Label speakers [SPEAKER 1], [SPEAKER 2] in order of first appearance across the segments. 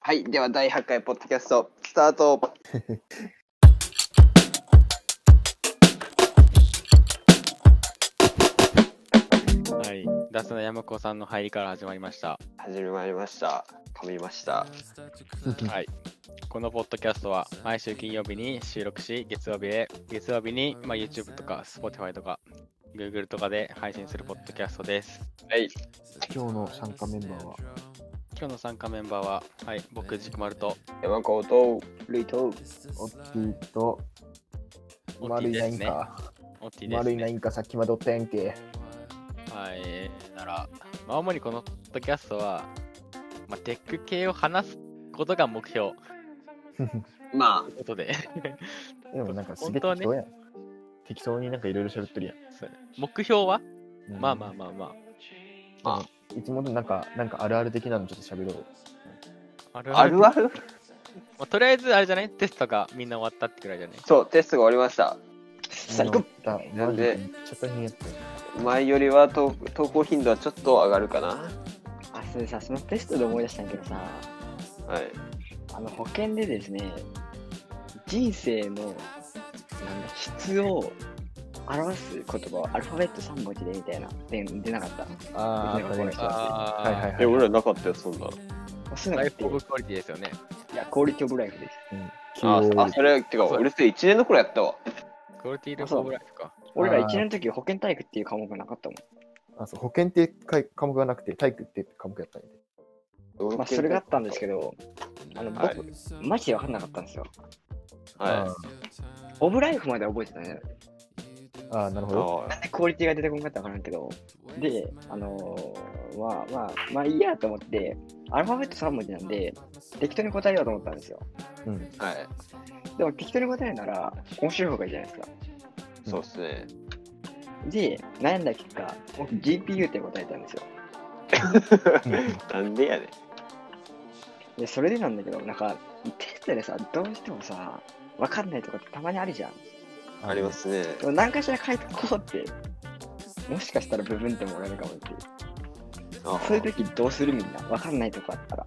[SPEAKER 1] はい、では第8回ポッドキャストスタート。
[SPEAKER 2] はい、ダスの山子さんの入りから始まりました。
[SPEAKER 1] 始まりました。噛みました。
[SPEAKER 2] はい、このポッドキャストは毎週金曜日に収録し、月曜日へ、月曜日に、まあ、YouTube とか Spotify とか Google とかで配信するポッドキャストです。
[SPEAKER 1] はい、
[SPEAKER 3] 今日の参加メンバーは
[SPEAKER 2] 今日の参加メンバーは、はい、僕、ジクマルと
[SPEAKER 1] 山子とルイと
[SPEAKER 3] オッティと
[SPEAKER 2] オッテ
[SPEAKER 3] 丸
[SPEAKER 2] ィ
[SPEAKER 3] いナ
[SPEAKER 2] で
[SPEAKER 3] イ
[SPEAKER 2] す
[SPEAKER 3] ン
[SPEAKER 2] ね。
[SPEAKER 3] か、
[SPEAKER 2] オッティです、
[SPEAKER 3] 丸いナ
[SPEAKER 2] ね。
[SPEAKER 3] インかさっきまでおったやんけ
[SPEAKER 2] はい、えーなら、まあ、主にこのポッドキャストは、まあ、テック系を話すことが目標
[SPEAKER 1] ま
[SPEAKER 2] ということで、
[SPEAKER 3] でもなんかすげえ
[SPEAKER 2] 本当は
[SPEAKER 3] 適
[SPEAKER 2] ね
[SPEAKER 3] 当やん、適当になんかいろいろ喋ってる
[SPEAKER 2] そう 目標は、
[SPEAKER 3] やん、
[SPEAKER 2] まあまあまあまあ、
[SPEAKER 1] あ
[SPEAKER 3] いつものなんかなんかあるある的なのちょっと喋ろう
[SPEAKER 2] ある
[SPEAKER 1] あ、あるある
[SPEAKER 2] まあ、とりあえずあれじゃないテストがみんな終わったってくらいじゃない
[SPEAKER 1] そう、テストが終わりました。最高
[SPEAKER 3] だ
[SPEAKER 1] なんで
[SPEAKER 3] めっちゃ大変やったよ
[SPEAKER 1] 前よりは投投稿頻度はちょっと上がるかな。
[SPEAKER 4] あそれさそのテストで思い出したんやけどさ
[SPEAKER 1] はい。
[SPEAKER 4] あの保険でですね人生のなんだ質を表す言葉をアルファベット3文字でみたいなで出なかった
[SPEAKER 3] あ
[SPEAKER 4] うち
[SPEAKER 3] ー
[SPEAKER 4] の
[SPEAKER 3] ありまし
[SPEAKER 4] こ
[SPEAKER 3] たはいはいはい
[SPEAKER 1] え、俺らなかったよ、そんなの。
[SPEAKER 4] そういうの
[SPEAKER 2] ラ
[SPEAKER 4] が
[SPEAKER 2] イ
[SPEAKER 4] あって
[SPEAKER 2] フオブクオリティですよね。
[SPEAKER 4] いやクオリティオブライフです
[SPEAKER 1] あ
[SPEAKER 3] うん、
[SPEAKER 1] あ、それ、てか、
[SPEAKER 2] そう
[SPEAKER 1] 俺それ1年の頃やったわ。
[SPEAKER 2] クオリティルフオブライフか。
[SPEAKER 4] 俺ら
[SPEAKER 3] あー
[SPEAKER 4] 1年の時保健体育っていう科目なかったも
[SPEAKER 3] あそう保険ってかい科目がなくて体育って科目やったんで
[SPEAKER 4] ん、まあ、それがあったんですけ
[SPEAKER 1] ど。
[SPEAKER 4] どあの僕、
[SPEAKER 1] はい
[SPEAKER 4] マジで分かんなかったんですよ
[SPEAKER 1] はい。
[SPEAKER 4] オブライフまでは覚えてたね
[SPEAKER 3] あーあーなるほど
[SPEAKER 1] あ
[SPEAKER 4] クオリティが出てこなかったからんけど、で、あのーまあまあ、まあいいやと思って、アルファベット3文字なんで、適当に答えようと思ったんですよ。
[SPEAKER 3] うん
[SPEAKER 1] ーはい。
[SPEAKER 4] でも適当に答えるなら、面白い方がいいじゃないですか。
[SPEAKER 1] そうですね。
[SPEAKER 4] で、悩んだ結果、僕 GPU って答えたんですよ。
[SPEAKER 1] なんでやねん。
[SPEAKER 4] で、それでなんだけど、なんか、テストでさ、どうしてもさ、わかんないとかってたまにあるじゃん。
[SPEAKER 1] ありますね。
[SPEAKER 4] でも何かしら書いてこうって、もしかしたら部分ってもらえるかもっていう。
[SPEAKER 1] あ
[SPEAKER 4] そういう時どうするみんな。わかんないとこあったら。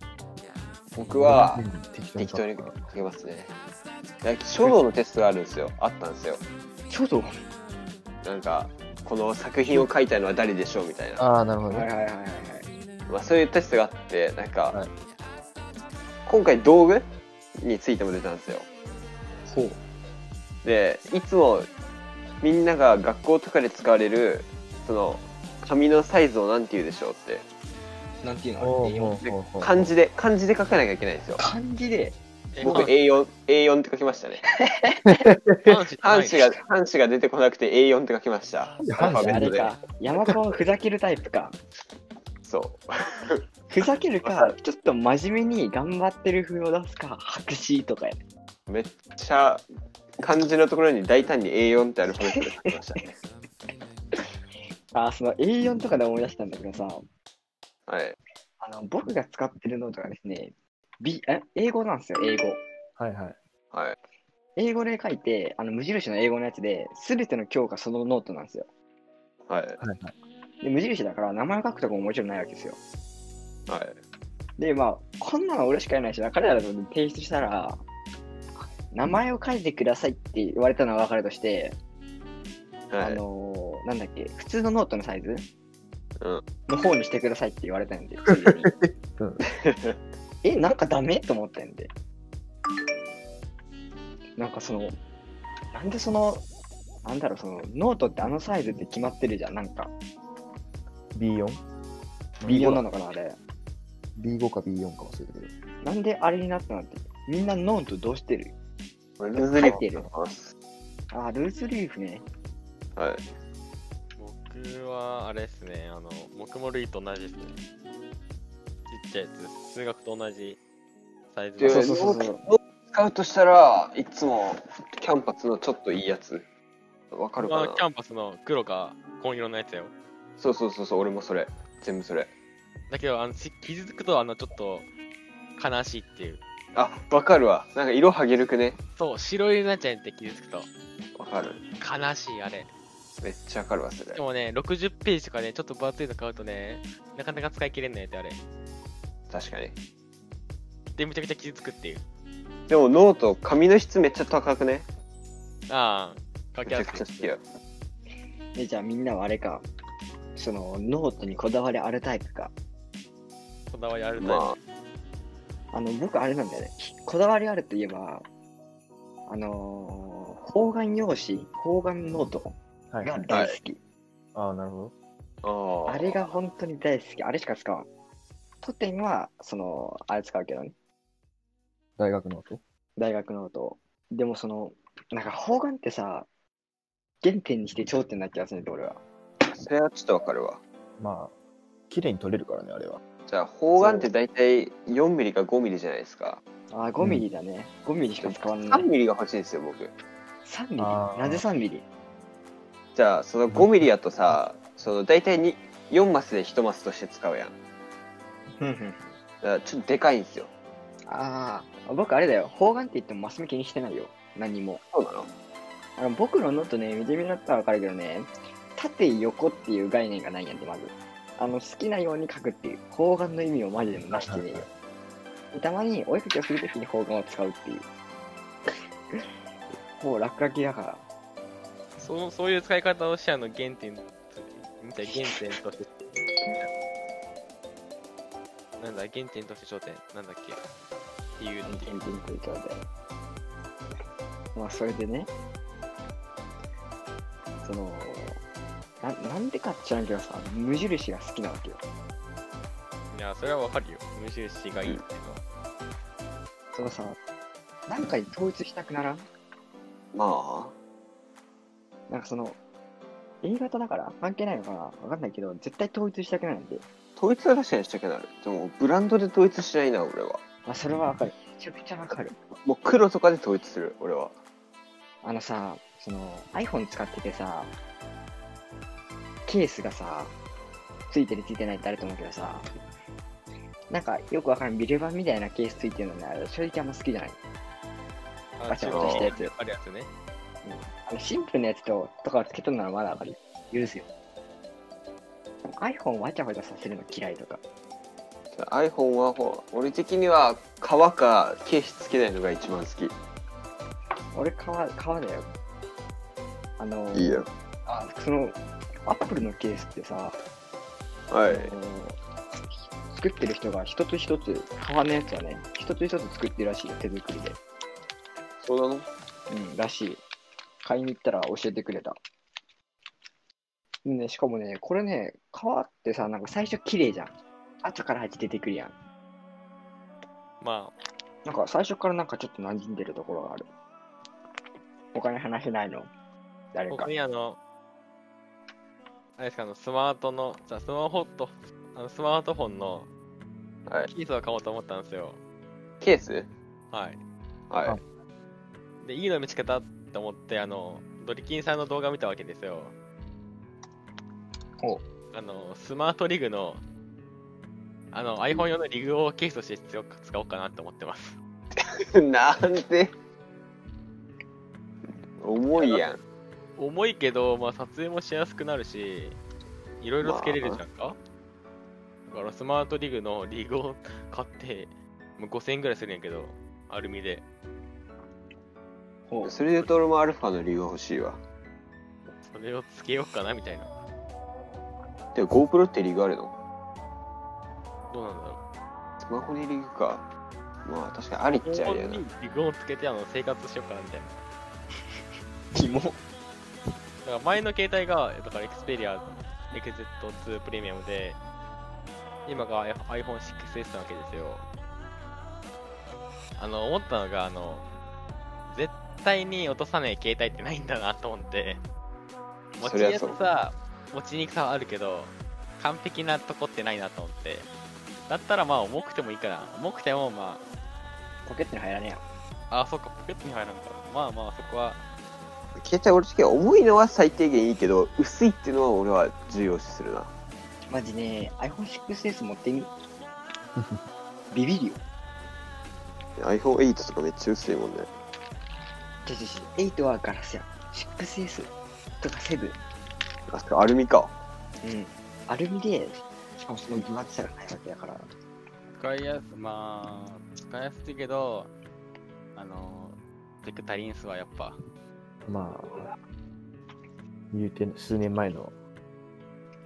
[SPEAKER 1] 僕は、
[SPEAKER 3] 適
[SPEAKER 1] 適当
[SPEAKER 3] 書
[SPEAKER 1] に
[SPEAKER 3] いた
[SPEAKER 1] かけますね。なんか書道のテストがあるんですよ。あったんですよ。
[SPEAKER 4] ちょっと。は
[SPEAKER 1] なんか、この作品を書いたのは誰でしょうみたいな。
[SPEAKER 3] ああなるほ
[SPEAKER 4] い
[SPEAKER 3] ど、
[SPEAKER 4] は
[SPEAKER 3] ね
[SPEAKER 4] いはいはいはい。
[SPEAKER 1] まあ、そういうテストがあって、なんか、
[SPEAKER 3] はい
[SPEAKER 1] 今回道具についても出たんですよ。
[SPEAKER 4] ほう。
[SPEAKER 1] で、いつもみんなが学校とかで使われる、その、紙のサイズをなんて言うでしょうって、
[SPEAKER 4] なんていうの
[SPEAKER 3] お
[SPEAKER 4] あ
[SPEAKER 3] ー
[SPEAKER 4] れ
[SPEAKER 3] お
[SPEAKER 4] A4
[SPEAKER 3] ーおーおー
[SPEAKER 1] 漢字で、漢字で書かなきゃいけないんですよ。
[SPEAKER 4] 漢字で
[SPEAKER 1] 僕 A4、A4 って書きましたね。半紙
[SPEAKER 2] が。
[SPEAKER 1] が、半紙が出てこなくて A4 って書きました。
[SPEAKER 3] いや
[SPEAKER 1] アルフ
[SPEAKER 3] 半
[SPEAKER 1] ァベット
[SPEAKER 3] 紙
[SPEAKER 4] あれ
[SPEAKER 1] で。
[SPEAKER 4] か山子はふざけるタイプ か
[SPEAKER 1] そう。
[SPEAKER 4] ふざけるかちょっと真面目に頑張ってる風を出すか白紙とかや
[SPEAKER 1] めっちゃ漢字のところに大胆に A4 ってアルファベットで書きましたね。
[SPEAKER 4] あその A4 とかで思い出したんだけどさ
[SPEAKER 1] はい。
[SPEAKER 4] あの僕が使ってるノートがですね、B、え英語なんですよ英語
[SPEAKER 3] はいはい
[SPEAKER 1] はい。
[SPEAKER 4] 英語で書いてあの無印の英語のやつで全ての教科そのノートなんですよ
[SPEAKER 1] はい。
[SPEAKER 3] はいはい
[SPEAKER 4] で無印だから名前を書くとかももちろんないわけですよ
[SPEAKER 1] はい。
[SPEAKER 4] でまあこんなの俺しかいないしな彼らのとこに提出したら名前を書いてくださいって言われたのは分かるとして、
[SPEAKER 1] は
[SPEAKER 4] あ
[SPEAKER 1] い。
[SPEAKER 4] のーなんだっけ普通のノートのサイズ、
[SPEAKER 1] うん
[SPEAKER 4] の方にしてくださいって言われ たんで普通に
[SPEAKER 3] うん
[SPEAKER 4] えなんかダメと思ったんでなんかそのなんでそのなんだろうそのノートってあのサイズって決まってるじゃんなんか
[SPEAKER 3] B4
[SPEAKER 4] B4 なのかなあれ
[SPEAKER 3] B5 か B4 か忘れたけど
[SPEAKER 4] なんであれになったのってみんなノートどうしてる
[SPEAKER 1] ルーズリー
[SPEAKER 4] 書いてる
[SPEAKER 1] フます。
[SPEAKER 4] あールーズリーフね
[SPEAKER 1] はい。
[SPEAKER 2] 僕は、あれですね、あの、僕もルイと同じですね。ちっちゃいやつ、数学と同じサイズ
[SPEAKER 1] で
[SPEAKER 4] そ
[SPEAKER 2] の
[SPEAKER 4] うそうそうそう
[SPEAKER 1] 使うとしたらいつもキャンパスのちょっといいやつ。わかる
[SPEAKER 2] ま
[SPEAKER 1] か
[SPEAKER 2] あ
[SPEAKER 1] な
[SPEAKER 2] キャンパスの黒か紺色のやつだよ。
[SPEAKER 1] そうそうそうそう、俺もそれ。全部それ。
[SPEAKER 2] だけど、あのし傷つくと、あの、ちょっと悲しいっていう。
[SPEAKER 1] あ、わかるわ。なんか色はげるくね。
[SPEAKER 2] そう、白色になっちゃうんで傷つくと。
[SPEAKER 1] わかる。
[SPEAKER 2] 悲しい、あれ。
[SPEAKER 1] めっちゃわかるわ、それ
[SPEAKER 2] で。もね、60ページとかね、ちょっと分厚いの買うとね、なかなか使い切れないってあれ。
[SPEAKER 1] 確かに。
[SPEAKER 2] でめちゃくちゃ傷つくっていう。
[SPEAKER 1] でもノート、紙の質めっちゃ高くね
[SPEAKER 2] ああ、書
[SPEAKER 1] め
[SPEAKER 2] き
[SPEAKER 1] ち
[SPEAKER 2] や
[SPEAKER 1] ゃくちゃ
[SPEAKER 2] す
[SPEAKER 1] 好
[SPEAKER 2] い。
[SPEAKER 1] きや。
[SPEAKER 4] え、じゃあみんなはあれか、そのノートにこだわりあるタイプか。
[SPEAKER 2] こだわりあるタイプ。
[SPEAKER 1] ま
[SPEAKER 4] あの、僕あれなんだよね。こだわりあるといえば、あのー、方眼用紙、方眼ノート
[SPEAKER 3] はい
[SPEAKER 4] が。大好き。
[SPEAKER 3] ああ、なるほ
[SPEAKER 1] あ、ああ。
[SPEAKER 4] あれが本当に大好き。あれしか使わん。とって今は、その、あれ使うけどね。
[SPEAKER 3] ど。大学の音
[SPEAKER 4] 大学ノート。でもその、なんか方眼ってさ、原点にして頂点な気がするんだよね、俺は。
[SPEAKER 1] それはちょっとわかるわ。
[SPEAKER 3] まあ、綺麗に撮れるからね、あれは。
[SPEAKER 1] じゃあ、方眼って大体4ミリか5ミリじゃないですか。
[SPEAKER 4] あー、5ミリだね。5ミリしか使わんない
[SPEAKER 1] 3。ミリが欲しいんですよ、僕。
[SPEAKER 4] 3ミリ
[SPEAKER 3] あー
[SPEAKER 4] なぜ3ミリ
[SPEAKER 1] じゃあ、その5ミリやとさ、その大体に4マスで1マスとして使うやん。だからちょっとでかいんですよ。
[SPEAKER 4] ああ、僕あれだよ。方眼って言ってもマス目気にしてないよ。何も。
[SPEAKER 1] そうなの
[SPEAKER 4] あの僕のノートね、見てみなったらわかるけどね、縦横っていう概念がないんやんて、まず。あの、好きなように書くっていう。方眼の意味をマジでなしてねえよ。でたまにお絵かきをするときに方眼を使うっていう。 もう落書きだから。
[SPEAKER 2] そのそういう使い方をシェアの原点とみたい原点としてなんだ原点として頂点なんだっけっていうの
[SPEAKER 4] 原
[SPEAKER 2] っていう
[SPEAKER 4] 点ということで。まあ、それでね、その、ななんでかって知らんけどさ、無印が好きなわけよ。
[SPEAKER 2] いやそれはわかるよ無印がいいっていうのは
[SPEAKER 4] そのさ、なんかに統一したくならん
[SPEAKER 1] ま
[SPEAKER 4] なんかその、A 型だから関係ないのかなわかんないけど、絶対統一したくないんで。
[SPEAKER 1] あ、統一は確かにしたくなる。でも、ブランドで統一しないな、俺は。
[SPEAKER 4] まあ、それはわかる。めちゃくちゃわかる。
[SPEAKER 1] もう黒とかで統一する、俺は。
[SPEAKER 4] あのさ、その、iPhone 使っててさ、ケースがさ、ついてるついてないってあると思うけどさ、なんかよくわからんビレバンみたいなケースついてるのね、あれ正直あんま好きじゃない。
[SPEAKER 2] あ
[SPEAKER 4] ガチャ
[SPEAKER 1] ガチャして
[SPEAKER 4] やつ
[SPEAKER 2] あるやつね
[SPEAKER 4] あのシンプルなやつととかをつけとるならまだわかるよ。許すよ。でも iPhone をわちゃわちゃさせるの嫌いとか。
[SPEAKER 1] iPhone はほ俺的には革かケースつけないのが一番好き
[SPEAKER 4] 俺革、革だよ。あの、
[SPEAKER 1] よ
[SPEAKER 4] あそのアップルのケースってさ、
[SPEAKER 1] は
[SPEAKER 4] あ
[SPEAKER 1] い
[SPEAKER 4] の作ってる人が一つ一つ革のやつはね一つ一つ作ってるらしいよ手作りで
[SPEAKER 1] そうなの
[SPEAKER 4] うんらしい買いに行ったら教えてくれたでねしかもねこれね革ってさなんか最初綺麗じゃん後から入って出てくるやん
[SPEAKER 2] まあ
[SPEAKER 4] なんか最初からなんかちょっと馴染んでるところがあるお金話せないの誰か
[SPEAKER 2] 僕にあのあれですかあのスマートのじゃあスマホとあのスマートフォンの
[SPEAKER 1] はい
[SPEAKER 2] ケースを買おうと思ったんですよ
[SPEAKER 1] ケース
[SPEAKER 2] はい
[SPEAKER 1] は
[SPEAKER 3] あ
[SPEAKER 1] い
[SPEAKER 2] でいいの見つけたと思ってあのドリキンさんの動画見たわけですよ
[SPEAKER 4] お
[SPEAKER 2] あのスマートリグのあの iPhone 用のリグをケースとして使おうか使おうかなと思ってます
[SPEAKER 1] なんて重いやん
[SPEAKER 2] 重いけど、まあ、撮影もしやすくなるしいろいろつけれるじゃんか、だからスマートリグのリグを買ってもう5000円ぐらいするんやけどアルミで
[SPEAKER 4] お
[SPEAKER 1] それで言うと俺もアルファの理由が欲しいわ
[SPEAKER 2] それをつけようかなみたいな
[SPEAKER 1] で GoPro ってリグあるの
[SPEAKER 2] どうなんだろう
[SPEAKER 1] スマホにリグかまあ確かにありっちゃありやな
[SPEAKER 2] リグをつけてあの生活しようかなみたいな
[SPEAKER 4] キモ
[SPEAKER 2] だから前の携帯が、だから Xperia XZ2 プレミアムで、今が iPhone6S なわけですよ。あの、思ったのが、あの、絶対に落とさない携帯ってないんだなと思って、持
[SPEAKER 1] そ
[SPEAKER 2] ち
[SPEAKER 1] り
[SPEAKER 2] や
[SPEAKER 1] ゃ
[SPEAKER 2] す
[SPEAKER 1] そう
[SPEAKER 2] さ、持ちにくさはあるけど、完璧なとこってないなと思って、だったらまあ重くてもいいかな。重くてもま
[SPEAKER 4] ポケットに入らねえや
[SPEAKER 2] あ、あ、そっか、ポケットに入らんから。まあまあ、そこは、
[SPEAKER 1] 携帯俺的には重いのは最低限いいけど薄いっていうのは俺は重要視するな
[SPEAKER 4] マジね iPhone6S 持ってみビビるよ
[SPEAKER 1] iPhone8 とかめっちゃ薄いもんね
[SPEAKER 4] ちょちょちょ、8はガラスやん。6S とか7。
[SPEAKER 1] あそれアルミか
[SPEAKER 4] うん。アルミで、しかもその分厚さがないわけだから、
[SPEAKER 2] 使いやす、まあ、使いやすいけど、あの、テクタリンスはやっぱ、
[SPEAKER 3] まあ、言うて数年前の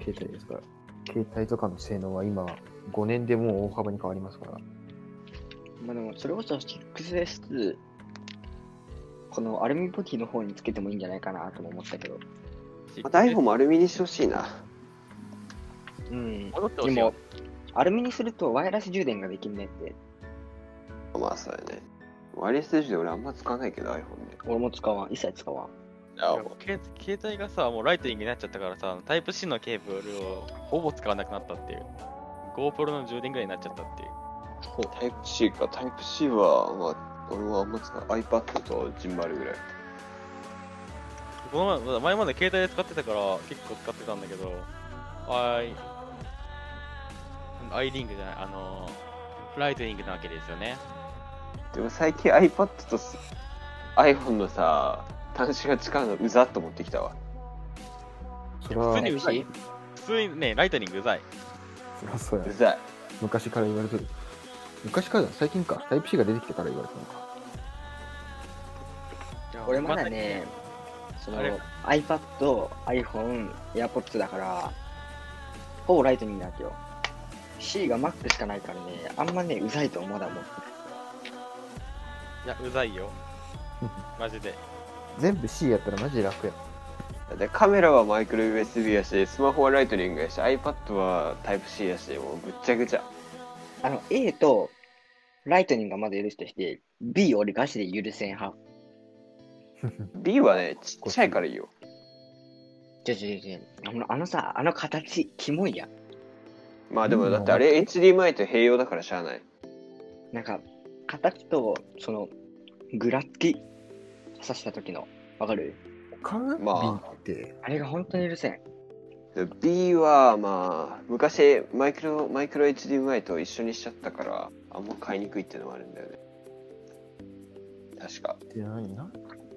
[SPEAKER 3] 携帯ですから、携帯とかの性能は今、5年でもう大幅に変わりますから、
[SPEAKER 4] まあでも、それこそ 6S、このアルミボディの方につけてもいいんじゃないかなとも思ったけど。
[SPEAKER 1] まあ、台本もアルミにしてほしいな。
[SPEAKER 4] うん。
[SPEAKER 2] 戻ってほ
[SPEAKER 4] で
[SPEAKER 2] しいよ
[SPEAKER 4] も。、アルミにするとワイヤレス充電ができんねんって、
[SPEAKER 1] まあ、そうやね。ワイヤレス電池で俺あんま使わないけど、iPhone で。
[SPEAKER 4] 俺も使わん、一切使わん。
[SPEAKER 1] じゃあ、
[SPEAKER 2] け携帯がさ、もうライトニングになっちゃったからさ、タイプ C のケーブルをほぼ使わなくなったっていう。GoPro の充電ぐらいになっちゃったっていう。
[SPEAKER 1] タイプ C か。タイプ C は、まあ、俺はあんま使う。iPad とジンバルぐらい。
[SPEAKER 2] この前前まで携帯で使ってたから結構使ってたんだけど、アイ、アイリングじゃない、あのー、ライトニングなわけですよね。
[SPEAKER 1] でも最近 iPad とす iPhone のさ、端子が近いのうざっと思ってきたわ。
[SPEAKER 3] それ
[SPEAKER 2] 普
[SPEAKER 3] は
[SPEAKER 2] 通、にうざい。普通にね、ライトニングうざい。
[SPEAKER 3] それはそうや
[SPEAKER 1] う。ざい。
[SPEAKER 3] 昔から言われてる。昔からだ、最近か。タイプ C が出てきてから言われたのか。
[SPEAKER 4] 俺まだね、その
[SPEAKER 2] あれ
[SPEAKER 4] iPad、iPhone、AirPods だから、ほぼライトニングなわけよ。C が Mac しかないからね、あんまね、うざいと思うだもん。
[SPEAKER 2] いや、うざいよ。マジで。
[SPEAKER 3] 全部 C やったらマジで楽や。
[SPEAKER 1] だってカメラはマイクロ USB やし、スマホはライトニングやし、iPad はタイプ C やし、もうぐっちゃぐちゃ。
[SPEAKER 4] あの、A とライトニングがまだ許すとして、B 俺ガチで許せん派。
[SPEAKER 1] B はね、ちっちゃいからいいよ。
[SPEAKER 4] ちょちょちょちょあの、あのさ、あの形、キモいやん。
[SPEAKER 1] まあでもだってあれ HDMI と併用だからしゃあない。
[SPEAKER 4] なんか、形と、その、グラつき、刺した時の、わかる
[SPEAKER 3] カン
[SPEAKER 1] まあ
[SPEAKER 3] って、
[SPEAKER 4] あれが本当に許せん。
[SPEAKER 1] で B はまあ、昔マイクロ、マイクロ HDMI と一緒にしちゃったから、あんま買いにくいっていうのもあるんだよね。確か。
[SPEAKER 3] で何な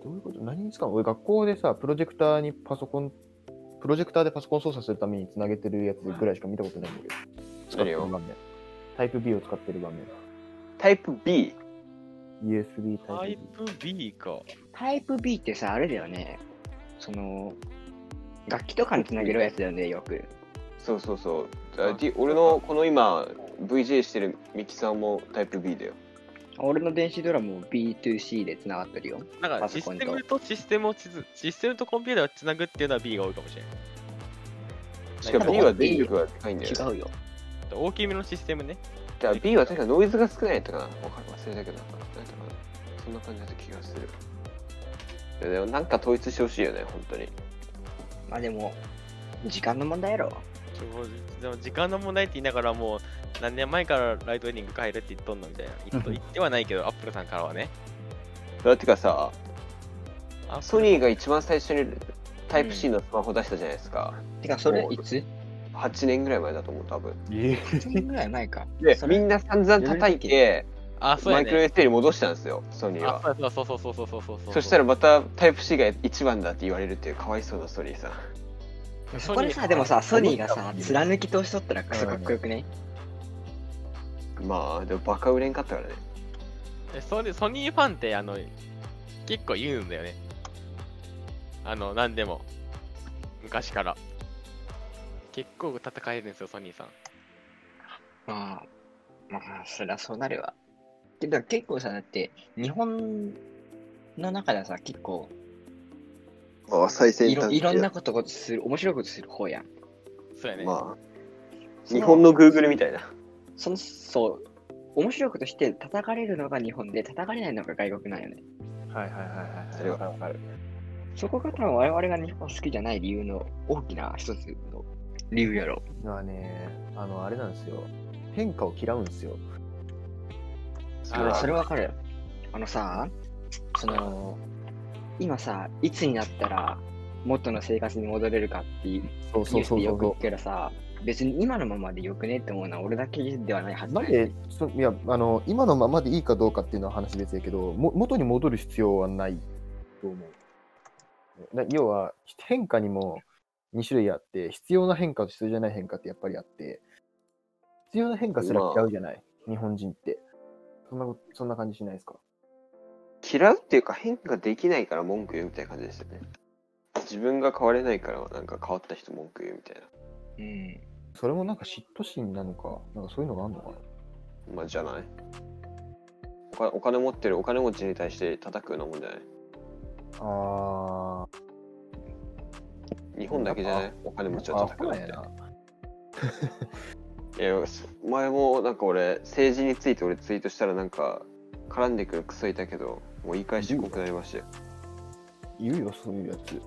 [SPEAKER 3] どういうこと何に使うの俺学校でさ、プロジェクターにパソコン、プロジェクターでパソコン操作するためにつなげてるやつぐらいしか見たことないんだけど。使ってる場面。タイプ B を使ってる場面。
[SPEAKER 1] タイプ B。
[SPEAKER 3] USB
[SPEAKER 2] タ
[SPEAKER 3] タイ
[SPEAKER 2] イ
[SPEAKER 3] プ B。
[SPEAKER 2] プ B か。
[SPEAKER 4] タイプ B ってさ、あれだよね。その、楽器とかにつなげるやつだよね、よく。
[SPEAKER 1] そうそうそう。だ D 俺のこの今 VJ してるミキさんもタイプ B だよ。
[SPEAKER 4] 俺の電子ドラムも B2C でつながってるよ。
[SPEAKER 2] なんか
[SPEAKER 4] パ
[SPEAKER 2] シ
[SPEAKER 4] ソコ
[SPEAKER 2] ス
[SPEAKER 4] ン
[SPEAKER 2] テ
[SPEAKER 4] と
[SPEAKER 2] ムとシステムをつづシステムとコンピューターをつなぐっていうのは B が多いかもしれない。
[SPEAKER 1] しかも B は電力が高いんだよね。
[SPEAKER 4] 違うよ。
[SPEAKER 2] 大きめのシステムね。
[SPEAKER 1] だから B は確かノイズが少ないとかな。わかる忘れたけど、なんかなんだったかな。そんな感じだった気がする。いやでもなんか統一してほしいよね、本当に。
[SPEAKER 4] まあでも、時間の問題やろ。
[SPEAKER 2] ちょでも時間の問題って言いながらもう何年前からライトニング変えるって言っとんのみたいな。言っと
[SPEAKER 3] うん
[SPEAKER 2] 言ってはないけど、アップルさんからはね。
[SPEAKER 1] だってかさ、
[SPEAKER 2] あ
[SPEAKER 1] ソニーが一番最初にタイプ C のスマホ出したじゃないですか。
[SPEAKER 4] てか、それ
[SPEAKER 1] もう
[SPEAKER 4] いつ
[SPEAKER 1] 8年ぐらい前だと思う、多分。
[SPEAKER 3] え
[SPEAKER 4] ?1 年ぐらい 前か。
[SPEAKER 1] で
[SPEAKER 4] そ、れ
[SPEAKER 1] みんな散々叩いて、
[SPEAKER 2] あ、そう
[SPEAKER 1] マ
[SPEAKER 2] や
[SPEAKER 1] イクロ
[SPEAKER 2] ね。
[SPEAKER 1] SD に戻したんですよ、ソニーは。
[SPEAKER 2] あ、そうそうそうそうそうそうそうそう。
[SPEAKER 1] そしたらまたタイプ C が一番だって言われるっていうかわいそうなソニーさん。
[SPEAKER 4] そこでさ、でもさ、ソニーがさ、貫き通しとったらクソかっこよくね。
[SPEAKER 1] まあでもバカ売れんかったからね。
[SPEAKER 2] えソニーソニーファンってあの結構言うんだよねあの何でも昔から結構戦えるんですよソニーさん
[SPEAKER 4] まあ、まあ、そりゃそうなるわ。けど結構さ、だって、日本の中ではさ、結構、
[SPEAKER 1] まあ最
[SPEAKER 4] いろいろんなことことする、面白いことする方やん。
[SPEAKER 2] そうやね、
[SPEAKER 1] まあ
[SPEAKER 4] そ
[SPEAKER 1] 日本の Google みたいな。
[SPEAKER 4] そのそう面白いことして叩かれるのが日本で叩かれないのが外国なんよね
[SPEAKER 3] はいはいはいはい。
[SPEAKER 1] それは
[SPEAKER 3] わかる。
[SPEAKER 4] そこが多分我々が日本好きじゃない理由の大きな一つの理由やろ
[SPEAKER 3] まあね、あの、あれなんですよ。変化を嫌うんですよ。
[SPEAKER 1] そ
[SPEAKER 2] あ
[SPEAKER 1] れ
[SPEAKER 2] ー
[SPEAKER 1] は
[SPEAKER 4] それわかるあのさその今さいつになったら元の生活に戻れるかっていう
[SPEAKER 3] そう
[SPEAKER 4] ニュースでよく聞くけどさ別に今のままでよくねって思うのは俺だけではないはず
[SPEAKER 3] な
[SPEAKER 4] だ
[SPEAKER 3] ん
[SPEAKER 4] よね
[SPEAKER 3] でそいやあの今のままでいいかどうかっていうのは話別やけども元に戻る必要はないと思う。な要は変化にも2種類あって必要な変化と必要じゃない変化ってやっぱりあって必要な変化すら嫌うじゃない。日本人って。そんなこと、そんな感じしないですか
[SPEAKER 1] 嫌うっていうか変化できないから文句言うみたいな感じですよね自分が変われないからなんか変わった人文句言うみたい
[SPEAKER 4] うん。
[SPEAKER 3] それもなんか嫉妬心なのか、なんかそういうのがあるのかな
[SPEAKER 1] なまあじゃないお金お金持ってるお金持ちに対して叩くようなもんじゃない
[SPEAKER 3] あ
[SPEAKER 1] 日本だけじゃないお金持ちを叩くのっていやそ前もなんか俺政治について俺ツイートしたらなんか絡んでくるクソいたけどもう言い返し濃くなりましたよ
[SPEAKER 3] 言うよ、そういうやつ。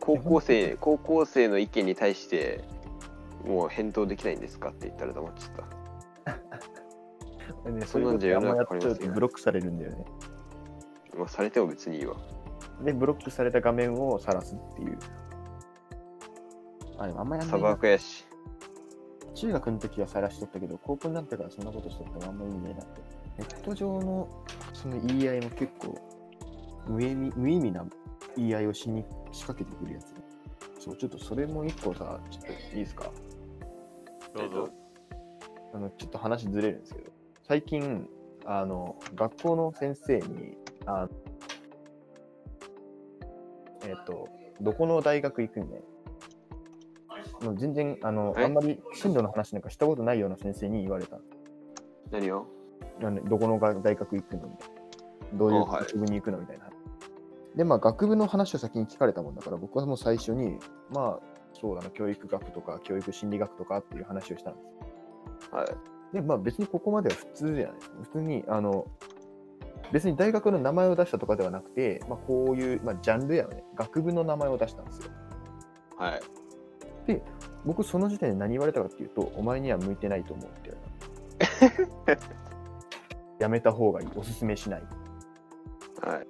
[SPEAKER 1] 高校生高校生の意見に対してもう返答できないんですかって言ったら黙っちゃった
[SPEAKER 3] ね、
[SPEAKER 1] そ
[SPEAKER 3] そ
[SPEAKER 1] ん
[SPEAKER 3] ういう
[SPEAKER 1] な
[SPEAKER 3] こ
[SPEAKER 1] んじ
[SPEAKER 3] と
[SPEAKER 1] ゃ世の中
[SPEAKER 3] あんまやっちゃうと
[SPEAKER 1] 変わりませんよ
[SPEAKER 3] ブロックされるんだよね。
[SPEAKER 1] まあされても別にいいわ
[SPEAKER 3] で、ブロックされた画面を晒すっていう。あ、でもあんまやんな
[SPEAKER 1] 砂
[SPEAKER 3] いな。
[SPEAKER 1] 漠やし
[SPEAKER 3] 中学の時は晒しとったけど、高校になってからそんなことしとったらあんま意味ないなって。ネット上のその言い合いも結構無意味無意味な言い合いをしに仕掛けてくるやつ。そう、ちょっとそれも一個さ、ちょっといいですか
[SPEAKER 2] どうぞ。
[SPEAKER 3] あの、ちょっと話ずれるんですけど、最近、あの、学校の先生に、あえっ、と、どこの大学行くみたいな。もう全然、あの、
[SPEAKER 1] え
[SPEAKER 3] あんまり進路の話なんかしたことないような先生に言われた。
[SPEAKER 1] 何を
[SPEAKER 3] なんでどこのが大学行くのみたいな。どうい
[SPEAKER 1] あ
[SPEAKER 3] う
[SPEAKER 1] はい
[SPEAKER 3] 学部に行くのみたいな。で、まあ、学部の話を先に聞かれたもんだから、僕はもう最初に、まあ、そうだな、教育学とか、教育心理学とかっていう話をしたんです。
[SPEAKER 1] はい
[SPEAKER 3] で、まあ別にここまでは普通じゃないですか。普通に、あの、別に大学の名前を出したとかではなくて、まあこういう、まあジャンルやよね、学部の名前を出したんですよ。
[SPEAKER 1] はい
[SPEAKER 3] 僕その時点で何言われたかっていうと、お前には向いてないと思うって言われた。やめた方がいい、おすすめしない。
[SPEAKER 1] はい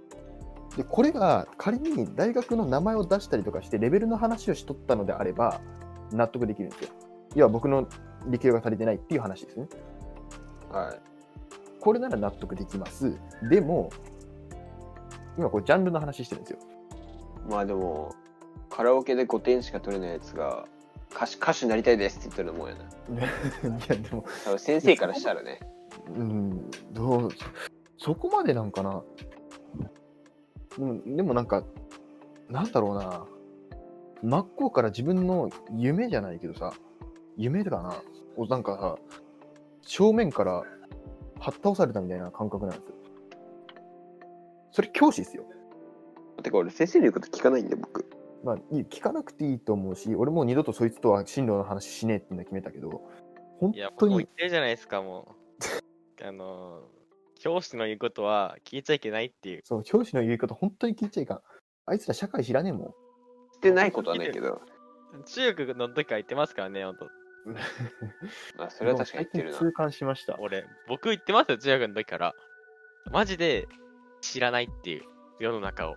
[SPEAKER 3] で、これが仮に大学の名前を出したりとかして、レベルの話をしとったのであれば、納得できるんですよ。要は僕の理系が足りてないっていう話ですね。
[SPEAKER 1] はい
[SPEAKER 3] これなら納得できます。でも、今これジャンルの話してるんですよ。
[SPEAKER 1] まあでもカラオケで5点しか取れないやつが歌手歌手になりたいですって言ってるのもんやない
[SPEAKER 3] や、でも、
[SPEAKER 1] 多分先生からしたらね
[SPEAKER 3] うん、どう、そこまでなんかな。うん、でもなんか、なんだろうな。真っ向から自分の夢じゃないけどさ、夢だな。をなんかさ、正面から、はっ倒されたみたいな感覚なんですよ。それ教師ですよ。
[SPEAKER 1] てか俺先生の言うこと聞かないんで僕
[SPEAKER 3] まあ、いい聞かなくていいと思うし、俺もう二度とそいつとは進路の話しねえっていうのは決めたけど、本
[SPEAKER 2] いや、
[SPEAKER 3] 当
[SPEAKER 2] もう言
[SPEAKER 3] に
[SPEAKER 2] っ、てるじゃないですか、もう。あ のー、教師の言うことは聞いちゃいけないっていう。
[SPEAKER 3] そう、教師の言い方、本当に聞いちゃいかん。あいつら社会知らねえも
[SPEAKER 1] してないことはないけど
[SPEAKER 2] 中学の時から言ってますからね、ほんと。
[SPEAKER 3] ん。
[SPEAKER 1] まあそれは確かに言ってる
[SPEAKER 3] 最
[SPEAKER 1] な
[SPEAKER 3] 近痛感しました。
[SPEAKER 2] 俺、僕言ってますよ、中学の時から。マジで知らないっていう、世の中を。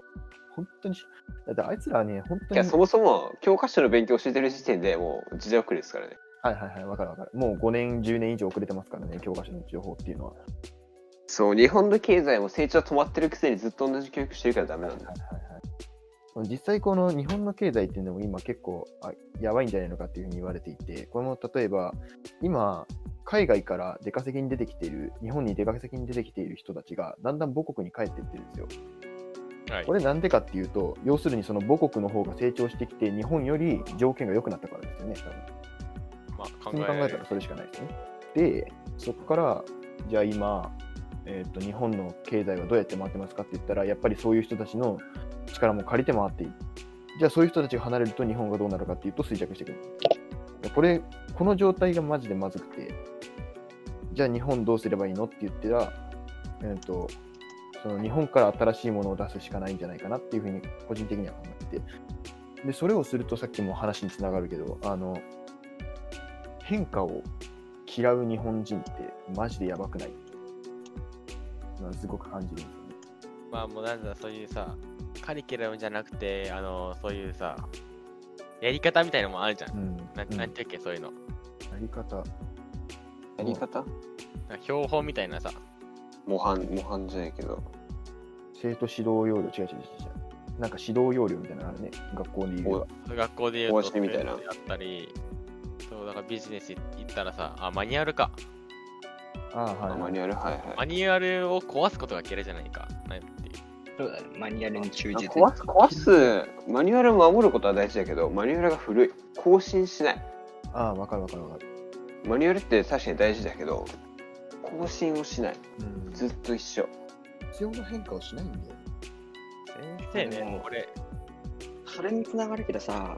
[SPEAKER 3] 本当にし、だってあいつらはね、本
[SPEAKER 1] い
[SPEAKER 3] 当
[SPEAKER 1] や
[SPEAKER 3] に、
[SPEAKER 1] そもそも教科書の勉強教えてる時点でもう時代遅れですからね
[SPEAKER 3] はいはいはい、わかるわかる。もう5年、10年以上遅れてますからね、教科書の情報っていうのは。
[SPEAKER 1] そう日本の経済も成長止まってるくせにずっと同じ教育してるからダメなんだ
[SPEAKER 3] はいはいはい、実際この日本の経済っていうのも今結構あやばいんじゃないのかっていうふうに言われていてこれも例えば今海外から出稼ぎに出てきている日本に出稼ぎに出てきている人たちがだんだん母国に帰っていってるんですよ。
[SPEAKER 2] はい
[SPEAKER 3] こ。れなんでかっていうと要するにその母国の方が成長してきて日本より条件が良くなったからですよね多分。
[SPEAKER 2] まあ、
[SPEAKER 3] 普
[SPEAKER 2] 考
[SPEAKER 3] 通に
[SPEAKER 2] え
[SPEAKER 3] 考
[SPEAKER 2] ら
[SPEAKER 3] え
[SPEAKER 2] れ
[SPEAKER 3] た
[SPEAKER 2] る
[SPEAKER 3] ら。それしかないですね。で、そこから、じゃあ今、えー、と日本の経済はどうやって回ってますかって言ったら、やっぱりそういう人たちの力も借りて回っていい。じゃあそういう人たちが離れると日本がどうなるかっていうと衰弱してくる。でこれ、この状態がマジでまずくて、じゃあ日本どうすればいいのって言ったら、えー、とその日本から新しいものを出すしかないんじゃないかなっていうふうに個人的には考えてて、でそれをするとさっきも話につながるけど、あの変化を嫌う日本人ってマジでやばくないまあすごく感じるんですよね。
[SPEAKER 2] まあ、もうなんだ、そういうさ、カリキュラムじゃなくて、あのー、そういうさ、やり方みたいのもあるじゃん。
[SPEAKER 3] うん。
[SPEAKER 2] な
[SPEAKER 3] うん
[SPEAKER 2] なんていうっけ、そういうの。
[SPEAKER 3] やり方。
[SPEAKER 1] やり方
[SPEAKER 2] なんか標本みたいなさ、
[SPEAKER 1] 模範模範じゃないけど
[SPEAKER 3] 生徒指導要領、違う違う違う違う。なんか指導要領みたいなのあるね。学校で言えば。
[SPEAKER 1] お
[SPEAKER 2] 学校で言う
[SPEAKER 1] 講
[SPEAKER 2] と、
[SPEAKER 1] 師みたいな
[SPEAKER 2] そううのやったり、そう、だかビジネス行ったらさ、あ、マニュアルか。
[SPEAKER 3] ああ、は
[SPEAKER 1] あ
[SPEAKER 3] い、はい。
[SPEAKER 1] マニュアル、はいはい。
[SPEAKER 2] マニュアルを壊すことが嫌いじゃないか。なんていう。
[SPEAKER 4] そうだね。マニュアルに忠実。
[SPEAKER 1] 壊す、壊す、マニュアルを守ることは大事だけど、マニュアルが古い。更新しない。
[SPEAKER 3] ああ、わかるわかるわかる。
[SPEAKER 1] マニュアルって確かに大事だけど、更新をしない。
[SPEAKER 3] うん
[SPEAKER 1] ずっと一緒。
[SPEAKER 3] 必要な変化をしないんだよ。
[SPEAKER 2] 先生ね、これ、
[SPEAKER 4] それにつながるけどさ、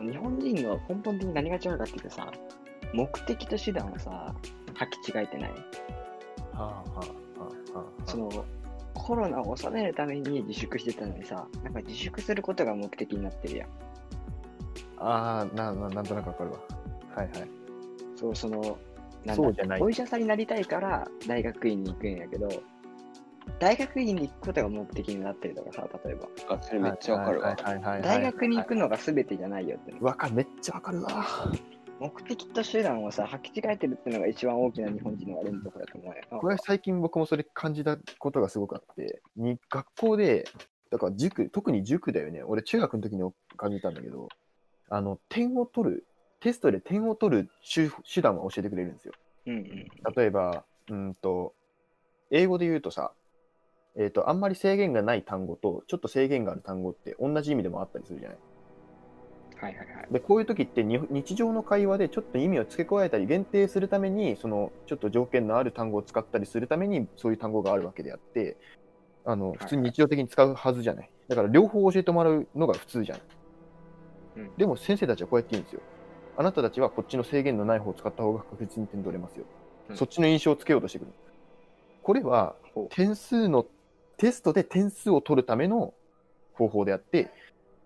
[SPEAKER 4] 日本人の根本的に何が違うかっていうとさ、目的と手段をさ、履き違えてない。
[SPEAKER 3] はあはあはあはあ。
[SPEAKER 4] その、コロナを収めるために自粛してたのにさ、なんか自粛することが目的になってるやん。
[SPEAKER 3] ああ、なななんとなくわかるわ。はいはい。
[SPEAKER 4] そう、その、なん
[SPEAKER 3] そう
[SPEAKER 4] だ
[SPEAKER 3] じゃない
[SPEAKER 4] お医者さんになりたいから大学院に行くんやけど、大学院に行くことが目的になってるとかさ、例えば、
[SPEAKER 1] あ、それめっちゃわかるわ。
[SPEAKER 3] はいはいはいはいはい
[SPEAKER 4] 大学に行くのが全てじゃないよって、
[SPEAKER 3] わかる、めっちゃわかるわ。
[SPEAKER 4] 目的と手段をさ、履き違えてるってのが一番大きな日本人の悪いところだと思うよ。
[SPEAKER 3] これは最近僕もそれ感じたことがすごくあって、に学校で、だから塾、特に塾だよね。俺中学の時に感じたんだけど、あの、点を取る、テストで点を取る手手段は教えてくれるんですよ。
[SPEAKER 4] うんうん。
[SPEAKER 3] 例えば、うんと、英語で言うとさ、えっ、と、あんまり制限がない単語と、ちょっと制限がある単語って同じ意味でもあったりするじゃない
[SPEAKER 4] はいはいはい。
[SPEAKER 3] でこういう時ってに日常の会話でちょっと意味を付け加えたり限定するためにそのちょっと条件のある単語を使ったりするためにそういう単語があるわけであってあの
[SPEAKER 4] い
[SPEAKER 3] 普通に日常的に使うはずじゃないだから両方教えてもらうのが普通じゃん
[SPEAKER 4] うん
[SPEAKER 3] でも先生たちはこうやって言うんですよあなたたちはこっちの制限のない方を使った方が確実に点取れますよ、
[SPEAKER 4] うん
[SPEAKER 3] そっちの印象をつけようとしてくるこれは
[SPEAKER 4] ほ
[SPEAKER 3] 点数のテストで点数を取るための方法であって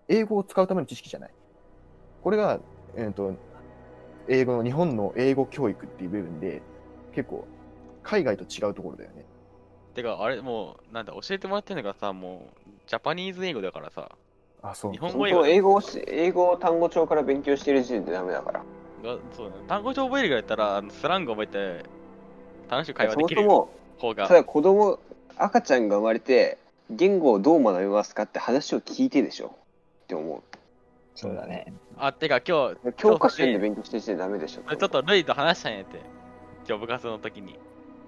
[SPEAKER 3] 英語を使うための知識じゃないこれが、えー、と英語の日本の英語教育っていう部分で結構海外と違うところだよね
[SPEAKER 2] てか、あれ、もう、なんだ、教えてもらってんのがさ、もう、ジャパニーズ英語だからさ、
[SPEAKER 3] あそう
[SPEAKER 2] 日本語
[SPEAKER 1] 本
[SPEAKER 2] 英語
[SPEAKER 1] 当英語をし、英語を単語帳から勉強してる時点でダメだから。
[SPEAKER 2] が、そうだね、単語帳覚えるぐらいだったら、あのスラング覚えて、楽しく会話
[SPEAKER 1] そ
[SPEAKER 2] で
[SPEAKER 1] も
[SPEAKER 2] き
[SPEAKER 1] そ
[SPEAKER 2] る
[SPEAKER 1] も、
[SPEAKER 2] 方が
[SPEAKER 1] た、だ子供、赤ちゃんが生まれて、言語をどう学びますかって話を聞いてでしょって思
[SPEAKER 4] そうだね。
[SPEAKER 2] あ、てか、今日、
[SPEAKER 1] う。教科書で勉強してる時点でダメでしょ。
[SPEAKER 2] ちょっとルイと話したんやって、今日部活の時に。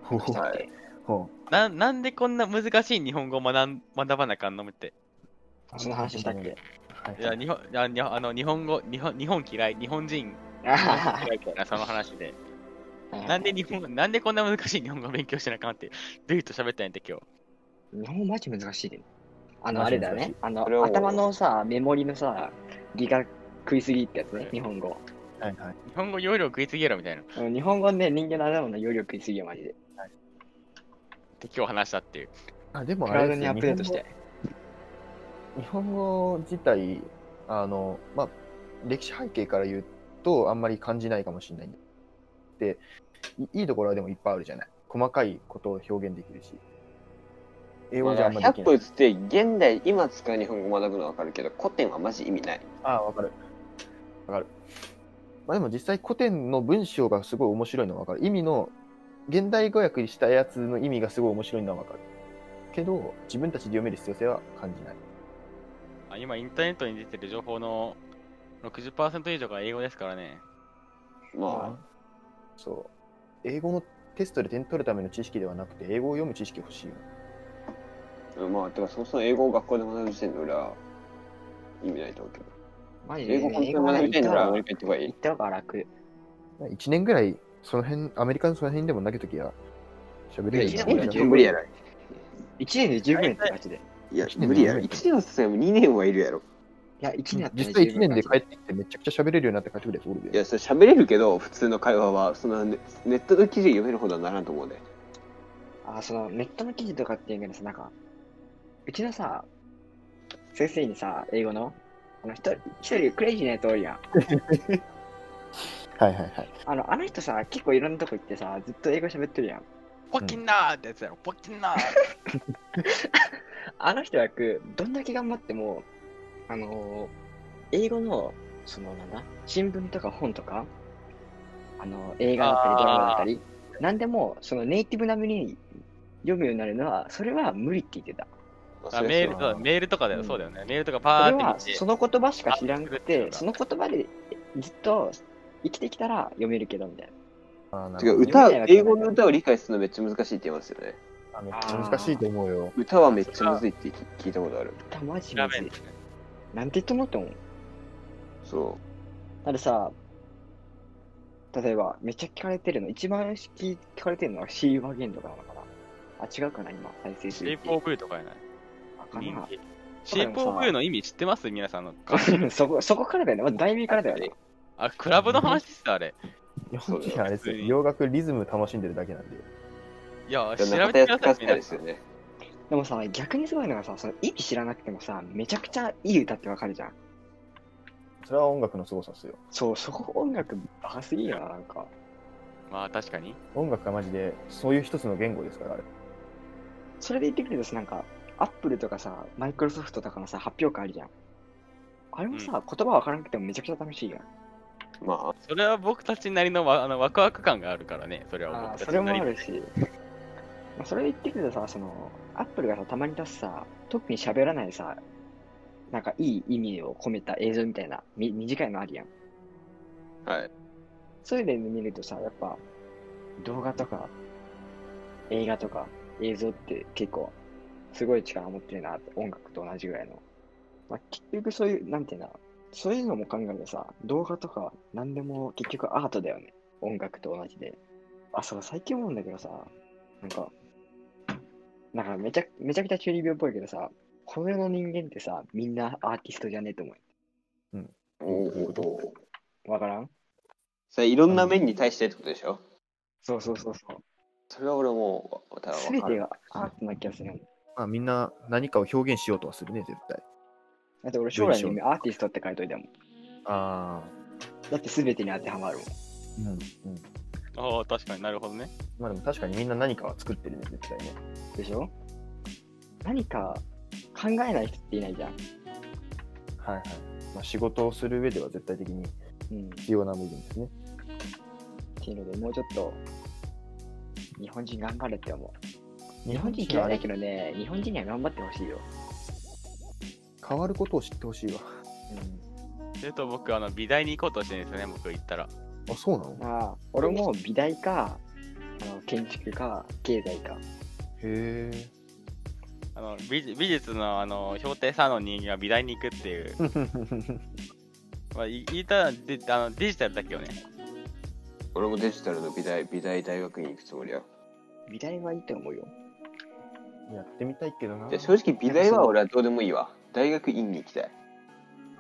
[SPEAKER 3] ほうほう
[SPEAKER 1] はい
[SPEAKER 3] ほ
[SPEAKER 2] ななんでこんな難しい日本語を学ん学ばなあかんのって。
[SPEAKER 4] その話したっけ
[SPEAKER 3] うはい
[SPEAKER 2] いや、日本、いやにあの、日本語、日本、日本嫌い、日本 人
[SPEAKER 4] あは は
[SPEAKER 2] 嫌いみたいな、その話で。なんで日本、なんでこんな難しい日本語を勉強してなあかんって、ルイと喋ったんやって、今日。
[SPEAKER 4] 日本語マジ難しいで。あの、
[SPEAKER 3] マ
[SPEAKER 4] あ
[SPEAKER 3] ジ
[SPEAKER 4] れ
[SPEAKER 3] 難しい
[SPEAKER 4] だね。あ
[SPEAKER 1] それを
[SPEAKER 4] の、頭のさ、メモリのさ、ギガ食いすぎってやつね、日本語。
[SPEAKER 3] はいはい
[SPEAKER 2] 日本語要領食いすぎやろみたいな。っ
[SPEAKER 4] うん日本語ね、人間の頭の容量食いすぎよ、マジで。
[SPEAKER 2] て今日話したっていう。
[SPEAKER 3] あでも
[SPEAKER 4] ク
[SPEAKER 3] あ
[SPEAKER 4] ラウ
[SPEAKER 3] れ
[SPEAKER 4] ド
[SPEAKER 3] です
[SPEAKER 4] に
[SPEAKER 3] よ
[SPEAKER 4] アップデートして。
[SPEAKER 3] 日本語自体あの、まあ、歴史背景から言うとあんまり感じないかもしれないんだでいいいところはでもいっぱいあるじゃない細かいことを表現できるし英語じゃあんまりでき
[SPEAKER 1] 100
[SPEAKER 3] な
[SPEAKER 1] 歩
[SPEAKER 3] い、
[SPEAKER 1] 移って、現代、今使う日本語を学ぶのはわかるけど、古典はマジ意味ない。
[SPEAKER 3] ああわかるわかる、まあ、でも実際古典の文章がすごい面白いのはわかる意味の現代語訳したやつの意味がすごい面白いのはわかるけど自分たちで読める必要性は感じない
[SPEAKER 2] あ今、インターネットに出てる情報の60%以上が英語ですからね。
[SPEAKER 1] ま
[SPEAKER 3] そう英語のテストで点取るための知識ではなくて英語を読む知識欲しいよ
[SPEAKER 1] あ、まあ、てか、そもそも英語を学校で学ぶ時点で俺は意味ないと思うけど。
[SPEAKER 4] マジで、
[SPEAKER 1] 英語本当に
[SPEAKER 4] 英語
[SPEAKER 1] 学
[SPEAKER 4] ね
[SPEAKER 1] びたいならアメリカ行った方がい
[SPEAKER 4] 行
[SPEAKER 1] い
[SPEAKER 4] っ。た方が楽。
[SPEAKER 3] 1年ぐらいその辺アメリカのその辺でも投げときや喋れる
[SPEAKER 1] い
[SPEAKER 4] いや
[SPEAKER 1] や、
[SPEAKER 3] ようにな
[SPEAKER 4] 一年
[SPEAKER 3] る
[SPEAKER 4] で十
[SPEAKER 1] 無
[SPEAKER 4] 分
[SPEAKER 1] 理やろ。
[SPEAKER 4] 1年で十分やった、マジで。い
[SPEAKER 1] いや
[SPEAKER 3] 一、年
[SPEAKER 1] 無理やろ。
[SPEAKER 3] 無理
[SPEAKER 1] 1年はさ、2年はいるやろ。
[SPEAKER 4] や、1年やったら
[SPEAKER 3] 実際1年で帰
[SPEAKER 4] 十分
[SPEAKER 3] ってきてめちゃくちゃ喋れるようになって帰ってくるやつおる
[SPEAKER 1] い
[SPEAKER 3] で
[SPEAKER 1] や、それ喋れるけど、普通の会話は、そのネネットの記事読めるほどはならんと思うね。
[SPEAKER 4] あ、その、ネットの記事とかって言うんやけどさ、なんか、うちのさ、先生にさ、英語の、あの、一人一人クレイジーなやつ多いやん。
[SPEAKER 3] はいはいはい
[SPEAKER 4] あの、あの人さ、結構いろんなとこ行ってさ、ずっと英語喋ってるやん。
[SPEAKER 2] ポッキンナーってやつやろ、ポッキンナー
[SPEAKER 4] あの人はく、どんだけ頑張っても、あのー英語の、その、なんだ、新聞とか本とか、あの映画だったり、
[SPEAKER 2] あー
[SPEAKER 4] ドラマだったり、なんでも、そのネイティブ並みに読むようになるのは、それは無理って言ってた。
[SPEAKER 2] あメール
[SPEAKER 1] そ
[SPEAKER 2] そうだメールとかだよ、
[SPEAKER 4] うん
[SPEAKER 2] そうだよね。メールとか
[SPEAKER 4] そ
[SPEAKER 2] パーっ
[SPEAKER 4] れ
[SPEAKER 2] て
[SPEAKER 4] は、
[SPEAKER 2] 見て
[SPEAKER 4] その言葉しか知らな
[SPEAKER 2] あ
[SPEAKER 4] く
[SPEAKER 2] 作ってる
[SPEAKER 4] て
[SPEAKER 2] ん、だ
[SPEAKER 4] その言葉でずっと生きてきたら読めるけど、みたいな。
[SPEAKER 3] あーな
[SPEAKER 1] てか
[SPEAKER 3] るほどね
[SPEAKER 1] 歌、英語の歌を理解するのめっちゃ難しいって言いますよね。
[SPEAKER 3] あめっちゃ難しいと思うよ。
[SPEAKER 1] 歌はめっちゃむずいって聞いたことある。
[SPEAKER 4] たマジ
[SPEAKER 2] 調
[SPEAKER 4] マ
[SPEAKER 2] べん
[SPEAKER 4] ジ
[SPEAKER 2] ね。
[SPEAKER 4] なんて言ってもらっても。
[SPEAKER 1] そ
[SPEAKER 4] だってさ、例えば、めっちゃ聞かれてるの、一番聞聞かれてるのはシーバーゲンとかなのかな。あ、違うかな、今、再生
[SPEAKER 2] シ
[SPEAKER 4] 数。
[SPEAKER 2] ェイプオブユーとかやない
[SPEAKER 4] あか
[SPEAKER 2] 人
[SPEAKER 4] な
[SPEAKER 2] 気。シェイプオブユーの意味知ってます皆さんの。
[SPEAKER 4] そこ、そこからだよね。まず、題名からだよね。
[SPEAKER 2] あ、クラブの話っすあれ。
[SPEAKER 1] そうだよ
[SPEAKER 3] いやあれですよ洋楽リズム楽しんでるだけなんで。
[SPEAKER 2] いや、
[SPEAKER 1] う。
[SPEAKER 2] 調
[SPEAKER 1] 中
[SPEAKER 2] べ
[SPEAKER 1] 田
[SPEAKER 2] てく
[SPEAKER 1] 康隆で
[SPEAKER 2] ださい。皆さ
[SPEAKER 1] す
[SPEAKER 2] ん
[SPEAKER 1] よね。
[SPEAKER 4] でもさ、逆にすごいのがさ、その意味知らなくてもさ、めちゃくちゃいい歌ってわかるじゃん。
[SPEAKER 3] それは音楽の凄さっすよ。
[SPEAKER 4] そう、そこ音楽バカすぎるな、なんか。
[SPEAKER 2] まあ確かに。
[SPEAKER 3] 音楽がマジで、そういう一つの言語ですから、あれ。
[SPEAKER 4] それで言ってくるとさ、なんか、アップルとかさ、マイクロソフトとかのさ、発表会あるじゃん。あれもさ、言葉わからなくてもめちゃくちゃ楽しいやん。
[SPEAKER 1] ま
[SPEAKER 2] それは僕たちなりのわあのワクワク感があるからね。それは
[SPEAKER 4] あ
[SPEAKER 2] 僕
[SPEAKER 4] ー
[SPEAKER 2] た
[SPEAKER 4] そ
[SPEAKER 2] ち
[SPEAKER 4] れ
[SPEAKER 2] なり
[SPEAKER 4] も
[SPEAKER 2] の
[SPEAKER 4] あるし。まあ、それで言ってくるとさ、その、アップルがさ、たまに出すさ、特に喋らないさ、なんかいい意味を込めた映像みたいな、み短いのあるやん。
[SPEAKER 1] あ、はい。
[SPEAKER 4] そういうの見るとさ、やっぱ、動画とか、映画とか、映像って結構、すごい力持ってるなって、音楽と同じぐらいの。まあ、結局そういう、なんていうんだろう、そういうのも考えるとさ、動画とか、なんでも結局アートだよね。音楽と同じで。あ、そう、最近思うんだけどさ、なんか、なんかめちゃめちゃくちゃ中二病っぽいけどさ、この世の人間ってさ、みんなアーティストじゃねえと思
[SPEAKER 1] おお。
[SPEAKER 4] う。わからん
[SPEAKER 1] それいろんな面に対してってことでしょ
[SPEAKER 4] そうそうそうそう。
[SPEAKER 1] それは俺もう、ただ
[SPEAKER 4] すべ
[SPEAKER 1] 分か
[SPEAKER 4] て
[SPEAKER 1] る。
[SPEAKER 4] がアートな気がするんだよね
[SPEAKER 3] まあみんな何かを表現しようとはするね、絶対。
[SPEAKER 4] だって俺将来の夢アーティストって書いといたもん。
[SPEAKER 3] ああ。
[SPEAKER 4] だって全てに当てはまるもん。
[SPEAKER 3] うんうん。
[SPEAKER 2] ああ、確かになるほどね。
[SPEAKER 3] まあでも確かにみんな何かは作ってるね、絶対ね。
[SPEAKER 4] でしょ何か考えない人っていないじゃん。
[SPEAKER 3] はいはい。まあ仕事をする上では絶対的に
[SPEAKER 4] うん。っ
[SPEAKER 3] 必要な部分ですね。
[SPEAKER 4] ていうので、もうちょっと、日本人頑張れって思う。
[SPEAKER 3] 日
[SPEAKER 4] 日
[SPEAKER 3] 本
[SPEAKER 4] 本
[SPEAKER 3] 人
[SPEAKER 4] 人
[SPEAKER 3] 嫌
[SPEAKER 4] 嫌
[SPEAKER 3] いだ
[SPEAKER 4] いだ
[SPEAKER 3] け
[SPEAKER 4] けどね、日本人には頑張ってほしいよ。
[SPEAKER 3] ど変わることを知ってほしいわ。
[SPEAKER 2] それと僕、あの、美大に行こうとしてるんですよね、僕行ったら。
[SPEAKER 3] あ、そうなの
[SPEAKER 4] うん。ああ、俺も美大か、あの建築か、経済か。
[SPEAKER 3] へえ。
[SPEAKER 2] あの美美術のあの評定サーの人間が美大に行くっていう、まあ、い言いたらデあのデジタルだけどね。
[SPEAKER 1] 俺もデジタルの美大、美大大学院行くつもりや。
[SPEAKER 4] 美大はいいと思うよ。
[SPEAKER 3] やってみたいけどな。
[SPEAKER 1] で正直美大は俺はどうでもいいわ。大学院に行きたい。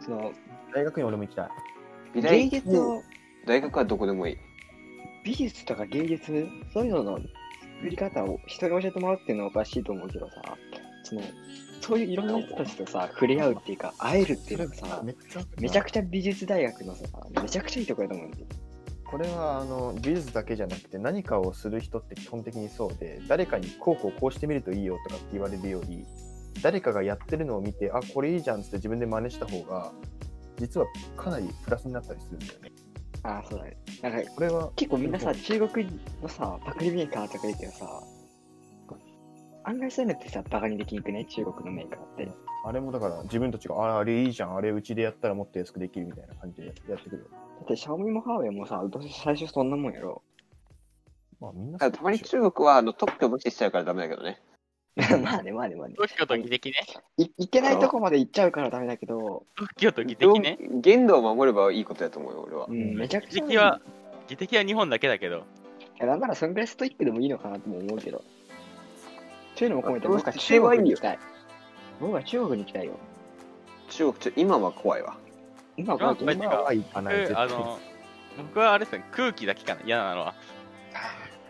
[SPEAKER 4] その、
[SPEAKER 3] 大学院俺も行きたい。
[SPEAKER 1] 美
[SPEAKER 4] 芸
[SPEAKER 1] 大
[SPEAKER 4] 術
[SPEAKER 1] もう
[SPEAKER 4] を、
[SPEAKER 1] 大学はどこでもいい。
[SPEAKER 4] 美術とか芸術、そういうのの作り方を人に教えてもらうっていうのはおかしいと思うけどさ、その、そういういろんな人たちとさ、触れ合うっていうか、会えるっていうのがさ、
[SPEAKER 3] っちゃ
[SPEAKER 4] めちゃくちゃ美術大学のさ、めちゃくちゃいいとこやと思うんだよ。
[SPEAKER 3] これはあの美術だけじゃなくて何かをする人って基本的にそうで誰かにこうこうこうしてみるといいよとかって言われるより誰かがやってるのを見てあこれいいじゃんっつって自分で真似した方が実はかなりプラスになったりするんだよね。
[SPEAKER 4] ああ、そうだね。なんか、
[SPEAKER 3] これは
[SPEAKER 4] 結構みんな
[SPEAKER 3] う
[SPEAKER 4] さ、中国のさ、パクリメーカーとか言うけどさ、案外そういうのってさ、バカにできにくね、中国のメーカーって。
[SPEAKER 3] あれもだから自分たちがああれいいじゃんあれうちでやったらもっと安くできるみたいな感じでやってくる。
[SPEAKER 4] だって、シャオミもハーウェイもさ、どうせ最初そんなもんやろ。
[SPEAKER 3] まあみんな
[SPEAKER 1] ただたまに中国はあの特許無視しちゃうからダメだけどね。
[SPEAKER 4] まあね、まあね、まあね。
[SPEAKER 2] 特許と技的ね。
[SPEAKER 4] いいけないとこまで行っちゃうからダメだけど、
[SPEAKER 2] 特許と技的ね。
[SPEAKER 1] 限度を守ればいいことだと思うよ、俺は
[SPEAKER 4] う。ん、めちゃくち
[SPEAKER 2] 技
[SPEAKER 4] ゃ。
[SPEAKER 2] 的は、技的は日本だけだけど。
[SPEAKER 4] いやなんならそんぐらいストイックでもいいのかなとも思うけど。というのも込めて、
[SPEAKER 1] まあ
[SPEAKER 4] 僕は中国に行きたい。僕は中国に行きたいよ。
[SPEAKER 1] 中国ちょ、今は怖いわ。
[SPEAKER 4] 今
[SPEAKER 2] 今
[SPEAKER 4] は
[SPEAKER 2] は
[SPEAKER 4] こうやって
[SPEAKER 3] 今は行かない絶
[SPEAKER 2] 僕
[SPEAKER 3] 対
[SPEAKER 2] あの僕はあれですね、空気だけかな、嫌なのは。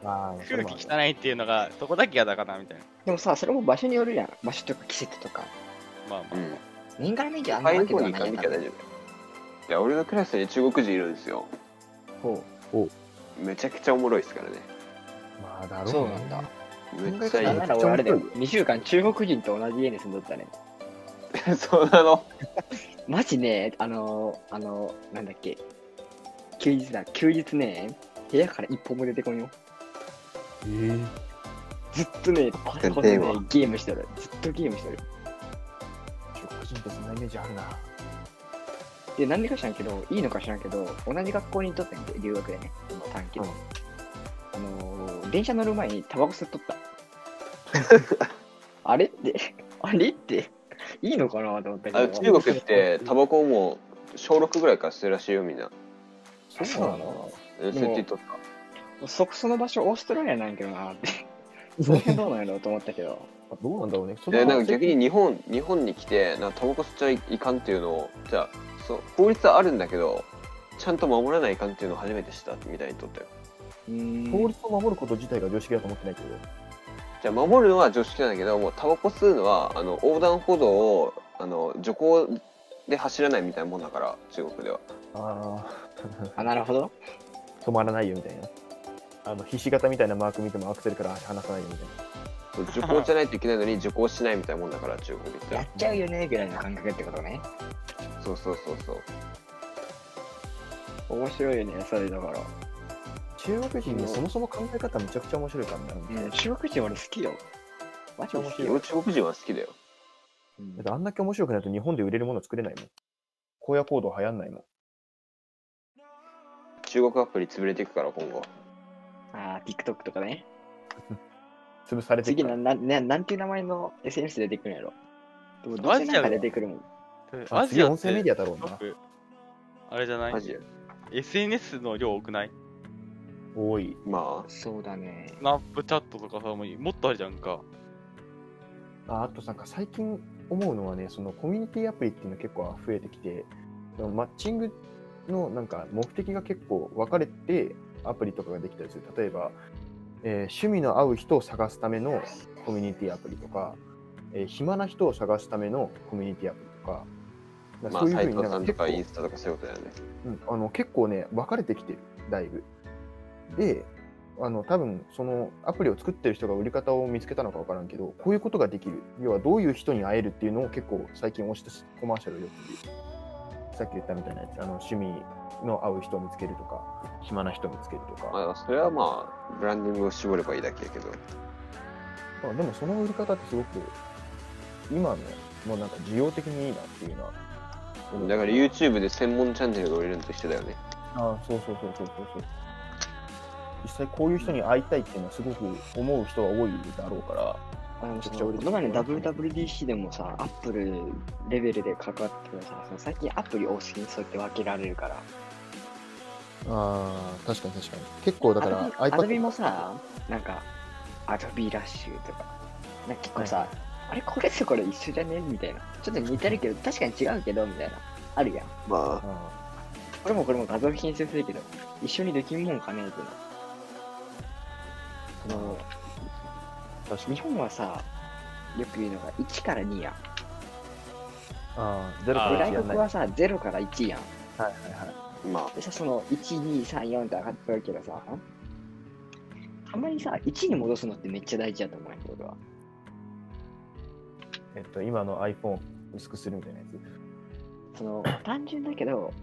[SPEAKER 3] まあそれ
[SPEAKER 2] 空
[SPEAKER 3] もある
[SPEAKER 2] 気汚いっていうのが、そこだけ嫌だかな、みたいな。
[SPEAKER 4] でもさ、それも場所によるやん。場所とか季節とか。
[SPEAKER 2] まあまあ。
[SPEAKER 1] うん。
[SPEAKER 4] 年がら年中あんな
[SPEAKER 1] 海
[SPEAKER 4] わ
[SPEAKER 1] 外
[SPEAKER 4] けでは
[SPEAKER 1] に行
[SPEAKER 4] な
[SPEAKER 1] か
[SPEAKER 4] い
[SPEAKER 1] な
[SPEAKER 4] か
[SPEAKER 1] きゃ
[SPEAKER 4] ら
[SPEAKER 1] 大丈夫。いや、俺のクラスに中国人いるんですよ。
[SPEAKER 4] ほ
[SPEAKER 1] めちゃくちゃおもろいですからね。
[SPEAKER 3] まあだろう
[SPEAKER 4] う。
[SPEAKER 3] ね
[SPEAKER 4] そうなんだ。
[SPEAKER 1] めっちゃ
[SPEAKER 4] なん
[SPEAKER 1] い
[SPEAKER 4] なら
[SPEAKER 3] めっち
[SPEAKER 4] 俺
[SPEAKER 3] ゃ
[SPEAKER 4] あれだよ
[SPEAKER 3] 面。
[SPEAKER 4] 2週間中国人と同じ家に住んどったね。
[SPEAKER 1] い。 そうなの。
[SPEAKER 4] マジね、あのー、あのー、なんだっけ。休日だ。休日ね、部屋から一歩も出てこんよ。
[SPEAKER 3] えー
[SPEAKER 4] ずっとね、パソコンで、ね
[SPEAKER 1] 電話、
[SPEAKER 4] ゲームしとる。ずっとゲームしとる。
[SPEAKER 3] 中国人とそんなイメージあるな。
[SPEAKER 4] で、なんでか知らんけど、いいのか知らんけど、同じ学校にとったんで、留学でね、その短期の。
[SPEAKER 3] うん
[SPEAKER 4] あのー電車乗る前にタバコ吸っと った。あれって、あれって、いいのかなと思ったけ
[SPEAKER 1] あ
[SPEAKER 4] ど。
[SPEAKER 1] 中国ってタバコも小6ぐらいから吸うらしいよみんな
[SPEAKER 4] そうなの
[SPEAKER 1] うん
[SPEAKER 4] で
[SPEAKER 1] 吸
[SPEAKER 4] も
[SPEAKER 1] ってとった
[SPEAKER 4] そ、その場所オーストラリアなんやけ どなって。その辺どうなんやろうと思ったけど。
[SPEAKER 3] どうなんだろうね。そ
[SPEAKER 1] でなんか逆に日本日本に来てなんかタバコ吸っちゃいかんっていうのをじゃあそう法律はあるんだけどちゃんと守らないかんっていうのを初めて知ったみたいにとったよ
[SPEAKER 4] うーん
[SPEAKER 3] 法律を守ること自体が常識だと思ってないけど。
[SPEAKER 1] じゃあ守るのは常識なんだけどもうタバコ吸うのはあの横断歩道をあの徐行で走らないみたいなもんだから中国では
[SPEAKER 3] あ
[SPEAKER 4] あ、なるほど。
[SPEAKER 3] あ、止まらないよみたいな。あの、ひし形みたいなマーク見てもアクセルから離さないよみたいな。
[SPEAKER 1] そう徐行じゃないといけないのに徐行しないみたいなもんだから中国って
[SPEAKER 4] やっちゃうよね、ぐらいの感覚ってことね。
[SPEAKER 1] そうそうそうそう
[SPEAKER 4] 面白いよね、それだから。
[SPEAKER 3] 中国人ね、そもそも考え方めちゃくちゃ面白いからね。
[SPEAKER 4] うん、中国人俺好きよ。マジで好きよ。
[SPEAKER 1] 俺中国人は好きだよ
[SPEAKER 4] うん
[SPEAKER 3] だってあんだけ面白くないと日本で売れるもの作れないもん。荒野行動流行んないもん。
[SPEAKER 1] 中国アプリ潰れていくから今後
[SPEAKER 4] ああ、TikTok とかね。
[SPEAKER 3] 潰されて
[SPEAKER 4] 次
[SPEAKER 3] く
[SPEAKER 4] な
[SPEAKER 3] から。
[SPEAKER 4] なな、なんていう名前の SNS 出てくるんやろ。でも、どう
[SPEAKER 2] マ
[SPEAKER 4] せ
[SPEAKER 2] ジ
[SPEAKER 4] なん
[SPEAKER 2] やろ
[SPEAKER 4] か出てくるもん。
[SPEAKER 3] あ
[SPEAKER 2] ア
[SPEAKER 3] 次
[SPEAKER 2] ジア
[SPEAKER 3] 音
[SPEAKER 2] って
[SPEAKER 3] 声メディアだろう
[SPEAKER 2] すご
[SPEAKER 3] な。
[SPEAKER 2] くあれじゃな
[SPEAKER 1] マ
[SPEAKER 2] い
[SPEAKER 1] ジで
[SPEAKER 2] ?SNS の量多くない
[SPEAKER 3] 多い。
[SPEAKER 1] ま
[SPEAKER 4] そうだね。
[SPEAKER 2] スナップチャットとかさ、もうもっとあるじゃんか。
[SPEAKER 3] ああとなんか最近思うのはね、そのコミュニティアプリっていうの結構増えてきて、そのマッチングのなんか目的が結構分かれてアプリとかができたりする。例えば、えー趣味の合う人を探すためのコミュニティアプリとか、えー暇な人を探すためのコミュニティアプリとか、
[SPEAKER 1] あ
[SPEAKER 3] なん
[SPEAKER 1] ま
[SPEAKER 3] か
[SPEAKER 1] あ
[SPEAKER 3] そういうふう
[SPEAKER 1] 斎
[SPEAKER 3] に
[SPEAKER 1] 藤
[SPEAKER 3] なん
[SPEAKER 1] さ
[SPEAKER 3] か
[SPEAKER 1] ん
[SPEAKER 3] 結
[SPEAKER 1] とか
[SPEAKER 3] 構
[SPEAKER 1] インスタとかそういうことだよね
[SPEAKER 3] うん、あの結構ね分かれてきてるだいぶであの多分そのアプリを作ってる人が売り方を見つけたのか分からんけどこういうことができる要はどういう人に会えるっていうのを結構最近推してすコマーシャルをよく見るさっき言ったみたいなやつあの趣味の合う人を見つけるとか暇な人を見つけるとか、
[SPEAKER 1] まあそれはまあブランディングを絞ればいいだけやけど
[SPEAKER 3] まあ、でもその売り方ってすごく今のもうなんか需要的にいいなっていうのは思う
[SPEAKER 1] だから YouTube で専門チャンネルが売れるのと一緒だよね
[SPEAKER 3] ああそうそうそうそうそうそう実際こういう人に会いたいっていうのはすごく思う人が多いだろうから
[SPEAKER 4] あの、
[SPEAKER 3] めち
[SPEAKER 4] そ
[SPEAKER 3] ゃくちゃ
[SPEAKER 4] の
[SPEAKER 3] 売れてる
[SPEAKER 4] この前の WWDC でもさ、アップルレベルで関わってくるさ、その最近アプリ多すぎにそうやって分けられるから。
[SPEAKER 3] ああ確かに確かに結構だから
[SPEAKER 4] アドビもさ、なんか、アドビラッシュとか、なんか結構さ、
[SPEAKER 3] はい
[SPEAKER 4] あれこれとこれ一緒じゃねみたいな。ちょっと似てるけど、確かに違うけど、みたいな。あるやん。
[SPEAKER 1] ま
[SPEAKER 3] あ
[SPEAKER 4] これもこれも画像編集するけど、一緒にできんもんかねえけど。あの、
[SPEAKER 3] 確か
[SPEAKER 4] 日本はさ、よく言うのが1から2やん。
[SPEAKER 3] ああゼ
[SPEAKER 2] あ
[SPEAKER 3] か
[SPEAKER 2] ー
[SPEAKER 4] で
[SPEAKER 3] ら
[SPEAKER 4] 外
[SPEAKER 3] 一やんな
[SPEAKER 4] 国
[SPEAKER 3] いはい
[SPEAKER 4] はさ、0から1やん。
[SPEAKER 3] はいは
[SPEAKER 1] あま
[SPEAKER 4] でさ、その1、2、3、4って上がってるけどさ、あんまりさ、1に戻すのってめっちゃ大事だと思うんやけど、俺は。
[SPEAKER 3] いえっと今の iPhone を薄くするみたいなやつ
[SPEAKER 4] その、単純だけど、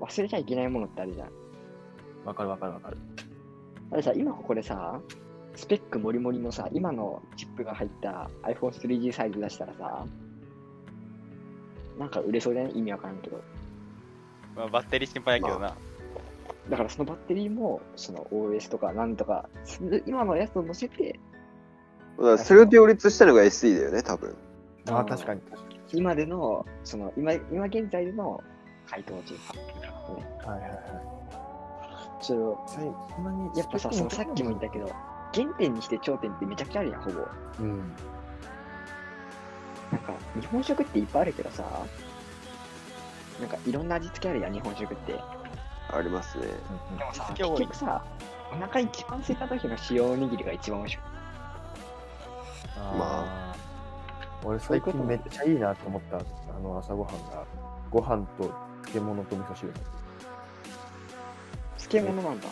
[SPEAKER 4] 忘れちゃいけないものってあるじゃん。
[SPEAKER 3] わかるわかるわかる
[SPEAKER 4] だってさ、今ここでさ、スペックもりもりのさ、今のチップが入った iPhone3G サイズ出したらさ、なんか売れそうじゃない意味わからんけど。
[SPEAKER 2] まあ、バッテリー心配やけどな。
[SPEAKER 4] だからそのバッテリーも、その OS とかなんとか、す今のやつを乗せて、
[SPEAKER 1] あそれを両立したのが SE だよね多分
[SPEAKER 3] あ
[SPEAKER 4] う
[SPEAKER 3] あ
[SPEAKER 4] ん
[SPEAKER 3] 確かに確かに
[SPEAKER 4] 今での、その、今、今現在での回答中華っていうかね。
[SPEAKER 3] はいはいはい
[SPEAKER 4] それを、
[SPEAKER 3] 実際そんなに
[SPEAKER 4] やっぱさ、そのさっきも言ったけど、原点にして頂点ってめちゃくちゃあるやん、ほぼ。
[SPEAKER 3] うん
[SPEAKER 4] なんか、日本食っていっぱいあるけどさ、なんかいろんな味付けあるやん、日本食って。で
[SPEAKER 1] ありますね
[SPEAKER 4] もさ、
[SPEAKER 2] 味付け
[SPEAKER 4] 結
[SPEAKER 2] 多い
[SPEAKER 4] 局さ、お腹一番空いた時の塩おにぎりが一番美味しい。
[SPEAKER 3] まあ俺最近めっちゃいいなと思ったあの朝ごはんがご飯と漬物と味噌汁なんです
[SPEAKER 4] 漬物なんだ。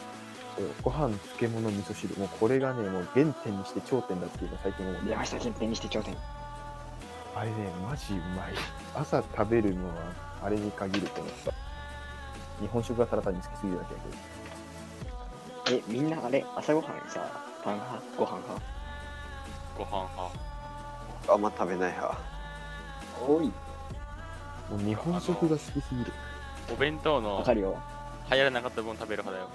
[SPEAKER 3] そうご飯漬物味噌汁もうこれがねもう原点にして頂点だっていうのが最近思う
[SPEAKER 4] 出ました、原点にして頂点。
[SPEAKER 3] あれねマジうまい朝食べるのはあれに限ると思った日本食がただ単に好きすぎるだけだけど
[SPEAKER 4] え、みんなあれ、朝ごはんさ、パン派ご飯派
[SPEAKER 2] ご飯派。
[SPEAKER 1] あんま食べない派
[SPEAKER 4] 多い。
[SPEAKER 3] もう日本食が好きすぎる
[SPEAKER 2] お弁当
[SPEAKER 4] わ
[SPEAKER 2] の
[SPEAKER 4] かるよ。
[SPEAKER 2] 流行らなかった分食べる派だよ。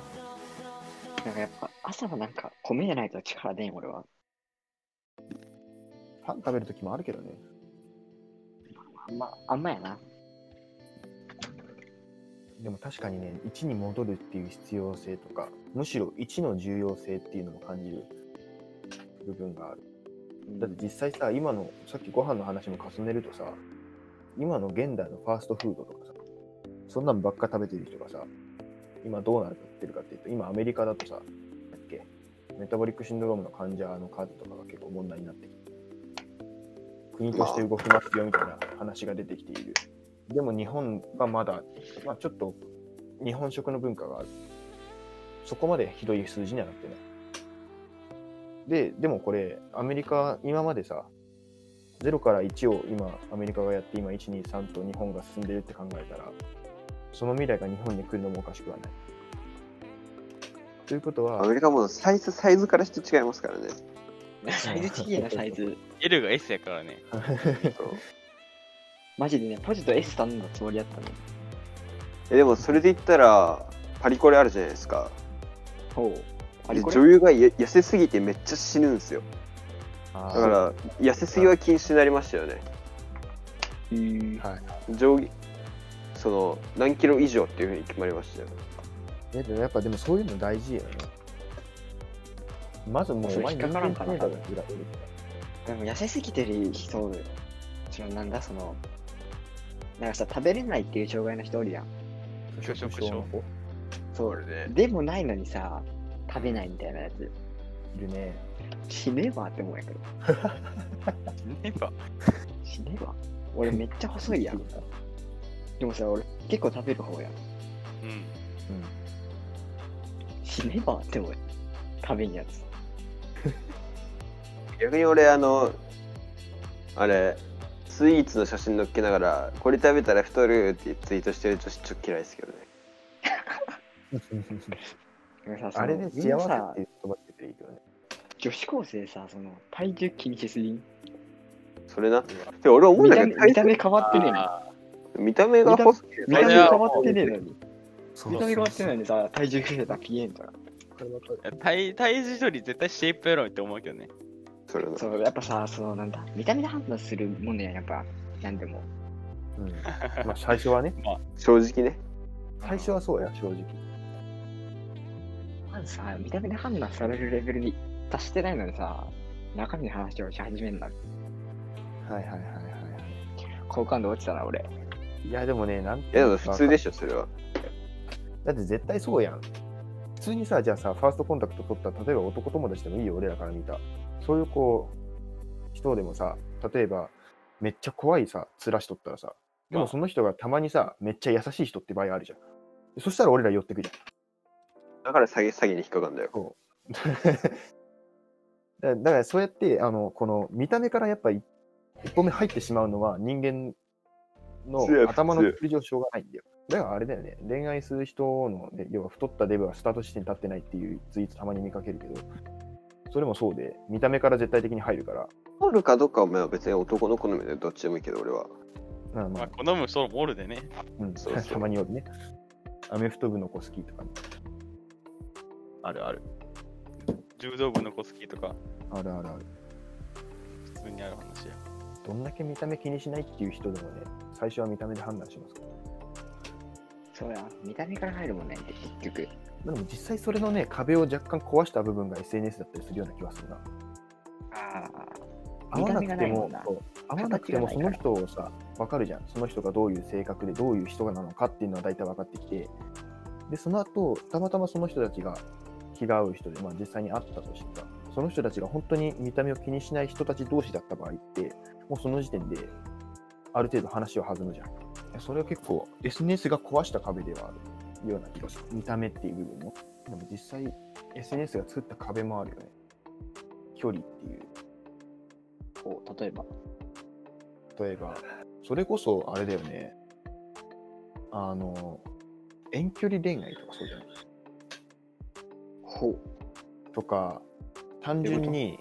[SPEAKER 4] なんかやっぱ朝はなんか米じゃないと力出ん俺は。
[SPEAKER 3] パン食べる時もあるけどね。
[SPEAKER 4] あんま、あんまやな。
[SPEAKER 3] でも確かにね、1に戻るっていう必要性とか、むしろ1の重要性っていうのも感じる部分がある。
[SPEAKER 4] うん
[SPEAKER 3] だって実際さ、今の、さっきご飯の話も重ねるとさ、今の現代のファーストフードとかさ、そんなんばっか食べてる人がさ、今どうなってるかっていうと、今アメリカだとさ、だっけ、メタボリックシンドロームの患者の数とかが結構問題になってきて、国として動きますよみたいな話が出てきている。でも日本はまだ、まあ、ちょっと日本食の文化がある。そこまでひどい数字にはなってない。で、でもこれ、アメリカ、今までさ、0から1を今、アメリカがやって、今、1、2、3と日本が進んでるって考えたら、その未来が日本に来るのもおかしくはない。ということは
[SPEAKER 1] ア、メリカもサイズ、サイズからして違いますからね。
[SPEAKER 4] サイズちげえな、サイズ。
[SPEAKER 2] L が S やからね。
[SPEAKER 1] そう
[SPEAKER 4] マジでね、ポジと S 頼んだつもりだったの。
[SPEAKER 1] えでもそれで言ったらパリコレあるじゃないですか
[SPEAKER 4] ほう。あれ
[SPEAKER 1] で
[SPEAKER 4] こ
[SPEAKER 1] 女
[SPEAKER 4] れ
[SPEAKER 1] 優がや痩せすぎてめっちゃ死ぬんですよ
[SPEAKER 3] あ
[SPEAKER 1] だ
[SPEAKER 3] ー
[SPEAKER 1] から痩せすぎは禁止になりましたよね
[SPEAKER 4] うん
[SPEAKER 3] はい。
[SPEAKER 1] 上下その何キロ以上っていうふうに決まりましたよ
[SPEAKER 3] えでもやっぱでもそういうの大事やな。まずもう、
[SPEAKER 4] それ引っかからんかな
[SPEAKER 3] お前人間関係だよ
[SPEAKER 4] でも痩せすぎてる人、そのなんだ、その、なんかさ、食べれないっていう障害の人おるやん。
[SPEAKER 2] 拒食症
[SPEAKER 3] の子
[SPEAKER 1] そうだね
[SPEAKER 4] でもないのにさ、食べないみたいなやつ。
[SPEAKER 3] いるね。
[SPEAKER 4] 死ねばって思うんやけど。
[SPEAKER 2] やっぱ、
[SPEAKER 4] 死ねば俺めっちゃ細いや ん。でもさ、俺結構食べる方やん。
[SPEAKER 2] うん。
[SPEAKER 4] 死ねばって思う。食べんやつ。
[SPEAKER 1] 逆に俺あのあれスイーツの写真載っけながらこれ食べたら太るってツイートしてる女子ちょっと嫌いですけどね
[SPEAKER 4] でもさその
[SPEAKER 3] あれで幸
[SPEAKER 4] みんな
[SPEAKER 3] せ
[SPEAKER 4] さ
[SPEAKER 3] っていう言葉出ていいよね。
[SPEAKER 4] 女子高生さ、その体重気にしすぎん
[SPEAKER 1] それなで俺思うん
[SPEAKER 4] 見
[SPEAKER 1] だ
[SPEAKER 4] た
[SPEAKER 1] け
[SPEAKER 4] 目
[SPEAKER 1] ど体
[SPEAKER 4] 見
[SPEAKER 1] 型
[SPEAKER 4] た目変わってねえのに。
[SPEAKER 1] 見た目が細くて
[SPEAKER 4] 見た目
[SPEAKER 2] それは
[SPEAKER 4] 変わってねえのに。
[SPEAKER 3] そ
[SPEAKER 4] 見た目変わってないのにさ、体重増えたらピエンとか。
[SPEAKER 2] 体体重より絶対シェイプやろって思うけどね。
[SPEAKER 1] それな
[SPEAKER 4] そう、やっぱさ、そのなんだ、見た目で判断するもんねやん、やっぱ、なんでも。
[SPEAKER 3] うんまあ最初はね、
[SPEAKER 1] 正直ね
[SPEAKER 3] 最初はそうや、正直。
[SPEAKER 4] まずさ、見た目で判断されるレベルに達してないのにさ、中身の話をし始めるんだ。
[SPEAKER 3] はいはいはいは
[SPEAKER 4] 好感度落ちたな、俺。
[SPEAKER 3] い。いやでもね、なんて
[SPEAKER 1] えでも普通でしょそれは
[SPEAKER 3] だって絶対そうやん。普通にさ、じゃあさ、ファーストコンタクト取った、例えば男友達でもいいよ、俺らから見た。そういうこう、人でもさ、例えば、めっちゃ怖いさ、面しとったらさ、でもその人がたまにさ、めっちゃ優しい人って場合あるじゃん。そしたら俺ら寄ってくじゃん。
[SPEAKER 1] だから詐欺詐欺に引っかかるんだよ
[SPEAKER 3] だだからそうやってあのこの見た目からやっぱり一歩目入ってしまうのは人間の
[SPEAKER 1] 強い
[SPEAKER 3] 頭の
[SPEAKER 1] 強い
[SPEAKER 3] 作り上しょうがないんだよだからあれだよね恋愛する人のね要は太ったデブはスタート地点に立ってないっていうツイートたまに見かけるけどそれもそうで見た目から絶対的に入るから
[SPEAKER 1] あるかどうかはまあ別に男の好みでどっちでもいいけど俺は
[SPEAKER 3] うんま
[SPEAKER 2] ま
[SPEAKER 3] あ
[SPEAKER 2] あ、好む人もおるでね。
[SPEAKER 3] うん、
[SPEAKER 1] そうそう
[SPEAKER 3] たまによるねアメフト部の子好きとかねあるある
[SPEAKER 2] 柔道部の子好きとか、
[SPEAKER 3] あるあるある
[SPEAKER 2] 普通にある話や。
[SPEAKER 3] どんだけ見た目気にしないっていう人でもね最初は見た目で判断しますから
[SPEAKER 4] そうや、見た目から入るもんねって、結局。
[SPEAKER 3] まあでも実際それのね壁を若干壊した部分が SNS だったりするような気がするな
[SPEAKER 4] ああ、
[SPEAKER 3] 合わなくて
[SPEAKER 4] 見た目がないも
[SPEAKER 3] も
[SPEAKER 4] んな
[SPEAKER 3] そう合わなくても
[SPEAKER 4] 形
[SPEAKER 3] そ
[SPEAKER 4] が
[SPEAKER 3] の
[SPEAKER 4] ない
[SPEAKER 3] 人をさ分かるじゃんその人がどういう性格でどういう人なのかっていうのは大体分かってきてでその後たまたまその人たちが気が合う人で、まあ、実際に会ったとしてさその人たちが本当に見た目を気にしない人たち同士だった場合ってもうその時点である程度話は弾むじゃんいやそれは結構 SNS が壊した壁ではあるような気がする見た目っていう部分もでも実際 SNS が作った壁もあるよね距離っていう
[SPEAKER 4] こう、例えば。
[SPEAKER 3] 例えばそれこそあれだよねあの遠距離恋愛とかそうじゃない
[SPEAKER 4] ほう。
[SPEAKER 3] とか単純に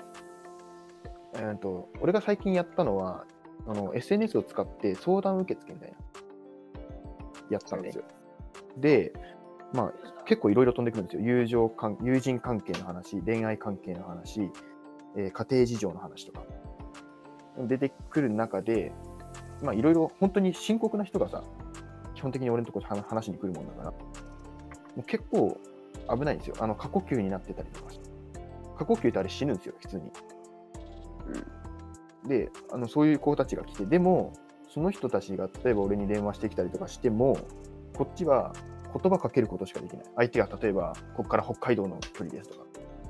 [SPEAKER 3] えーと俺が最近やったのはあの SNS を使って相談受付みたいなやったんですよで、まあ、結構いろいろ飛んでくるんですよ。友情関友人関係の話、恋愛関係の話、えー家庭事情の話とか。出てくる中で、まあ、いろいろ本当に深刻な人がさ、基本的に俺のところ話しに来るもんだから、もう結構危ないんですよ。あの、過呼吸になってたりとかして過呼吸ってあれ死ぬんですよ、普通に。で、あのそういう子たちが来て、でも、その人たちが例えば俺に電話してきたりとかしても、こっちは言葉かけることしかできない。相手が例えば、ここから北海道の距離ですとか、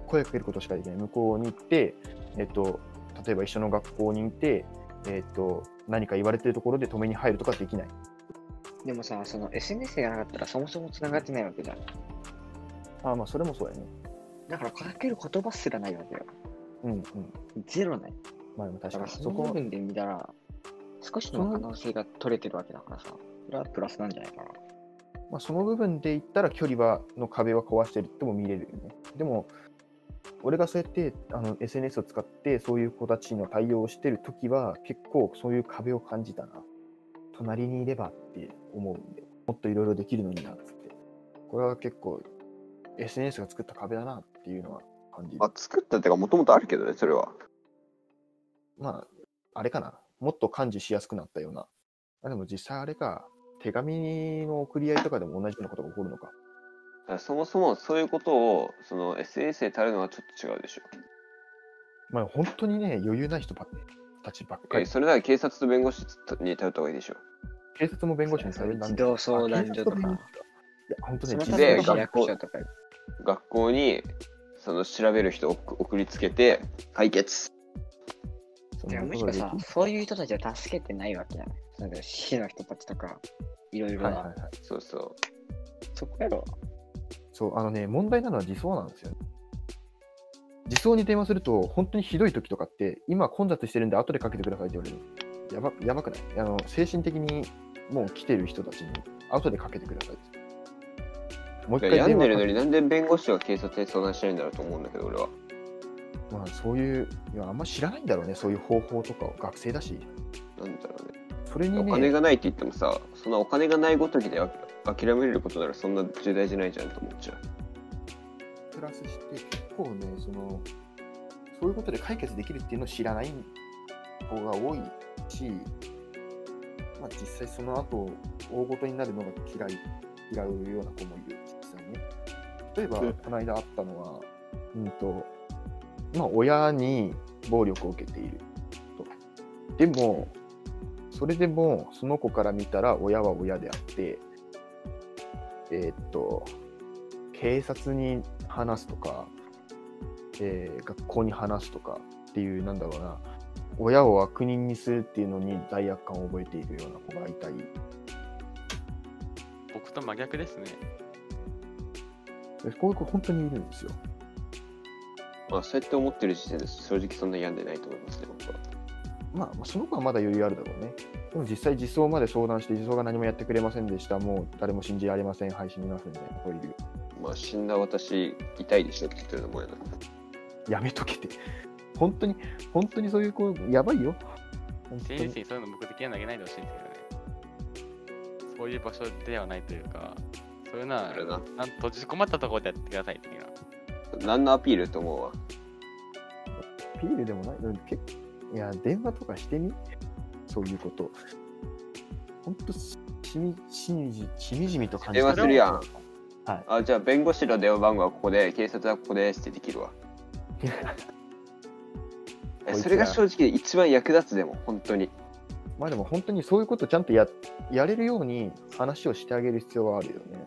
[SPEAKER 3] 声かけることしかできない。向こうに行って、えっと、例えば一緒の学校に行って、えっと、何か言われてるところで止めに入るとかできない。
[SPEAKER 4] でもさ、その SNS がなかったらそもそも繋がってないわけじゃん。
[SPEAKER 3] ああ、まあ、それもそうやね。
[SPEAKER 4] だからかける言葉すらないわけよ。
[SPEAKER 3] うんうん。
[SPEAKER 4] ゼロない。
[SPEAKER 3] まあ、でも
[SPEAKER 4] だ
[SPEAKER 3] 確から
[SPEAKER 4] か
[SPEAKER 3] に。
[SPEAKER 4] そ
[SPEAKER 3] そ
[SPEAKER 4] の部
[SPEAKER 3] こ、
[SPEAKER 4] 分で見たら、少しの可能性が取れてるわけだからさ、それはプラスなんじゃないかな。
[SPEAKER 3] まあ、その部分で言ったら距離は、の壁は壊してるっても見れるよね。でも、俺がそうやってあの SNS を使ってそういう子たちの対応をしてるときは結構そういう壁を感じたな。隣にいればって思うんで、もっといろいろできるのになっつって。これは結構 SNS が作った壁だなっていうのは感じる。
[SPEAKER 1] まあ、作ったっていうか、もともとあるけどね、それは。
[SPEAKER 3] まあ、あれかな。もっと感受しやすくなったような。あでも実際あれか。手紙の送り合いとかでも同じようなことが起こるのか。
[SPEAKER 1] だからそもそもそういうことを、その SNS で頼るのはちょっと違うでしょ。
[SPEAKER 3] まあ、本当にね、余裕ない人ばったちばっか
[SPEAKER 1] え
[SPEAKER 3] り。
[SPEAKER 1] それなら警察と弁護士に頼った方がいいでしょ。
[SPEAKER 3] 警察も弁護士もされる
[SPEAKER 4] 児童相談所とか
[SPEAKER 3] いや、本当ね、
[SPEAKER 4] その
[SPEAKER 3] 自
[SPEAKER 4] 他
[SPEAKER 1] で
[SPEAKER 4] の
[SPEAKER 3] 然
[SPEAKER 4] 市
[SPEAKER 1] 学
[SPEAKER 4] 役所とか、
[SPEAKER 1] 学校に、その調べる人を送送りつけて、解決。
[SPEAKER 3] そん
[SPEAKER 4] いや
[SPEAKER 3] なこ
[SPEAKER 4] むし
[SPEAKER 3] とが
[SPEAKER 4] ろ
[SPEAKER 3] でき
[SPEAKER 4] さ、そういう人たちは助けてないわけじゃない。なんか市の人たちとか、いろいろ
[SPEAKER 3] は
[SPEAKER 4] な、
[SPEAKER 3] いはいはい。
[SPEAKER 1] そうそう。
[SPEAKER 4] そこやろ。
[SPEAKER 3] そう、あのね、問題なのは自走なんですよね。自走に電話すると、本当にひどい時とかって、今混雑してるんで、後でかけてくださいって言われる。やばやばくないあの精神的にもう来てる人たちに、後でかけてくださいって。もう一回
[SPEAKER 1] 病
[SPEAKER 3] 電
[SPEAKER 1] ん
[SPEAKER 3] 話
[SPEAKER 1] でる
[SPEAKER 3] か
[SPEAKER 1] の
[SPEAKER 3] け
[SPEAKER 1] になんで弁護士が警察に相談してるんだろうと思うんだけど、俺は。
[SPEAKER 3] まあ、そういう、いやあんま知らないんだろうね、そういう方法とかを、学生だし。
[SPEAKER 1] なんだろうね。
[SPEAKER 3] それに
[SPEAKER 1] お
[SPEAKER 3] ね、
[SPEAKER 1] 金がないって言ってもさ、そんなお金がないごときであ諦めれることならそんな重大じゃないじゃんと思っちゃう。
[SPEAKER 3] プラスして結構ねそのそういうことで解決できるっていうのを知らない方が多いし、まあ、実際その後大ごとになるのが嫌い嫌うような子もいる実際ね例えば
[SPEAKER 1] うん
[SPEAKER 3] この間あったのは、うんとまあ、親に暴力を受けているとでもそれでもその子から見たら親は親であってえーっと警察に話すとか、えー学校に話すとかっていうなんだろうな親を悪人にするっていうのに罪悪感を覚えているような子がいたり
[SPEAKER 2] 僕と真逆ですね。
[SPEAKER 3] でこういう子本当にいるんですよ
[SPEAKER 1] まあ、そうやって思ってる時点で正直そんな病んでないと思いますね、僕は。
[SPEAKER 3] まあまあその子はまだ余裕あるだろうねでも実際自走まで相談して自走が何もやってくれませんでしたもう誰も信じられません配信見ますみたいな子いるよ
[SPEAKER 1] まあ、死んだ私、痛いでしょって言ってるのもやな。
[SPEAKER 3] やめとけて本当に本当にそういう子やばいよ本当に
[SPEAKER 2] SNS にそういうの僕的には投げないでほしいんですけどね。そういう場所ではないというか、そういうのは
[SPEAKER 1] あれな。
[SPEAKER 2] なん閉じこまったところでやってください的な。
[SPEAKER 1] 何のアピールと思うわ。
[SPEAKER 3] ピールでもない。うん結いや、電話とかしてみそういうこと。ほんと、ししみ、しみじ、しみじみと感じ
[SPEAKER 1] 電話するやん。
[SPEAKER 3] はい
[SPEAKER 1] あ、じゃあ、弁護士の電話番号はここで、警察はここですってできる わ。え
[SPEAKER 3] こいつら
[SPEAKER 1] それが正直一番役立つでも、本当に。
[SPEAKER 3] まあでも本当にそういうことちゃんとや、やれるように話をしてあげる必要はあるよね。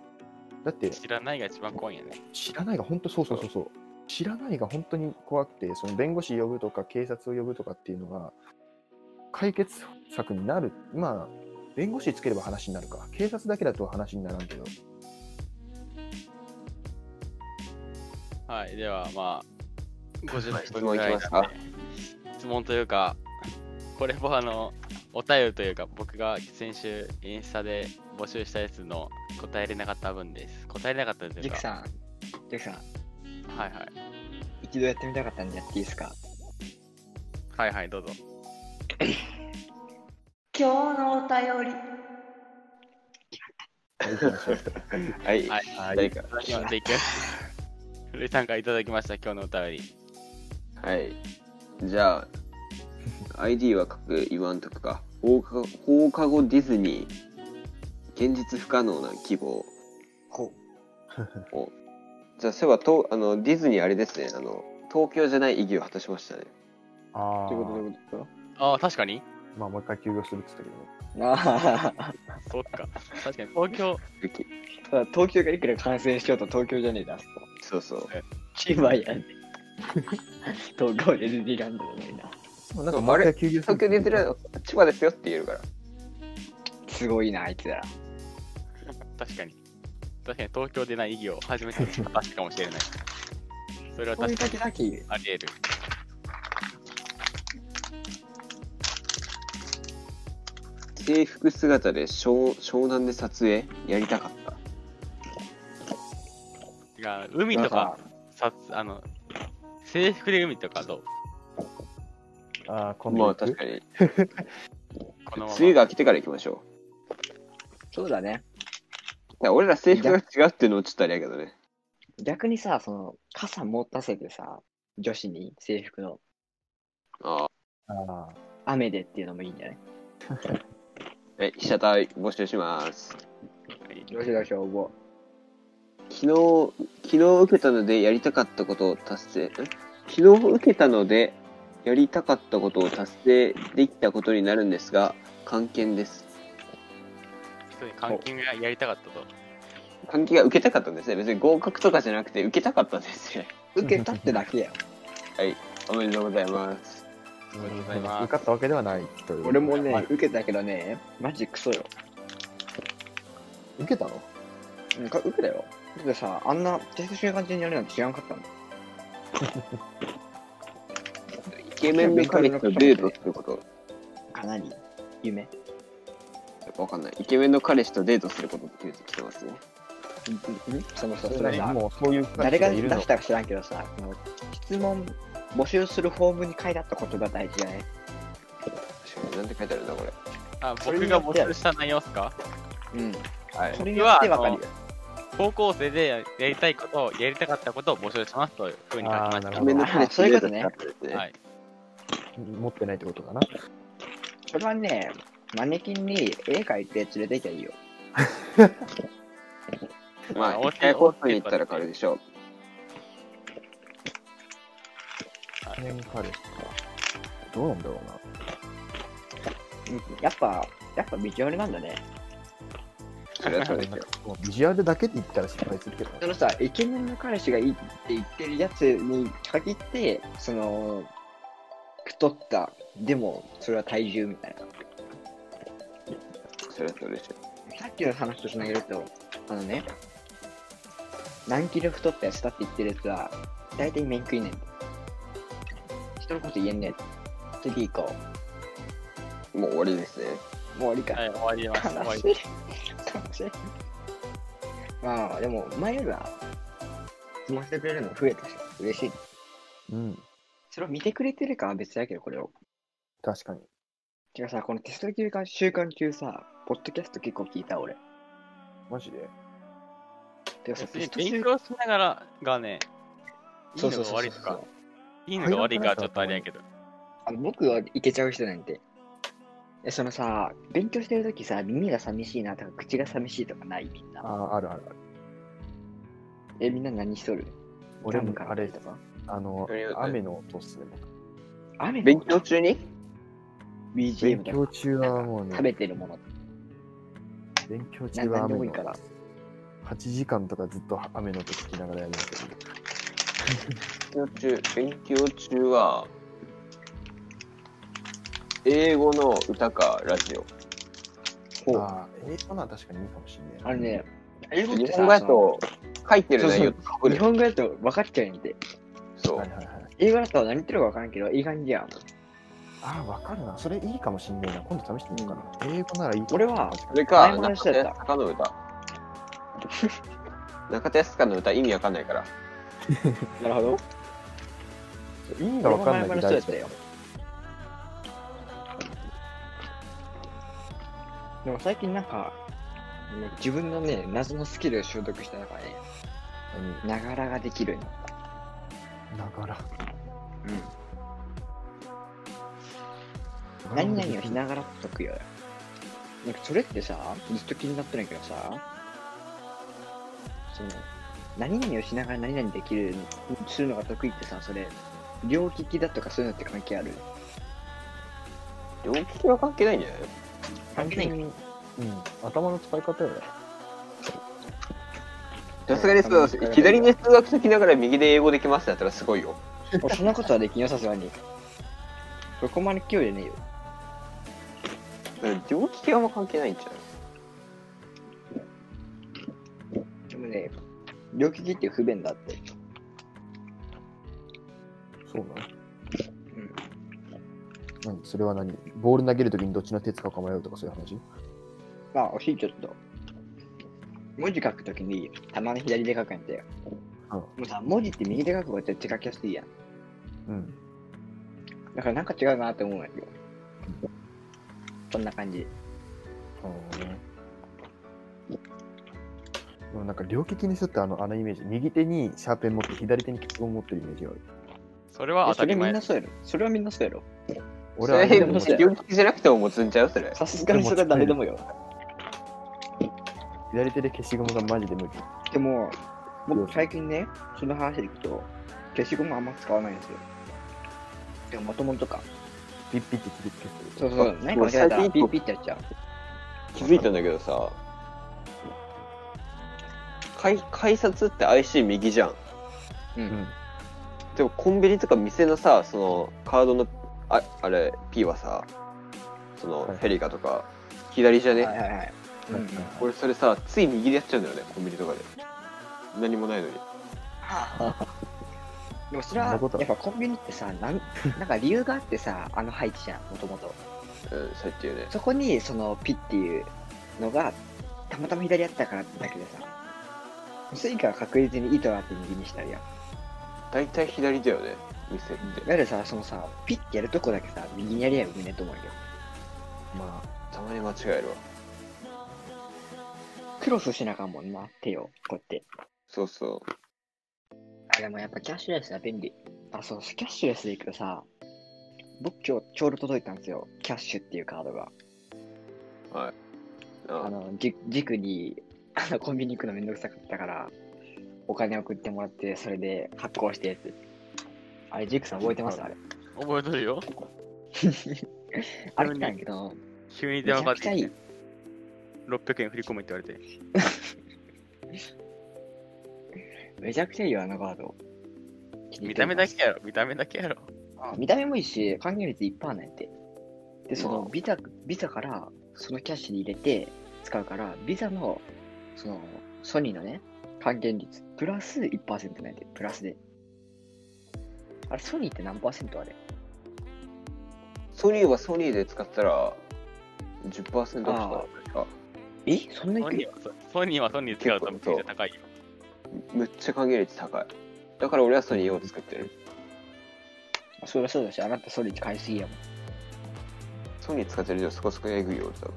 [SPEAKER 3] だって、
[SPEAKER 2] 知らないが一番怖いよね。
[SPEAKER 3] 知らないが本当そうそうそうそう知らないが本当に怖くてその弁護士呼ぶとか警察を呼ぶとかっていうのが解決策になるまあ弁護士つければ話になるか警察だけだと話にならんけど
[SPEAKER 2] はい、ではまあ、
[SPEAKER 1] 質
[SPEAKER 2] 50
[SPEAKER 1] 問
[SPEAKER 2] 分ぐ
[SPEAKER 1] い
[SPEAKER 2] ら
[SPEAKER 1] き
[SPEAKER 2] い
[SPEAKER 1] ま
[SPEAKER 2] な
[SPEAKER 1] すか。
[SPEAKER 2] 質問というか、これもあの、お便りというか、僕が先週インスタで募集したやつの答えれなかった分です。答えれなかったとい
[SPEAKER 4] ジ
[SPEAKER 2] う
[SPEAKER 4] ク
[SPEAKER 2] か、
[SPEAKER 4] さん、ジクさん、
[SPEAKER 2] はいはい。
[SPEAKER 4] 一度やってみたかったんでやっていいですか
[SPEAKER 2] はいはい、どうぞ。
[SPEAKER 5] 今日のお便り
[SPEAKER 3] はい、行きましょう。
[SPEAKER 1] はい。
[SPEAKER 2] はい。
[SPEAKER 1] 誰か。
[SPEAKER 2] はい、読んでいく。古井さんからいただきました、今日のお便り。
[SPEAKER 1] はい。じゃあ、ID は書く言わんとくか。放課後放課後ディズニー。現実不可能な希望。
[SPEAKER 4] ほ
[SPEAKER 1] じゃあ、そういえばとあの、ディズニーあれですね。あの、東京じゃない意義を果たしましたね。
[SPEAKER 3] あ
[SPEAKER 1] ということで
[SPEAKER 3] あ、
[SPEAKER 1] ことか
[SPEAKER 2] ああ、確かに。
[SPEAKER 3] まあもう一回休業するって言ったけどね。
[SPEAKER 4] う。ああ。
[SPEAKER 2] そっか。確かに、東京、
[SPEAKER 4] ただ東京がいくら感染しようと東京じゃねえだ、あそこ。
[SPEAKER 1] そうそう。
[SPEAKER 4] 千葉やね。東京ディズニーランドじゃないな。
[SPEAKER 3] もうなん
[SPEAKER 1] そ
[SPEAKER 3] か
[SPEAKER 1] う
[SPEAKER 3] もう一回休業する
[SPEAKER 1] 東京ディズニーランド、千葉ですよって言えるから。
[SPEAKER 4] すごいな、あいつら。
[SPEAKER 2] 確かに。確かに、東京でない意義を初めて果たしたかもしれない。それは
[SPEAKER 4] こうい
[SPEAKER 2] 確
[SPEAKER 4] う
[SPEAKER 2] かに
[SPEAKER 4] 時だけ言う。
[SPEAKER 2] あり得る。
[SPEAKER 1] 制服姿で湘湘南で撮影やりたかった。
[SPEAKER 2] てか、海とか、さあの、制服で海とかどう
[SPEAKER 3] ああ、こ
[SPEAKER 1] ま
[SPEAKER 3] の
[SPEAKER 1] あ確かに。
[SPEAKER 2] このま
[SPEAKER 1] 梅雨
[SPEAKER 2] ま。
[SPEAKER 1] が明けてから行きましょう。
[SPEAKER 4] そうだね。
[SPEAKER 1] いや俺ら制服が違うっていうのをちょっとあれやけどね。
[SPEAKER 4] 逆にさ、その、傘持たせてさ、女子に制服の
[SPEAKER 1] ああ。
[SPEAKER 3] ああ、
[SPEAKER 4] 雨でっていうのもいいんじゃない
[SPEAKER 1] え、被写体募集します。
[SPEAKER 4] どしどし応募。
[SPEAKER 1] 昨日、昨日受けたのでやりたかったことを達成、ん昨日受けたのでやりたかったことを達成できたことになるんですが、関係です。
[SPEAKER 2] 人に監禁がやりたかったと。
[SPEAKER 1] 関係が受けたかったんですね。別に合格とかじゃなくて受けたかったんですね。
[SPEAKER 4] 受けたってだけや。
[SPEAKER 1] おめでとうございます。
[SPEAKER 2] おめでとうございます
[SPEAKER 3] 受かったわけではないという。
[SPEAKER 4] 俺もね、
[SPEAKER 3] はい
[SPEAKER 4] 受けたけどね、マジクソよ。
[SPEAKER 3] 受けたの
[SPEAKER 4] なんか受けたよ。だってさ、あんなテストな感じにやるなんて知らんかったもん。
[SPEAKER 1] イケメンメカニックとデートすること。
[SPEAKER 4] かなり夢。
[SPEAKER 1] やっぱわかんない。イケメンの彼氏とデートすることって来てますね。
[SPEAKER 4] んんそのさ、そ
[SPEAKER 3] それ
[SPEAKER 4] れ
[SPEAKER 3] ね
[SPEAKER 4] はさ、
[SPEAKER 3] もうそういう
[SPEAKER 4] 誰が
[SPEAKER 3] い
[SPEAKER 4] 出
[SPEAKER 3] るの
[SPEAKER 4] したか知らんけどさ、この質問募集するフォームに書いてあったことが大事じゃない
[SPEAKER 1] 確かに。なんて書いてあるんだ、これ。
[SPEAKER 2] あ、
[SPEAKER 4] それ
[SPEAKER 2] 僕
[SPEAKER 4] によ
[SPEAKER 2] が
[SPEAKER 4] って
[SPEAKER 2] 募集した内容っすか
[SPEAKER 4] うん。
[SPEAKER 1] はい。
[SPEAKER 4] それによってわかるよ。
[SPEAKER 2] 高校生でややりたいことを、やりたかったことを募集しますというふうに書きまし
[SPEAKER 3] あーな
[SPEAKER 2] た
[SPEAKER 3] る
[SPEAKER 1] イケ
[SPEAKER 3] ほど
[SPEAKER 1] メンの彼氏とデートすることですね。
[SPEAKER 2] はい。
[SPEAKER 3] 持ってないってことかな。
[SPEAKER 4] それはね、マネキンに絵描いて連れてきゃいいよ。
[SPEAKER 1] ま
[SPEAKER 2] あ
[SPEAKER 1] あ、
[SPEAKER 2] 大
[SPEAKER 1] 一
[SPEAKER 2] きい
[SPEAKER 1] 回ホストに行ったら彼でしょう。
[SPEAKER 3] イケメン彼氏か。どうなんだろうな。
[SPEAKER 4] やっぱ、やっぱビジュアルなんだね。
[SPEAKER 1] それはそうですよ。
[SPEAKER 3] もうビジュアルだけって言ったら失敗するけどね。
[SPEAKER 4] そのさ、イケメンの彼氏がいいって言ってるやつに限って、その、太った、でも、それは体重みたいな。
[SPEAKER 1] それはそうですよ。
[SPEAKER 4] さっきの話とつなげると、あのね、何キロ太ったやつだって言ってるやつは、大体面食いねん。人のこと言えんねん。次行こ
[SPEAKER 1] もう終わりですね。
[SPEAKER 4] う。もう終わ
[SPEAKER 2] はい、終わり
[SPEAKER 4] り
[SPEAKER 2] ます。
[SPEAKER 4] か。
[SPEAKER 2] 終わり
[SPEAKER 4] 悲しい。悲しい。まあ、でも、前よりは、質問してくれるの増えたし、嬉しい。
[SPEAKER 3] うん、
[SPEAKER 4] それを見てくれてるかは別だけど、これを。
[SPEAKER 3] 確かに。
[SPEAKER 4] てかさ、このテスト休暇、週間中さ、ポッドキャスト結構聞いた、俺。
[SPEAKER 3] マジで。
[SPEAKER 4] てかさ、
[SPEAKER 2] 別
[SPEAKER 4] テ
[SPEAKER 2] に
[SPEAKER 4] スト
[SPEAKER 2] 勉
[SPEAKER 4] 週
[SPEAKER 2] 強しながらがね、いい
[SPEAKER 4] そう
[SPEAKER 2] の
[SPEAKER 4] そう
[SPEAKER 2] が
[SPEAKER 4] そう
[SPEAKER 2] 悪
[SPEAKER 4] そ
[SPEAKER 2] いうとか、いいのが悪いかはちょっとあれやけど。
[SPEAKER 4] あの僕はいけちゃう人なんて。え、そのさ、勉強してるときさ、耳が寂しいなとか、口が寂しいとかないみん
[SPEAKER 3] あ
[SPEAKER 4] な。
[SPEAKER 3] あ、あるあるある。
[SPEAKER 4] え、みんな何しとる
[SPEAKER 3] 俺
[SPEAKER 4] ダム
[SPEAKER 3] も
[SPEAKER 4] か
[SPEAKER 3] あ
[SPEAKER 4] ら
[SPEAKER 3] れ
[SPEAKER 4] と、か。
[SPEAKER 3] あの
[SPEAKER 1] とりあえず、
[SPEAKER 3] 雨の音っすね。
[SPEAKER 4] 雨の
[SPEAKER 1] 勉強中に
[SPEAKER 4] ?BGM
[SPEAKER 3] 勉
[SPEAKER 4] とか
[SPEAKER 3] 強中はもう
[SPEAKER 4] 食べ
[SPEAKER 3] ね、
[SPEAKER 4] てるもの。
[SPEAKER 3] 勉強中は
[SPEAKER 4] 何で
[SPEAKER 3] 雨
[SPEAKER 4] もいい
[SPEAKER 3] の
[SPEAKER 4] から
[SPEAKER 3] 8時間とかずっと雨の音聞きながらやるんだけど。
[SPEAKER 1] 勉強中、勉強中は、英語の歌かラジオ。
[SPEAKER 4] ほう。
[SPEAKER 3] ああ、英語なら確かにいいかもしれない。
[SPEAKER 4] あのね、英語って
[SPEAKER 1] 日
[SPEAKER 4] さ
[SPEAKER 1] 本語やと書いてる内容と
[SPEAKER 4] そ
[SPEAKER 1] 被
[SPEAKER 4] の
[SPEAKER 1] る
[SPEAKER 4] 日。本語やと分かっちゃうんで。
[SPEAKER 1] そ
[SPEAKER 3] は
[SPEAKER 1] う
[SPEAKER 3] い。はいはい。
[SPEAKER 4] 英語だと何言ってるか分からんけど、いい感じやん。
[SPEAKER 3] ああ、わかるな。それいいかもしんないな。今度試してみようかな。英語ならいいかも
[SPEAKER 4] 俺は
[SPEAKER 3] 確か
[SPEAKER 1] そ
[SPEAKER 3] に
[SPEAKER 1] れか、
[SPEAKER 4] 前も話し
[SPEAKER 1] 中
[SPEAKER 4] ちゃ
[SPEAKER 1] 田
[SPEAKER 4] った
[SPEAKER 1] 康の歌。中田康の歌意味わかんないから。
[SPEAKER 4] なるほど。
[SPEAKER 3] 意味がわかんないけど
[SPEAKER 4] 俺
[SPEAKER 3] 大
[SPEAKER 4] も前々の人やった
[SPEAKER 3] 丈
[SPEAKER 4] よでも最近なんか、もう自分のね、謎のスキルを習得したらね、ながらができるようになった。
[SPEAKER 3] 何ながら。
[SPEAKER 4] 何々をしながら解くよ。なんかそれってさ、ずっと気になってないけどさ、その、何々をしながら何々できる、するのが得意ってさ、それ、両利きだとかそういうのって関 係ある
[SPEAKER 1] 両利きは関係ないんじゃない
[SPEAKER 4] 関係ない
[SPEAKER 3] うん、頭の使い方やな。
[SPEAKER 1] さすがにそう
[SPEAKER 4] うん
[SPEAKER 1] 左で数学解きながら右で英語できますだったらすごいよ。
[SPEAKER 4] おそんなことはできんよ、さすがに。そこまで器用じゃねえよ。
[SPEAKER 1] だから両利きはあんま関係ないんじゃない
[SPEAKER 4] でもね、両利きって不便だって。
[SPEAKER 3] そうなの
[SPEAKER 4] うん。
[SPEAKER 3] 何それは何ボール投げるときにどっちの手使うか迷うとかそういう話
[SPEAKER 4] まあ、惜しい、ちょっと。文字書くときに、たまに左で書くんだよ。
[SPEAKER 3] うん
[SPEAKER 4] もうさ、文字って右で書くことって書きやすいやん。
[SPEAKER 3] うん。
[SPEAKER 4] だからなんか違うなって思うんやけど。そんな感じ。
[SPEAKER 3] でもなんか両利きの人ってあのあのイメージ右手にシャーペン持って左手に結論持ってるイメージがある
[SPEAKER 2] それは
[SPEAKER 4] え
[SPEAKER 2] 当た
[SPEAKER 4] そ
[SPEAKER 2] り
[SPEAKER 4] れみ
[SPEAKER 2] 前
[SPEAKER 4] んな。そうやろ。それはみんなそうやろ。
[SPEAKER 3] 俺は
[SPEAKER 1] そ
[SPEAKER 3] あ
[SPEAKER 1] れ
[SPEAKER 3] れ
[SPEAKER 4] でも
[SPEAKER 3] 持
[SPEAKER 4] そうや
[SPEAKER 1] 両利きじゃなくても持つんちゃうそれ。
[SPEAKER 4] さすがにそれは誰でもよ。
[SPEAKER 3] 左手で消しゴムがマジで無理
[SPEAKER 4] でも、
[SPEAKER 3] うん
[SPEAKER 4] 僕最近ね、その話でいくと、消しゴムあんま使わないんですよ。でも、もともとか。
[SPEAKER 3] ピッピッて切りつけてる
[SPEAKER 4] そうそう。何か
[SPEAKER 1] もう
[SPEAKER 4] 間違えたら
[SPEAKER 1] 最近
[SPEAKER 4] ピッピってやっちゃう。
[SPEAKER 1] 気づいたんだけどさ、改改札って IC 右じゃん。
[SPEAKER 4] うん。
[SPEAKER 3] うん
[SPEAKER 1] でもコンビニとか店のさ、そのカードの、ああれ、P はさ、そ
[SPEAKER 3] は
[SPEAKER 1] の
[SPEAKER 3] い
[SPEAKER 1] フェリカとか、左じゃね、
[SPEAKER 4] はいはいはい。うんうん。
[SPEAKER 1] 俺それさ、つい右でやっちゃうんだよね、コンビニとかで。何もないのに。
[SPEAKER 4] でもそれ
[SPEAKER 3] そん
[SPEAKER 4] は
[SPEAKER 3] なことは
[SPEAKER 4] やっぱコンビニってさなん なんか理由があってさあの配置じゃんもともと
[SPEAKER 1] うん、そうやって言うね。
[SPEAKER 4] そこにそのピっていうのがたまたま左やったからだけでさスイカは確実に糸があって右にしたりやん
[SPEAKER 1] 大体左だよね、店って。
[SPEAKER 4] いわゆるさそのさピってやるとこだけさ右にやりゃよくねえと思うよ
[SPEAKER 3] まあ
[SPEAKER 1] たまに間違えるわ。
[SPEAKER 4] クロスしなあかんもんな手をこうやって
[SPEAKER 1] そうそ
[SPEAKER 4] あでもやっぱキャッシュレスは便利あそうキャッシュレスでいくとさ僕今日ちょうど届いたんですよキャッシュっていうカードが
[SPEAKER 1] う。はい。あ
[SPEAKER 4] あの、じ軸に、あの、コンビニ行くのめんどくさかったから、お金送ってもらって、それで発行してやつ。あれ、ジクさん覚えてますあれ。
[SPEAKER 2] 覚えとるよ。
[SPEAKER 4] あれ来たんやけど、
[SPEAKER 2] 急に
[SPEAKER 4] めち
[SPEAKER 2] 電
[SPEAKER 4] ゃ
[SPEAKER 2] 話かかっ
[SPEAKER 4] くち
[SPEAKER 2] て
[SPEAKER 4] ゃい
[SPEAKER 2] き
[SPEAKER 4] い
[SPEAKER 2] て。600円振り込めって言われて。
[SPEAKER 4] めちゃくちゃいいよ、あのカード。
[SPEAKER 2] 見た目だけやろ、見た目だ けやろ。
[SPEAKER 4] あ見た目もいいし、還元率1%なんやて。で、その
[SPEAKER 1] う、
[SPEAKER 4] ビザ、ビザから、そのキャッシュに入れて使うから、ビザの、その、ソニーのね、還元率、プラス1%なんやて、プラスで。あれ、ソニーって何パーセントあれ
[SPEAKER 1] ソニーはソニーで使ったら10%オフと
[SPEAKER 4] あ
[SPEAKER 1] かあ
[SPEAKER 4] えそんな
[SPEAKER 2] ソ
[SPEAKER 4] に
[SPEAKER 2] ニーはソニーはソニー使うとめちゃくちゃ高いよ。
[SPEAKER 1] むっちゃ還元率高いだから俺はソニーを使ってる
[SPEAKER 4] そりゃそうだし、あなたソリー買いすぎやもん。
[SPEAKER 1] ソニー使ってる量そこそこえぐいよ多分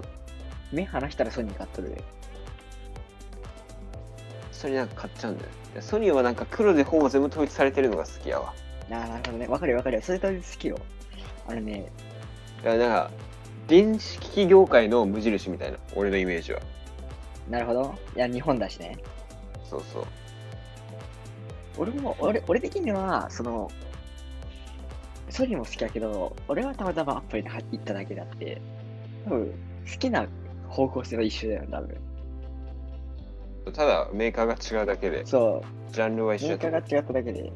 [SPEAKER 4] 目離したらソニー買っとるで。
[SPEAKER 1] ソニーなんか買っちゃうんだよいやソニーはなんか黒でほぼ全部統一されてるのが好きやわ
[SPEAKER 4] ああ、なるほどね。わかるよわかるよ。それと好きよ。あのね、
[SPEAKER 1] だからなんか電子機器業界の無印みたいな俺のイメージは
[SPEAKER 4] なるほど。いや、日本だしね。
[SPEAKER 1] そうそう
[SPEAKER 4] 俺も、俺、俺的には、その、ソニーも好きやけど、俺はたまたまアップルに行っただけだって、多分、好きな方向性は一緒だよ、多分。
[SPEAKER 1] ただメーカーが違うだけで
[SPEAKER 4] そう。
[SPEAKER 1] ジャンルは一緒
[SPEAKER 4] メ
[SPEAKER 1] だ
[SPEAKER 4] ーカ
[SPEAKER 1] と思う
[SPEAKER 4] ーが違っただけで。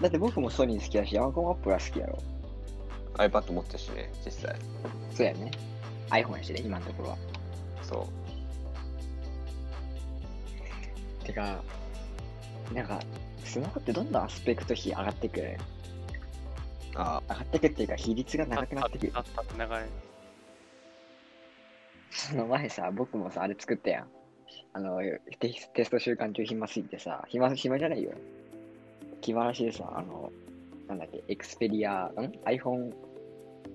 [SPEAKER 4] だって僕もソニー好きやし、ヤマコンもアップルは好きやろ。
[SPEAKER 1] iPad 持ってるしね実際
[SPEAKER 4] そうやね。iPhone やしね、今のところは。
[SPEAKER 1] そ
[SPEAKER 4] てか、なんか、スマホってどんどんアスペクト比上がってくる。
[SPEAKER 1] うあ
[SPEAKER 4] 上がってくっていうか、比率が長くなってくる。
[SPEAKER 2] あああ長い。
[SPEAKER 4] その前さ、僕もさ、あれ作ったやん。あの、テステスト週間中暇すぎてさ、暇、暇じゃないよ。暇らしいでさ、あの、なんだっけ、エクスペリア、ん ?iPhone1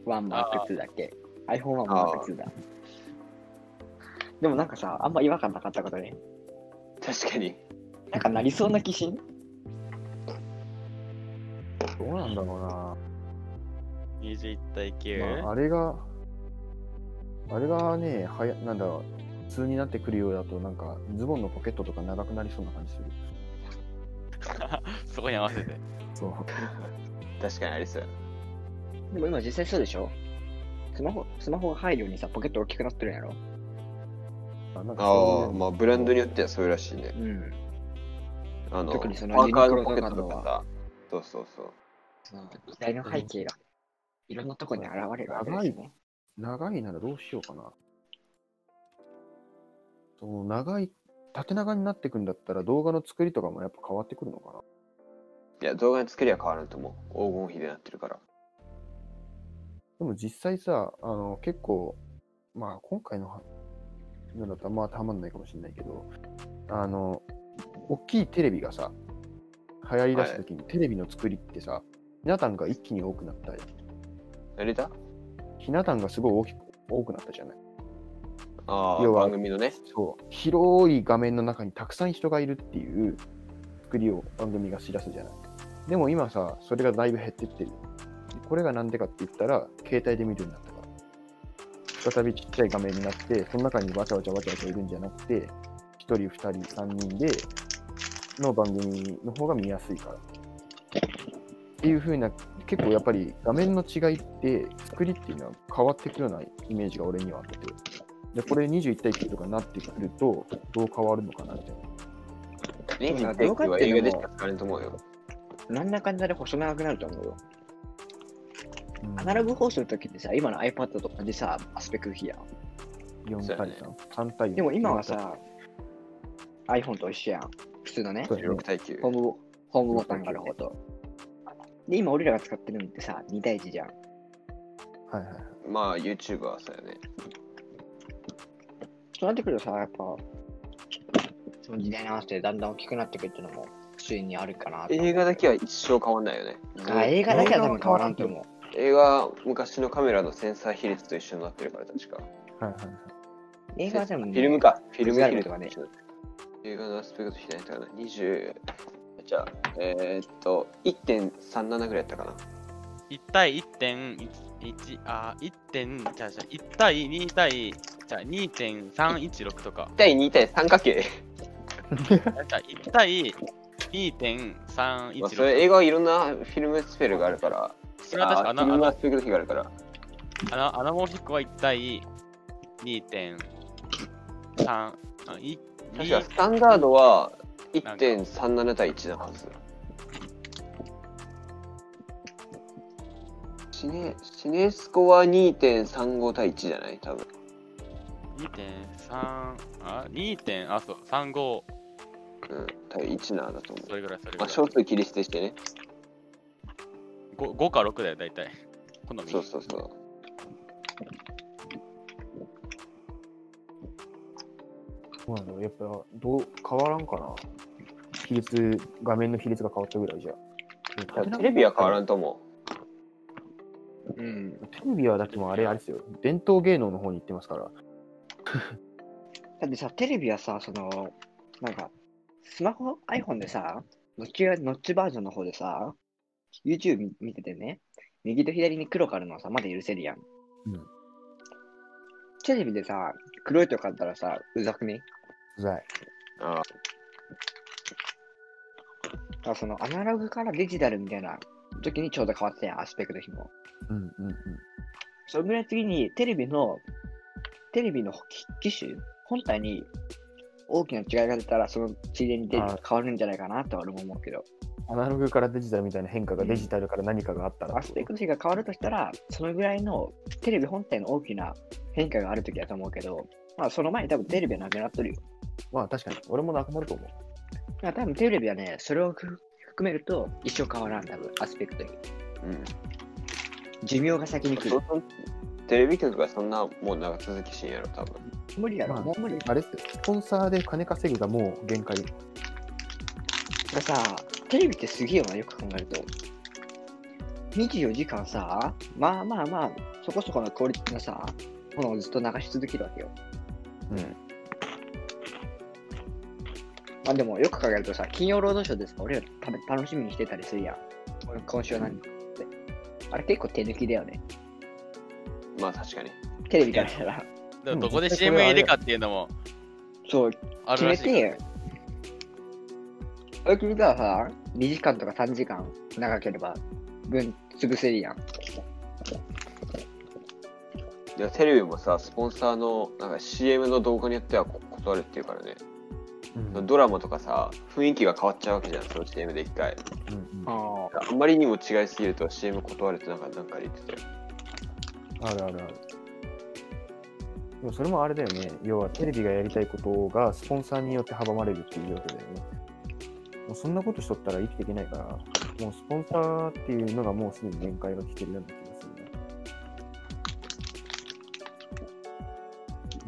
[SPEAKER 4] Mark II だっけ ?iPhone1 Mark II だ。でもなんかさ、あんま違和感なかったことね。
[SPEAKER 1] 確かに。
[SPEAKER 4] なんかなりそうな気しん
[SPEAKER 3] どうなんだろうな。
[SPEAKER 2] 21対9、
[SPEAKER 3] まあ、あれが、あれがね、はやなんだろう、普通になってくるようだと、なんか、ズボンのポケットとか長くなりそうな感じする。
[SPEAKER 2] そこに合わせて。
[SPEAKER 3] そう。
[SPEAKER 1] 確かにありそう。
[SPEAKER 4] でも今実際そうでしょスマホ、スマホが入るようにさ、ポケット大きくなってるんやろ
[SPEAKER 3] あなんか
[SPEAKER 1] ああ、
[SPEAKER 3] そういう
[SPEAKER 1] まあブランドによってはそうらしいね。
[SPEAKER 4] うん。
[SPEAKER 1] あの、
[SPEAKER 4] 特にその
[SPEAKER 1] パーカー
[SPEAKER 4] ユニ
[SPEAKER 1] の
[SPEAKER 4] ク
[SPEAKER 1] ポ
[SPEAKER 4] ロ
[SPEAKER 1] ケ
[SPEAKER 4] と
[SPEAKER 1] ッ
[SPEAKER 4] か
[SPEAKER 1] ト
[SPEAKER 4] の
[SPEAKER 1] とか
[SPEAKER 4] は
[SPEAKER 1] さ。そうそうそう。
[SPEAKER 4] その時代の背景が、いろんなとこに現れるわけですよね。
[SPEAKER 3] 長いならどうしようかな。その長い、縦長になってくんだったら動画の作りとかもやっぱ変わってくるのかな。
[SPEAKER 1] いや、動画に作りは変わらんと思う。黄金比でなってるから。
[SPEAKER 3] でも実際さ、あの、結構、まあ今回のは、なんだったらまあたまんないかもしれないけど、あの、大きいテレビがさ、流行り出すときに、テレビの作りってさ、ひな壇が一気に多くなったり、
[SPEAKER 1] やれた
[SPEAKER 3] ひな壇がすごい大きく、多くなったじゃない。
[SPEAKER 1] ああ、
[SPEAKER 3] 要は
[SPEAKER 1] 番組のね。
[SPEAKER 3] そう、広い画面の中にたくさん人がいるっていう作りを番組がし出すじゃない。でも今さ、それがだいぶ減ってってる。これがなんでかって言ったら、携帯で見るようになったから。再びちっちゃい画面になって、その中にわちゃわちゃわちゃわちゃいるんじゃなくて、1人、2人、3人での番組の方が見やすいから。っていう風な、結構やっぱり画面の違いって、作りっていうのは変わってくるようなイメージが俺にはあって。で、これ21対9とかになってくると、どう変わるのかなみたいな。
[SPEAKER 1] ネイティブテイクは映画でしか使われんと思うよ。
[SPEAKER 4] なんだかんだで細長くなると思うよ。アナログ放送の時ってさ、今の iPad と同じさ、アスペック比やん。
[SPEAKER 3] 4対3、3対4。
[SPEAKER 4] でも今は、さ、iPhone と一緒やん。普通のね
[SPEAKER 3] そ、うだよ
[SPEAKER 1] 16
[SPEAKER 3] ね
[SPEAKER 1] 対9
[SPEAKER 4] ホ。ーム、ホームボタンがある方と。で、今俺らが使ってるのってさ、2対1じゃん。
[SPEAKER 3] はいはい。
[SPEAKER 1] まあ YouTube はそうやね。
[SPEAKER 4] そうなってくるとさ、やっぱ、その時代に合わせてだんだん大きくなってくるっていうのも、普通にあるかなと思う
[SPEAKER 1] 映画だけは一生変わんないよね。
[SPEAKER 4] あ映画だけは多分変わらんと思う。
[SPEAKER 1] 映画は昔のカメラのセンサー比率と一緒になってるから確か。
[SPEAKER 3] はいはいはい。
[SPEAKER 4] 映画でも、
[SPEAKER 1] フィルムか。フィルム比
[SPEAKER 4] フィ
[SPEAKER 1] 率
[SPEAKER 4] ルム
[SPEAKER 1] が
[SPEAKER 4] がね
[SPEAKER 1] ね。映画のアスペクト比ないかな。20、じゃあ、えーっと、1.37ぐらいやったかな。
[SPEAKER 2] 1対1.1、あ、1点、じゃあじゃあ1対2対、じゃあ2.316とか
[SPEAKER 1] 1。対2対3かけ。
[SPEAKER 2] じゃあ1対
[SPEAKER 1] まあ、それ映
[SPEAKER 2] 2.316。
[SPEAKER 1] 画はいろんなフィルムスペルがあるから。
[SPEAKER 2] それは確か
[SPEAKER 1] あ
[SPEAKER 2] あ
[SPEAKER 1] ー
[SPEAKER 2] の
[SPEAKER 1] フィルムアスペクト比があるから。
[SPEAKER 2] アナアナモフィックは1対2.3。あい
[SPEAKER 1] 確かスタンダードは1.37対1なはず。シネシネスコは2.35対1じゃない多分。
[SPEAKER 2] 2.3あ2点あそう35
[SPEAKER 1] うん、対1なだと思
[SPEAKER 2] それぐらいそ
[SPEAKER 1] う。
[SPEAKER 2] れぐら
[SPEAKER 1] まあ、
[SPEAKER 2] い
[SPEAKER 1] 小数切り捨てしてね。
[SPEAKER 2] 5, 5か6だよ大体好み
[SPEAKER 1] そうそうそう。
[SPEAKER 3] そうなんだろうやっぱどう変わらんかな比率画面の比率が変わったぐらいじゃ
[SPEAKER 1] 多分テレビは変わらんと思。
[SPEAKER 4] うん。
[SPEAKER 3] テレビはだってもうあれあれですよ伝統芸能の方に行ってますから
[SPEAKER 4] だってさ、テレビはさ、その、なんか、スマホ、iPhone でさ、ノッチはノッチバージョンの方でさ、YouTube 見ててね、右と左に黒があるのはさ、まだ許せるやん。
[SPEAKER 3] うん
[SPEAKER 4] テレビでさ、黒いとこあったらさ、うざくね
[SPEAKER 3] うざいう
[SPEAKER 1] ああ、
[SPEAKER 4] だからそのアナログからデジタルみたいな時にちょうど変わってたやん、アスペクト比も。
[SPEAKER 3] うんうんうん
[SPEAKER 4] それぐらいの次にテレビの、テレビの機機種、本体に大きな違いが出たら、そのついでにデジ
[SPEAKER 3] あ
[SPEAKER 4] 変わるんじゃないかなとは俺も思うけど、
[SPEAKER 3] アナログからデジタルみたいな変化が
[SPEAKER 4] うん
[SPEAKER 3] デジタルから何かがあったら、
[SPEAKER 4] アスペクト比が変わるとしたら、そのぐらいのテレビ本体の大きな変化があるときだと思うけど、まあその前に多分テレビはなくなっとるよ。
[SPEAKER 3] まあ確かに俺もなくなると思う
[SPEAKER 4] まあ多分テレビはね、それをふ含めると一生変わらん、多分アスペクト比。
[SPEAKER 1] うん。
[SPEAKER 4] 寿命が先に来
[SPEAKER 1] そ
[SPEAKER 4] る
[SPEAKER 1] う。そうテレビ局がそんなもう長続きしんやろ、多分。
[SPEAKER 4] 無理や
[SPEAKER 3] ま
[SPEAKER 4] ろ、もう無理。
[SPEAKER 3] ああれっすよスポンサーで金稼ぐがもう限界
[SPEAKER 4] がさ、テレビってすげえよな、よく考えると。24時間さ、まあまあまあ、そこそこのクオリティのさ、ものをずっと流し続けるわけよ。
[SPEAKER 3] うん
[SPEAKER 4] あでもよく考えるとさ、金曜ロードショーですか俺らた楽しみにしてたりするやん。今週は何って。あれ結構手抜きだよね。
[SPEAKER 1] まあ確かに。
[SPEAKER 4] テレビからしたら。
[SPEAKER 2] でもどこで CM 入れかっていうのも
[SPEAKER 4] そう、
[SPEAKER 2] あ
[SPEAKER 4] 決
[SPEAKER 2] るら
[SPEAKER 4] め
[SPEAKER 2] していから
[SPEAKER 4] よ。あれ君らはさ、2時間とか3時間長ければ分潰せるやん。
[SPEAKER 1] いや、テレビもさ、スポンサーの、なんか CM の動画によってはこ断るっていうからね。
[SPEAKER 3] うん
[SPEAKER 1] ドラマとかさ、雰囲気が変わっちゃうわけじゃん、その CM で一回。
[SPEAKER 3] うん
[SPEAKER 4] ああ。
[SPEAKER 1] あんまりにも違いすぎると CM 断るってなんか、なんか言ってたよ。
[SPEAKER 3] あるあるある。でもそれもあれだよね。要はテレビがやりたいことがスポンサーによって阻まれるっていうわけだよね。もうそんなことしとったら生きていけないから、もうスポンサーっていうのがもうすでに限界が来てるような気がする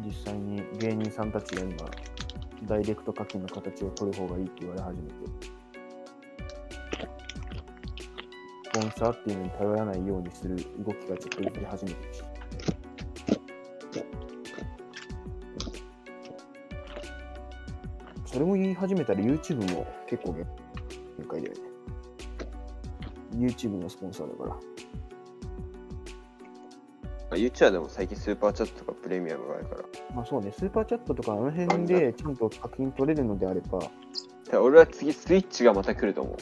[SPEAKER 3] ね。実際に芸人さんたちが今、ダイレクト課金の形を取る方がいいって言われ始めて、スポンサーっていうのに頼らないようにする動きがちょっと出て始めてるし。それも言い始めたら YouTube も結構限界だよね。YouTube のスポンサーだから。
[SPEAKER 1] まあ、YouTube でも最近スーパーチャットとかプレミアムがあるから。
[SPEAKER 3] まあそうね、スーパーチャットとかあの辺でちゃんと課金取れるのであれば、
[SPEAKER 1] ただ俺は次、スイッチがまた来ると思う。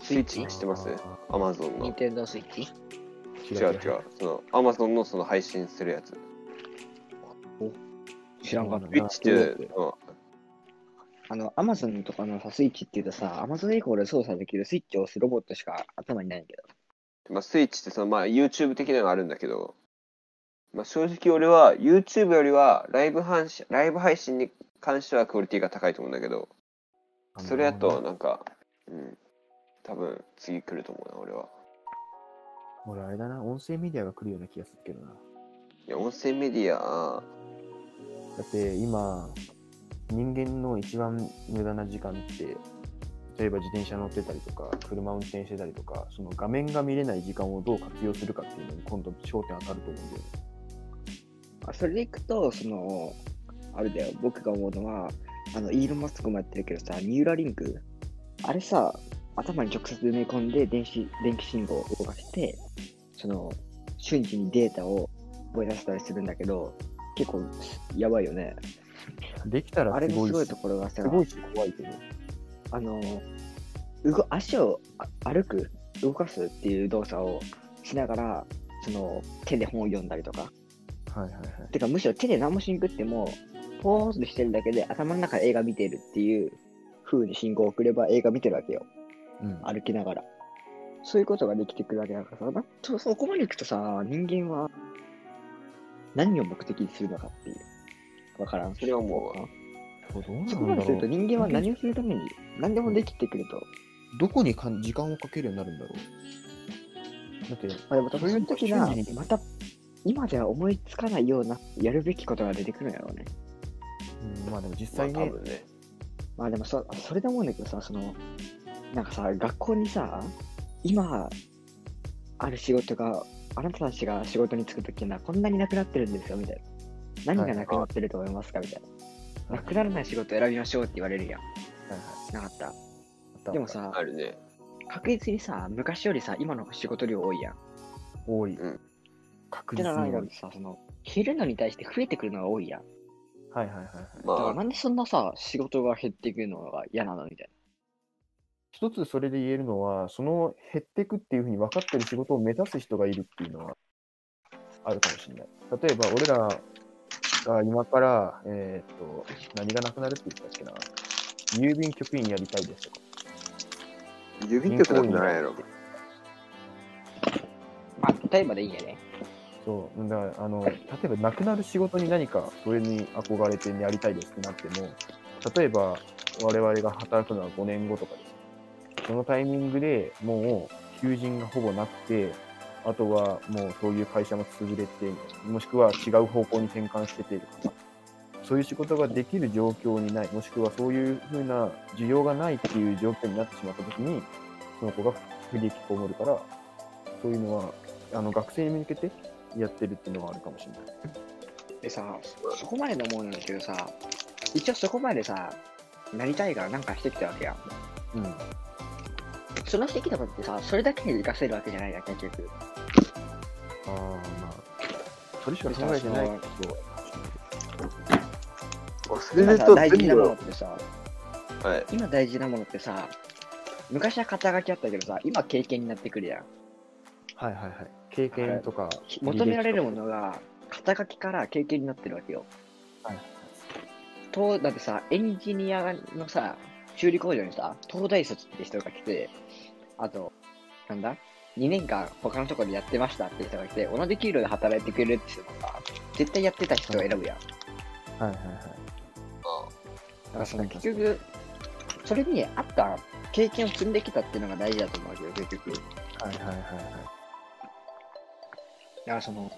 [SPEAKER 1] スイッチ知ってます
[SPEAKER 3] あ
[SPEAKER 1] ?Amazon の。
[SPEAKER 4] ニン
[SPEAKER 1] 違
[SPEAKER 4] テンドースイッチ
[SPEAKER 3] 違
[SPEAKER 1] う違う。その、Amazon のその配信するやつ。
[SPEAKER 4] 知らんかっ
[SPEAKER 3] う
[SPEAKER 1] ス
[SPEAKER 3] ん
[SPEAKER 1] イッチっていうのは、
[SPEAKER 4] た。あの、アマゾンとかのさ、スイッチって言うとさ、アマゾン以降で操作できるスイッチを押すロボットしか頭にないけど。
[SPEAKER 1] まあ、スイッチってその、まあ、YouTube 的なのがあるんだけど、まあ、正直俺は YouTube よりはライブ配信ライブ配信に関してはクオリティが高いと思うんだけど、それやと、なんか、うん、多分次来ると思うな、俺は。
[SPEAKER 3] 俺あれだな、音声メディアが来るような気がするけどな。
[SPEAKER 1] いや、音声メディア、
[SPEAKER 3] だって今、人間の一番無駄な時間って、例えば自転車乗ってたりとか、車運転してたりとか、その画面が見れない時間をどう活用するかっていうのに今度焦点当たると思うんだよね。
[SPEAKER 4] あそれでいくと、その、あれだよ、僕が思うのは、あの、イーロン・マスクもやってるけどさ、ニューラリンク、あれさ、頭に直接埋め込んで電子、電気信号を動かして、その、瞬時にデータを覚え出せたりするんだけど、結構、やばいよね。
[SPEAKER 3] できたら
[SPEAKER 4] あ
[SPEAKER 3] す
[SPEAKER 4] れの
[SPEAKER 3] ごい
[SPEAKER 4] すごい
[SPEAKER 3] し
[SPEAKER 4] ところがさ、
[SPEAKER 3] すごいし怖いけど。
[SPEAKER 4] あの、うご足をあ歩く、動かすっていう動作をしながら、その、手で本を読んだりとか、
[SPEAKER 3] はいはいはい。
[SPEAKER 4] てかむしろ手で何もしにくってもポーズしてるだけで頭の中で映画見てるっていう風に信号を送れば映画見てるわけよ
[SPEAKER 3] うん、
[SPEAKER 4] 歩きながらそういうことができてくるわけだからさなちょそこまでいくとさ人間は何を目的にするのかっていうわからん
[SPEAKER 1] それはもう
[SPEAKER 3] これどう
[SPEAKER 4] そこま
[SPEAKER 3] なんだ
[SPEAKER 4] でする
[SPEAKER 3] ろ
[SPEAKER 4] と
[SPEAKER 3] う。
[SPEAKER 4] 人間は何をするために何でもできてくると、
[SPEAKER 3] どこにかん時間をかけるようになるんだろう。だって、
[SPEAKER 4] まあ、でも多分その時が
[SPEAKER 3] そういう時に
[SPEAKER 4] また今では思いつかないようなやるべきことが出てくるんやろうね
[SPEAKER 3] うん、まあでも実
[SPEAKER 1] まあ、
[SPEAKER 3] 際
[SPEAKER 1] 多
[SPEAKER 3] ね、
[SPEAKER 1] 分ね。
[SPEAKER 4] まあでもそそれで思うんだけどさそのなんかさ学校にさ今ある仕事があなたたちが仕事に就く時にはこんなになくなってるんですよみたいな何がなくなってると思いますかみたいななくならない仕事を選びましょうって言われるやん
[SPEAKER 3] はいは
[SPEAKER 4] なかった
[SPEAKER 3] い
[SPEAKER 4] でも、さ
[SPEAKER 1] あるね。
[SPEAKER 4] 確実にさ昔よりさ今の仕事量多いやん
[SPEAKER 3] 多い。
[SPEAKER 1] うん
[SPEAKER 3] 確
[SPEAKER 4] って
[SPEAKER 3] 実
[SPEAKER 4] な
[SPEAKER 3] に
[SPEAKER 4] ら
[SPEAKER 3] 多い。
[SPEAKER 4] ないのにさその減るのに対して増えてくるのが多いやん
[SPEAKER 3] はいはいはいはい。
[SPEAKER 1] ま
[SPEAKER 4] だから
[SPEAKER 1] あ、
[SPEAKER 4] なんでそんなさ仕事が減っていくのが嫌なのみたい
[SPEAKER 3] 一つそれで言えるのは、その減っていくっていうふうに分かってる仕事を目指す人がいるっていうのはあるかもしれない。例えば、俺らが今から、えーっと、何がなくなるって言ったっけな、郵便局員やりたいですとか、
[SPEAKER 1] 郵便局なんてないやろ。
[SPEAKER 4] な、まあ、例えばでいいんやね
[SPEAKER 3] そう、だから、あの、例えばなくなる仕事に何か、それに憧れてやりたいですってなっても、例えば、我々が働くのは5年後とかです。そのタイミングでもう、求人がほぼなくて、あとはもうそういう会社も潰れて、もしくは違う方向に転換しててとか、そういう仕事ができる状況にない、もしくはそういうふうな需要がないっていう状況になってしまったときに、その子が不利益被るから、そういうのは、あの学生に向けてやってるっていうのはあるかもしれない。
[SPEAKER 4] でさ、そこまでの思うんだけどさ、一応そこまでさ、なりたいからなんかしてきたわけやん。
[SPEAKER 3] うん。
[SPEAKER 4] そのしてきたことってさ、それだけに活かせるわけじゃないやん、結局。
[SPEAKER 3] ああ、まあ、それしか考えてないけど、
[SPEAKER 1] 忘
[SPEAKER 4] 今
[SPEAKER 1] れる
[SPEAKER 4] さ
[SPEAKER 1] と
[SPEAKER 4] 大事
[SPEAKER 1] 全
[SPEAKER 4] なも
[SPEAKER 1] 部
[SPEAKER 4] のっ
[SPEAKER 1] の、
[SPEAKER 4] てさ、
[SPEAKER 1] はい、
[SPEAKER 4] 今大事なものってさ、昔は肩書きあったけどさ、今経験になってくるやん。
[SPEAKER 3] はいはいはい。経験とか、
[SPEAKER 4] 求められるも
[SPEAKER 3] の。
[SPEAKER 4] のが、肩書きから経験になってるわけよ。
[SPEAKER 3] はい
[SPEAKER 4] と、だってさ、エンジニアのさ、修理工場にさ、東大卒って人が来て、あと、なんだ ?2 年間他のところでやってましたって人が来て、同じ給料で働いてくれるって人もさ、絶対やってた人を選ぶやん。
[SPEAKER 3] はいはいはい。
[SPEAKER 4] だからその結局、それに合った経験を積んできたっていうのが大事だと思うけど、結局。だ
[SPEAKER 3] はいはいはいはい。
[SPEAKER 4] からその、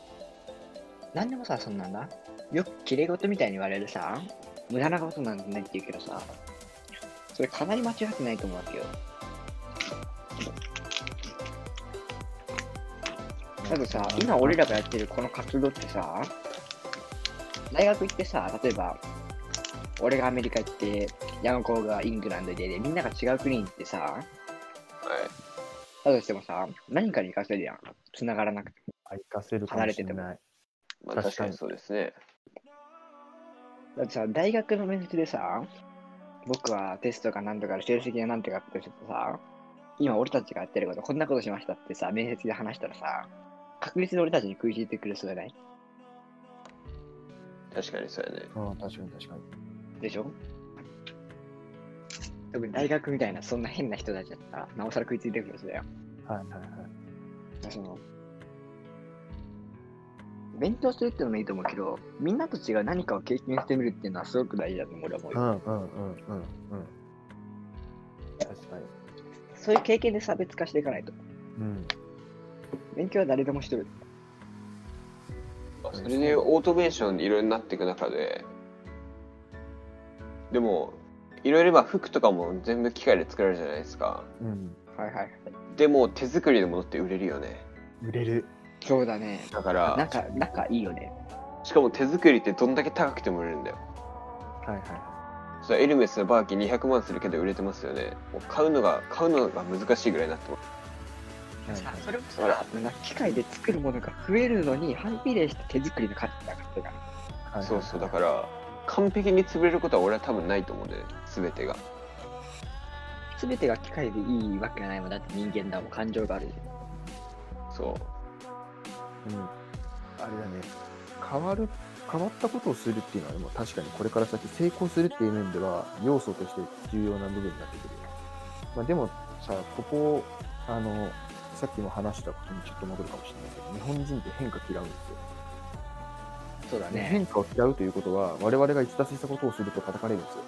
[SPEAKER 4] なんでもさ、そんなんだ。よく綺麗事みたいに言われるさ、無駄なことなんてないって言うけどさ、それかなり間違ってないと思うわけよ。だってさ、今俺らがやってるこの活動ってさ、大学行ってさ、例えば、俺がアメリカ行って、ヤマコウがイングランドでで、みんなが違う国に行ってさ、だとしてもさ、何かに活かせるやん。繋がらなくて。
[SPEAKER 3] あ行かせるかもしれない。
[SPEAKER 1] まあ、
[SPEAKER 3] 確かに
[SPEAKER 1] 確かにそうですね。
[SPEAKER 4] だってさ、大学の面接でさ、僕はテストが何とかで成績が何とかってちょっとさ、今俺たちがやってること、こんなことしましたってさ、面接で話したらさ、確率で俺たちに食いついてくる人じゃない
[SPEAKER 1] 確かにそうやね。
[SPEAKER 3] うん、確かに確かに。
[SPEAKER 4] でしょ特に大学みたいな、そんな変な人たちだったら、なおさら食いついてくる人だよ。
[SPEAKER 3] はいはいはい。
[SPEAKER 4] その、勉強するってのもいいと思うけど、みんなと違う何かを経験してみるっていうのはすごく大事だと思う俺は思うよ
[SPEAKER 3] うんうんうんうんうん。確かに。
[SPEAKER 4] そういう経験で差別化していかないと。
[SPEAKER 3] うん。
[SPEAKER 4] 勉強は誰でもしてる。
[SPEAKER 1] まあそれでオートメーションいろいろなっていく中で、でも、いろいろ今服とかも全部機械で作られるじゃないですか。
[SPEAKER 3] うん。
[SPEAKER 4] はいはいはい。
[SPEAKER 1] でも手作りのものって売れるよね。
[SPEAKER 3] 売れる。
[SPEAKER 4] そうだね。
[SPEAKER 1] だか
[SPEAKER 4] なん
[SPEAKER 1] ら、
[SPEAKER 4] か、なんかいいよね。
[SPEAKER 1] しかも手作りってどんだけ高くても売れるんだよ。
[SPEAKER 3] はいは
[SPEAKER 1] それエルメスのバーキン200万するけど売れてますよね。もう買うのが、買うのが難しいぐらいになってます。
[SPEAKER 3] い。はい
[SPEAKER 4] さ
[SPEAKER 3] はい
[SPEAKER 4] それも
[SPEAKER 1] ほら
[SPEAKER 4] さ、なんか機械で作るものが増えるのに、反比例して手作りの価値が上がってるから。
[SPEAKER 3] はいはい
[SPEAKER 1] そうそう、だから、完璧に潰れることは俺は多分ないと思うんだよね。全てが。
[SPEAKER 4] すべてが機械でいいわけがないもんだって人間だもん、感情があるし。
[SPEAKER 1] そう。
[SPEAKER 3] うん、あれだね変わる変わったことをするっていうのはでも確かにこれから先成功するっていう面では要素として重要な部分になってくるよね、まあ、でもさここあのさっきも話したことにちょっと戻るかもしれないけど日本人って変化嫌うんですよ
[SPEAKER 4] そう だね。
[SPEAKER 3] 変化を嫌うということは我々が逸脱したことをすると叩かれるんですよ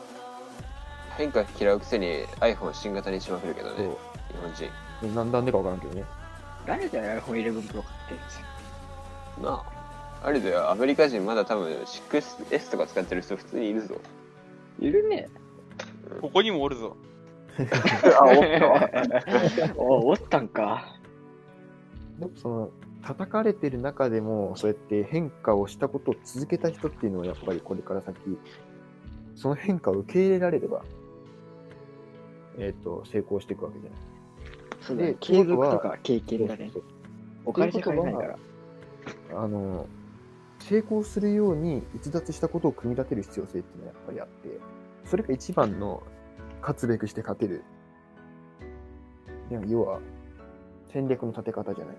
[SPEAKER 1] 変化嫌うくせに iPhone 新型にしまくるけどね、
[SPEAKER 3] そ
[SPEAKER 1] 日本人。
[SPEAKER 3] うななんでか分からんけどね
[SPEAKER 4] 誰だよ、iPhone11 Pro 買ってるんですよ。
[SPEAKER 1] なあ。あれだよ、アメリカ人まだ多分 6S とか使ってる人普通にいるぞ。
[SPEAKER 4] いるね。
[SPEAKER 2] ここにもおるぞ。
[SPEAKER 1] あ、おったわ。
[SPEAKER 4] おおったんか。
[SPEAKER 3] でもその叩かれてる中でもそうやって変化をしたことを続けた人っていうのはやっぱりこれから先その変化を受け入れられれば、えっと成功していくわけじゃない。
[SPEAKER 4] そうだね
[SPEAKER 3] で。
[SPEAKER 4] 継続とか経験だ
[SPEAKER 3] そう
[SPEAKER 4] ね。
[SPEAKER 3] そう
[SPEAKER 4] お金じゃ買えないから。
[SPEAKER 3] そうあの成功するように逸脱したことを組み立てる必要性っていうのはやっぱりあってそれが一番の勝つべくして勝てるいや要は戦略の立て方じゃない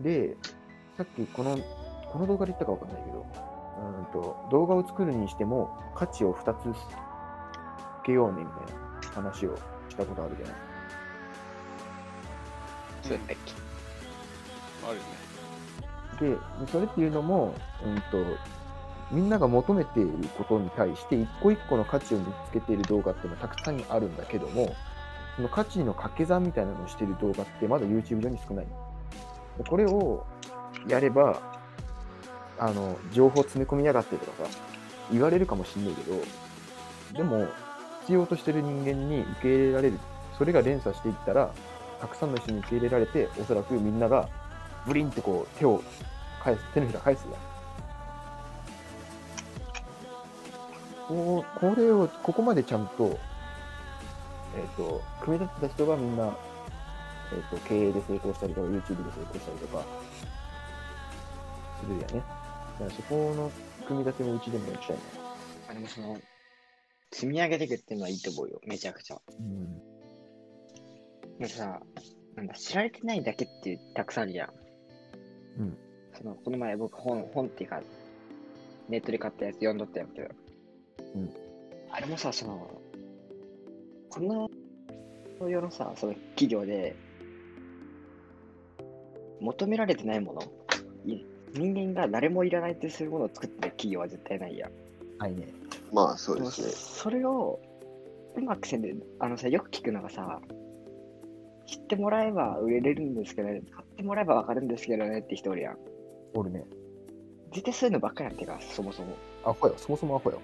[SPEAKER 3] でさっきこのこの動画で言ったかわかんないけどうーんと動画を作るにしても価値を2つつけようねみたいな話をしたことあるじゃない
[SPEAKER 1] そうやっ
[SPEAKER 2] あるね。
[SPEAKER 3] ででそれっていうのも、うん、とみんなが求めていることに対して一個一個の価値を見つけている動画っていうのはたくさんあるんだけどもその価値の掛け算みたいなのをしている動画ってまだ YouTube 上に少ないでこれをやればあの情報詰め込みやがってとかさ言われるかもしんないけどでも必要としてる人間に受け入れられるそれが連鎖していったらたくさんの人に受け入れられておそらくみんながブリンってこう手を返す手のひら返すやんこうこれをここまでちゃんと,、えー、と組み立てた人がみんな、えー、と経営で成功したりとか YouTube で成功したりとかするやねだからそこの組み立てもうちでもやりたいな、
[SPEAKER 4] あでもその、積み上げていくっていうのはいいと思うよ、めちゃくちゃ。
[SPEAKER 3] うん、
[SPEAKER 4] なんかさ、なんだ、知られてないだけっていうたくさんあるじゃん。
[SPEAKER 3] うん。
[SPEAKER 4] その、この前僕本、本っていうか、ネットで買ったやつ読んどったんやけど。
[SPEAKER 3] うん。
[SPEAKER 4] あれもさ、その、この世のさ、その企業で、求められてないもの、い人間が誰もいらないってするものを作ってる企業は絶対ないやん。
[SPEAKER 3] はいね
[SPEAKER 1] まあ、そう
[SPEAKER 4] で
[SPEAKER 1] で
[SPEAKER 4] も
[SPEAKER 1] すね。
[SPEAKER 4] それをうまくせんであのさよく聞くのがさ知ってもらえば売れれるんですけどね買ってもらえばわかるんですけどねって人おるやん
[SPEAKER 3] おるね
[SPEAKER 4] 絶対そういうのばっかりやんってかそもそも
[SPEAKER 3] アホよそもそもアホよ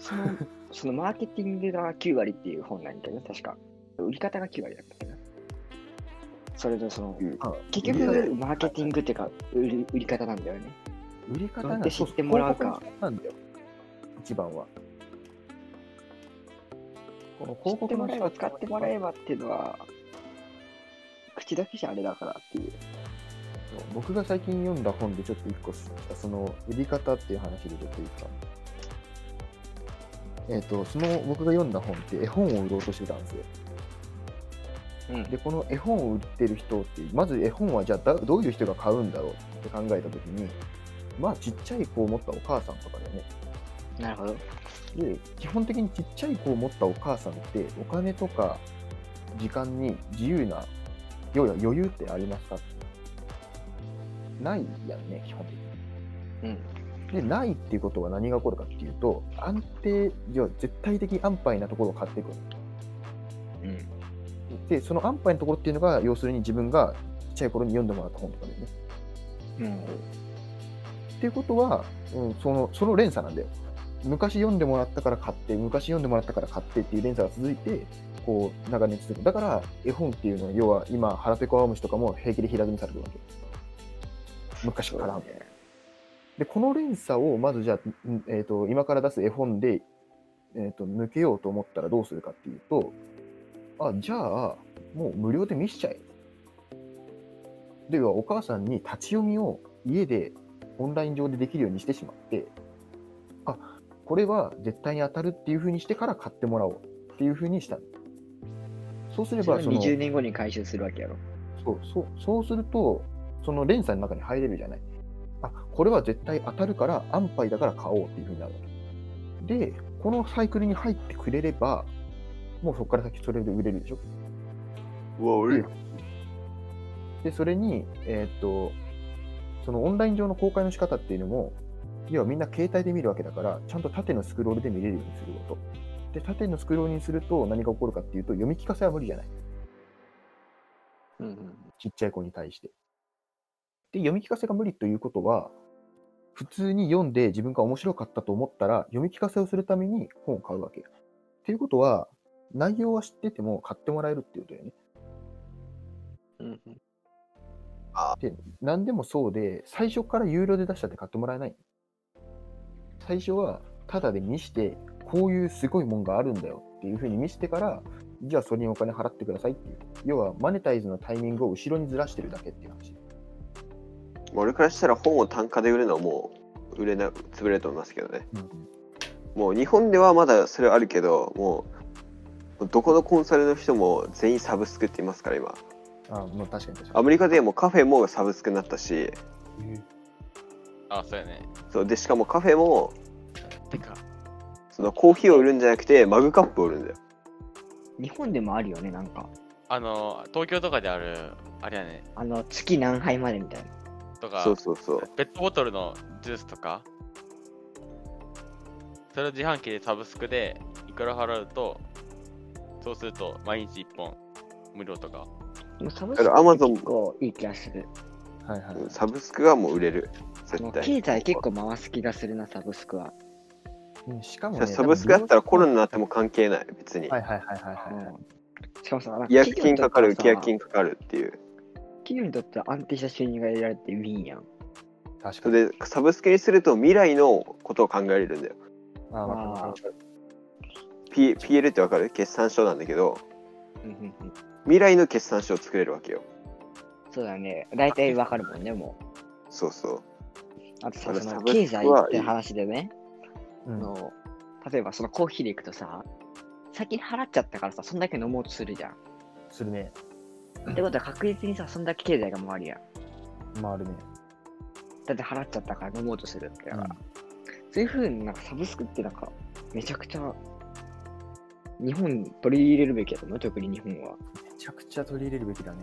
[SPEAKER 4] そのそのマーケティングが9割っていう本なんだけどね確か売り方が9割だったっけどそれでその、
[SPEAKER 1] うん
[SPEAKER 4] 結局マーケティングっていうか売り売り方なんだよね
[SPEAKER 3] 売り方
[SPEAKER 4] どうやっ
[SPEAKER 3] が
[SPEAKER 4] て知ってもらうか
[SPEAKER 3] そう広告の仕方なんだよ一番はこの
[SPEAKER 4] 知ってもら
[SPEAKER 3] 仕
[SPEAKER 4] え
[SPEAKER 3] 方
[SPEAKER 4] ば使ってもらえばっていうのは口だけじゃあれだからっていう
[SPEAKER 3] 僕が最近読んだ本でちょっと一個その売り方っていう話でちょっといいかえっ、とその僕が読んだ本って絵本を売ろうとしてたんですよ
[SPEAKER 4] うん
[SPEAKER 3] でこの絵本を売ってる人ってまず絵本はじゃあだどういう人が買うんだろうって考えた時にまあちっちゃい子を持ったお母さんとかだよね
[SPEAKER 4] なるほど
[SPEAKER 3] で基本的にちっちゃい子を持ったお母さんってお金とか時間に自由な要は余裕ってありますかないやんね基本的に。
[SPEAKER 4] うん
[SPEAKER 3] でないっていうことは何が起こるかっていうと安定要は絶対的安牌なところを買っていく
[SPEAKER 4] うん
[SPEAKER 3] でその安牌のところっていうのが要するに自分がちっちゃい頃に読んでもらった本とかだよね。
[SPEAKER 4] うん
[SPEAKER 3] っていうことは、うん、そのその連鎖なんだよ昔読んでもらったから買って昔読んでもらったから買ってっていう連鎖が続いてこう長年続くだから絵本っていうのは要は今腹ペコアオムシとかも平気で平積みされてるわけ昔から
[SPEAKER 4] そうだね
[SPEAKER 3] でこの連鎖をまずじゃあ、うんえー、と今から出す絵本で、えー、と抜けようと思ったらどうするかっていうとあじゃあもう無料で見しちゃえではお母さんに立ち読みを家でオンライン上でできるようにしてしまってあこれは絶対に当たるっていうふうにしてから買ってもらおうっていうふうにしたのそうすれ
[SPEAKER 4] そ
[SPEAKER 3] ば
[SPEAKER 4] れ
[SPEAKER 3] そ
[SPEAKER 4] を
[SPEAKER 3] の
[SPEAKER 4] 20年後に回収するわけやろ。
[SPEAKER 3] そうそうそうするとその連鎖の中に入れるじゃないあこれは絶対当たるから安牌だから買おうっていうふうになるわけでこのサイクルに入ってくれればもうそこから先それで売れるでしょ
[SPEAKER 1] うわ、俺、
[SPEAKER 3] でそれにえーっとそのオンライン上の公開の仕方っていうのも要はみんな携帯で見るわけだからちゃんと縦のスクロールで見れるようにすることで縦のスクロールにすると何が起こるかっていうと読み聞かせは無理じゃない
[SPEAKER 4] うんうん、
[SPEAKER 3] ちっちゃい子に対して。で、読み聞かせが無理ということは、普通に読んで自分が面白かったと思ったら、読み聞かせをするために本を買うわけ。っていうことは、内容は知ってても買ってもらえるっていうことだよね。
[SPEAKER 4] うんうん。
[SPEAKER 3] で、何でもそうで、最初から有料で出したって買ってもらえない。最初は、ただで見して、こういうすごいもんがあるんだよっていうふうに見してから、じゃあそれにお金払ってくださいっていう。要は、マネタイズのタイミングを後ろにずらしてるだけっていう話。
[SPEAKER 1] 俺からしたら本を単価で売るのはもう、売れな、潰れると思いますけどね。もう日本ではまだそれはあるけど、もう、どこのコンサルの人も全員サブスクって言いますから、今。
[SPEAKER 3] あ、もう確かに確かに。
[SPEAKER 1] アメリカでもカフェもサブスクになったし、
[SPEAKER 2] あ、そうやね。
[SPEAKER 1] そうで、しかもカフェも、
[SPEAKER 2] てか、
[SPEAKER 1] そのコーヒーを売るんじゃなくて、マグカップを売るんだよ。
[SPEAKER 4] 日本でもあるよね、なんか。
[SPEAKER 2] あの、東京とかである、あれやね、
[SPEAKER 4] あの、月何杯までみたいな。
[SPEAKER 2] とか、
[SPEAKER 1] そうそうそう。
[SPEAKER 2] ペットボトルのジュースとか、それを自販機でサブスクでいくら払うと、そうすると毎日1本無料とか。
[SPEAKER 4] でもサブス
[SPEAKER 1] だ
[SPEAKER 4] ク
[SPEAKER 1] から Amazon
[SPEAKER 4] 結構いい気がする。
[SPEAKER 3] はいはい、
[SPEAKER 1] サブスクがもう売れる。
[SPEAKER 4] も
[SPEAKER 1] 絶
[SPEAKER 4] う
[SPEAKER 1] 対。
[SPEAKER 4] 経済結構回す気がするな、サブスクは。
[SPEAKER 3] うんしかも、
[SPEAKER 1] さ
[SPEAKER 3] ね、
[SPEAKER 1] サブスクだったらコロナに
[SPEAKER 3] は
[SPEAKER 1] なっても関係ない、別に
[SPEAKER 3] い。はいはいはいはい。
[SPEAKER 4] うんしかもさ、なんか
[SPEAKER 1] 違約金かかる、
[SPEAKER 4] 企
[SPEAKER 1] 違
[SPEAKER 4] 業に
[SPEAKER 1] 約
[SPEAKER 4] とっては
[SPEAKER 1] 金か
[SPEAKER 4] さ
[SPEAKER 1] かるっていう。
[SPEAKER 4] 企業にとっては安定した収入が得られてウィンやん。
[SPEAKER 3] 確
[SPEAKER 1] そ
[SPEAKER 3] かに。
[SPEAKER 1] れで、サブスクにすると未来のことを考えれるんだよ。
[SPEAKER 3] ああ、ま
[SPEAKER 4] まあ
[SPEAKER 3] あ、楽しかっ
[SPEAKER 1] P、PL ってわかる決算書なんだけど、
[SPEAKER 4] うんうんうん
[SPEAKER 1] 未来の決算書を作れるわけよ。
[SPEAKER 4] そうだね。大体わかるもんね、もう。
[SPEAKER 1] そうそう。
[SPEAKER 4] あと
[SPEAKER 1] あ
[SPEAKER 4] さ、
[SPEAKER 1] の
[SPEAKER 4] そ
[SPEAKER 1] サ
[SPEAKER 4] の
[SPEAKER 1] ブスク
[SPEAKER 4] 経済って話でね、
[SPEAKER 3] た。う
[SPEAKER 4] あ
[SPEAKER 3] ん、
[SPEAKER 4] の例えばそのコーヒーで行くとさ、先に払っちゃったからさ、そんだけ飲もうとするじゃん。
[SPEAKER 3] するね。
[SPEAKER 4] ってことは確実にさ、そんだけ経済が回るやん。
[SPEAKER 3] まあ、あるね。
[SPEAKER 4] だって払っちゃったから飲もうとするわけだから。そういう風になんかサブスクってなんか、めちゃくちゃ、日本に取り入れるべきやと思う、特に日本は。
[SPEAKER 3] めちゃくちゃ取り入れるべきだね。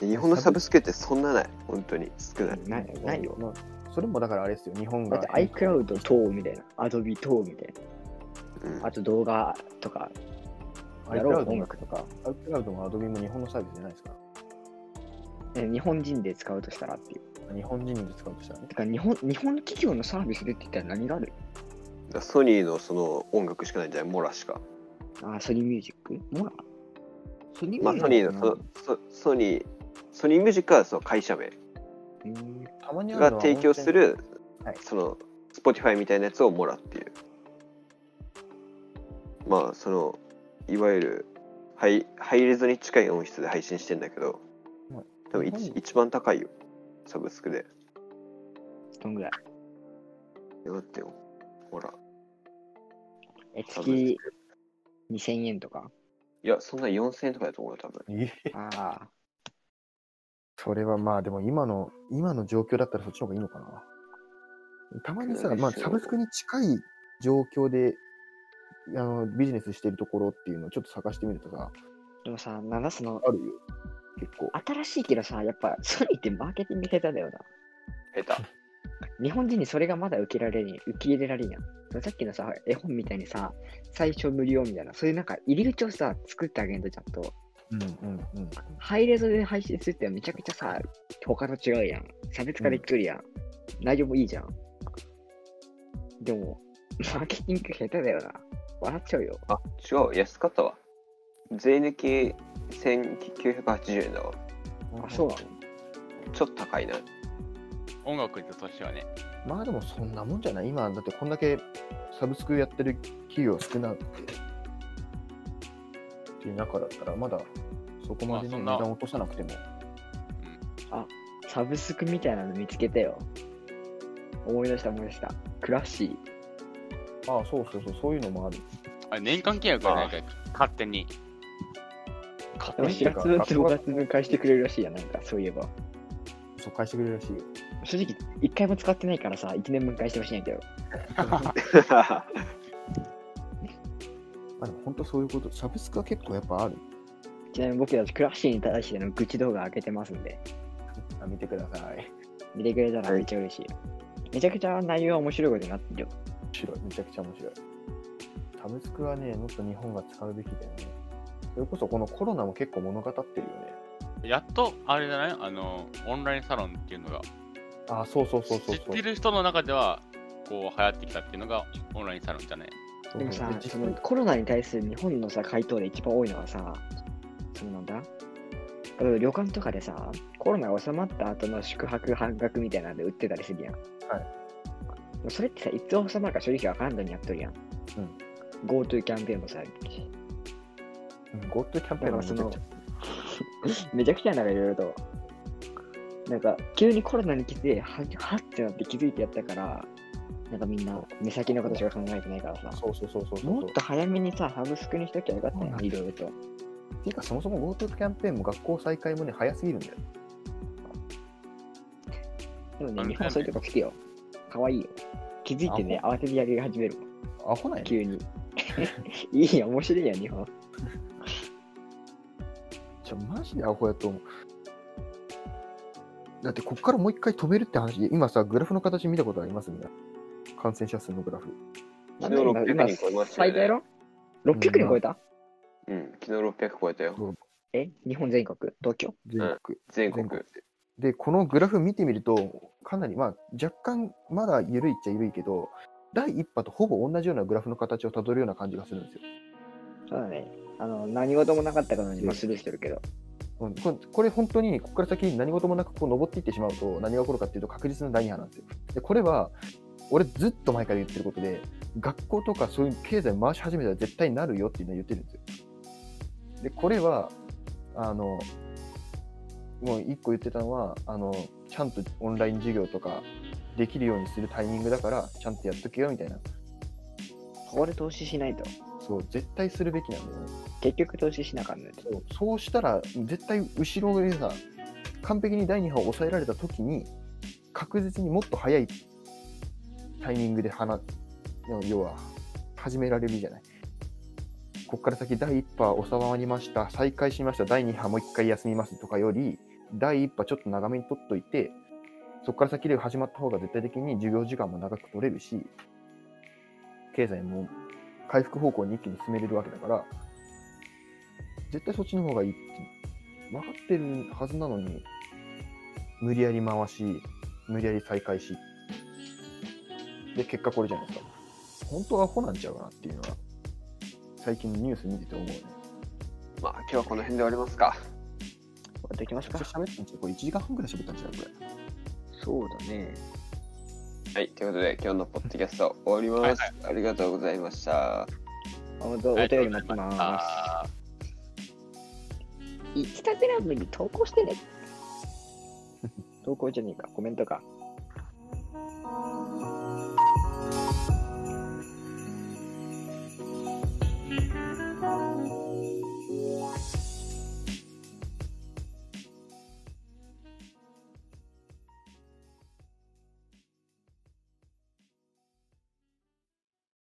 [SPEAKER 1] で日本のサブスクってそんなない。本当に少ない。
[SPEAKER 4] ないないよ。
[SPEAKER 3] まあそれもだからあれですよ、日本
[SPEAKER 4] だっ
[SPEAKER 3] が。
[SPEAKER 4] て iCloud 等みたいな、Adobe 等みたい
[SPEAKER 1] うん
[SPEAKER 4] な、あと動画とか、やろう音
[SPEAKER 3] iCloud も
[SPEAKER 4] 楽とか、
[SPEAKER 3] iCloud も Adobe も日本のサービスじゃないですか。
[SPEAKER 4] ね日本人で使うとしたらっていう。
[SPEAKER 3] 日本人で使うとしたらね。
[SPEAKER 4] てか日本、日本企業のサービスでって言ったら何がある
[SPEAKER 1] だからソニーのその音楽しかないんじゃないモラしか。
[SPEAKER 4] あ、ソニーミュージックモラソニー
[SPEAKER 1] まあ、ソニーのそそソニー、ソニーミュージックはその会社名
[SPEAKER 4] うん
[SPEAKER 3] たまにある
[SPEAKER 1] が
[SPEAKER 3] のは
[SPEAKER 1] 提供する、
[SPEAKER 3] はい
[SPEAKER 1] その、Spotify みたいなやつをモラっていう。まあ、その、いわゆる、ハイハイレゾに近い音質で配信してんだけど
[SPEAKER 3] はい、
[SPEAKER 1] でも一
[SPEAKER 3] 日本
[SPEAKER 1] 一番高いよ、サブスクで。
[SPEAKER 4] どんぐらい
[SPEAKER 1] え待ってよ、ほら。
[SPEAKER 4] え
[SPEAKER 1] サブスク
[SPEAKER 4] 月2000円とか
[SPEAKER 1] いや、そんな4000円とかだと思うよ、多分。
[SPEAKER 3] 本店。え
[SPEAKER 4] ああ、
[SPEAKER 3] それはまあでも今の、今の状況だったらそっちの方がいいのかな。たまにさ、まあサブスクに近い状況で、あのビジネスしてるところっていうのをちょっと探してみるとさ、
[SPEAKER 4] でもさ、なんだその、
[SPEAKER 3] あるよ。結構。
[SPEAKER 4] 新しいけどさ、やっぱソニーってマーケティング下手だよな。
[SPEAKER 1] 下 手。
[SPEAKER 4] 日本人にそれがまだ受けられに受け入れられんやん。さっきのさ、絵本みたいにさ、最初無料みたいな、そういうなんか入り口をさ、作ってあげんとちゃんと、
[SPEAKER 3] うんうんうん。
[SPEAKER 4] ハイレゾで配信するってめちゃくちゃさ、他と違うやん。差別化できとるやん。内容もいいじゃん。でも、マーケティング下手だよな。笑っちゃうよ。
[SPEAKER 1] あ、違う、安かったわ。税抜き1980円だわ。
[SPEAKER 4] あ、そうなの
[SPEAKER 1] ちょっと高い な。
[SPEAKER 2] 音楽としてはね。
[SPEAKER 3] まあでもそんなもんじゃない今だってこんだけサブスクやってる企業少なくてっていう中だったらまだそこまでね
[SPEAKER 2] ま
[SPEAKER 3] 値
[SPEAKER 2] あそんな
[SPEAKER 3] 段落とさなくても
[SPEAKER 4] サブスクみたいなの見つけてよ。思い出した思い出した。クラッシー。
[SPEAKER 3] ああそうそうそうそういうのもある
[SPEAKER 5] あれ年間契約じゃないか、勝手に。
[SPEAKER 2] 勝
[SPEAKER 4] で
[SPEAKER 2] 手
[SPEAKER 4] も
[SPEAKER 2] に
[SPEAKER 4] 4月分と5月分返してくれるらしいやん、なんかそういえば。
[SPEAKER 3] そう返してくれるらしいよ
[SPEAKER 4] 正直、1回も使ってないからさ、1年分返してほしいんやけど。
[SPEAKER 3] まあでも本当そういうことサブスクは結構やっぱある
[SPEAKER 4] ちなみに僕たちクラッシーに対しての愚痴動画開けてますんで、
[SPEAKER 3] あ見てください
[SPEAKER 4] 見てくれたら
[SPEAKER 1] はい
[SPEAKER 4] めっちゃ嬉しい。めちゃくちゃ内容は面白いことになってるよ。
[SPEAKER 3] 面白いめちゃくちゃ面白いサブスクはねもっと日本が使うべきだよねそれこそこのコロナも結構物語ってるよね
[SPEAKER 5] やっと、あれじゃないあの、オンラインサロンっていうのが、
[SPEAKER 3] ああそうそうそうそうそう
[SPEAKER 5] 知ってる人の中では、こう、流行ってきたっていうのが、オンラインサロンじゃない。
[SPEAKER 3] そう
[SPEAKER 4] でも
[SPEAKER 3] そう
[SPEAKER 4] さ
[SPEAKER 3] で、実
[SPEAKER 4] そ
[SPEAKER 3] 際
[SPEAKER 4] のコロナに対する日本のさ、回答で一番多いのはさ、そのなんだ例えば旅館とかでさ、コロナが収まった後の宿泊半額みたいなんで売ってたりするやん。
[SPEAKER 3] はい
[SPEAKER 4] い。それってさ、いつ収まるか正直わからんのにやっとるやん。GoTo キャンペーンもさ、
[SPEAKER 3] うん GoTo キャンペーンがめちゃくちゃ
[SPEAKER 4] めちゃく ちゃなんかいろいろと。なんか、急にコロナに来て、ははってなって気づいてやったから、なんかみんな目先のことしか考えてないからさ、
[SPEAKER 3] そうそうそうそうそう
[SPEAKER 4] もっと早めにさ、サブスクにしときゃよかった
[SPEAKER 3] そう
[SPEAKER 4] よ
[SPEAKER 3] な、んだ
[SPEAKER 4] いろいろ
[SPEAKER 3] て
[SPEAKER 4] と。
[SPEAKER 3] いうかそもそも GoTo キャンペーンも学校再開もね早すぎるんだよ
[SPEAKER 4] でも
[SPEAKER 5] あ
[SPEAKER 4] ね、
[SPEAKER 5] の
[SPEAKER 4] 日本はそういうとこ好きよ。かわいいよ。気づいてね、慌ててやり始めるもん
[SPEAKER 3] アホなんやね
[SPEAKER 4] 急に。 いいよ、面白いやん、日本。
[SPEAKER 3] じゃマジでアホやと思うだってこっからもう一回止めるって話で今さグラフの形見たことありますみんな感染者数のグラフ
[SPEAKER 1] 昨日
[SPEAKER 4] なんだ今
[SPEAKER 1] 600人超えました
[SPEAKER 4] 最
[SPEAKER 1] よ
[SPEAKER 4] 多や
[SPEAKER 1] ね。
[SPEAKER 4] ろ ?600 人超えた、
[SPEAKER 1] うん、昨日600超えたよ。
[SPEAKER 4] え日本全国東京
[SPEAKER 3] 全国、
[SPEAKER 1] 全国。
[SPEAKER 3] 全でこのグラフ見てみるとかなりまあ若干まだ緩いっちゃ緩いけど第一波とほぼ同じようなグラフの形をたどるような感じがするんですよ
[SPEAKER 4] そうだね。あの、何事もなかったかのように、まあ、スルーしてるけど。
[SPEAKER 3] うんこれこれ本当にここから先何事もなくこう登っていってしまうと何が起こるかっていうと確実な第2波なんですよ。でこれは俺ずっと前から言ってることで学校とかそういう経済回し始めたら絶対なるよっていうのは言ってるんですよ。で、これは、あの、もう一個言ってたのは、あの、ちゃんとオンライン授業とかできるようにするタイミングだから、ちゃんとやっとけよみたいな。
[SPEAKER 4] ここで投資しないと。
[SPEAKER 3] そう、絶対するべきなんだよね。
[SPEAKER 4] 結局投資しなかったと。
[SPEAKER 3] そうそうしたら絶対後ろでさ完璧に第2波を抑えられた時に確実にもっと早いタイミングで花要は始められるじゃないここから先第1波収まりました再開しました第2波もう1回休みますとかより第1波ちょっと長めに取っといてそこから先で始まった方が絶対的に授業時間も長く取れるし経済も回復方向に一気に進めれるわけだから絶対そっちの方がいいって分かってるはずなのに無理やり回し無理やり再開しで結果これじゃないですか本当アホなんちゃうかなっていうのは最近ニュース見てて思うね
[SPEAKER 1] まあ今日はこの辺で終わりますか。
[SPEAKER 4] 終わっていきましょう
[SPEAKER 3] めっ
[SPEAKER 4] か。
[SPEAKER 3] ちゃ喋ってんじゃんこれ1時間半くらい喋ったんじゃないこれ
[SPEAKER 4] そうだね。
[SPEAKER 1] はい、ということで今日のポッドキャスト終わります。ありがとうございました。
[SPEAKER 4] おお便り待ってま
[SPEAKER 5] あー
[SPEAKER 4] す。インスタグラムに投稿してね。投稿じゃねえか、コメントか。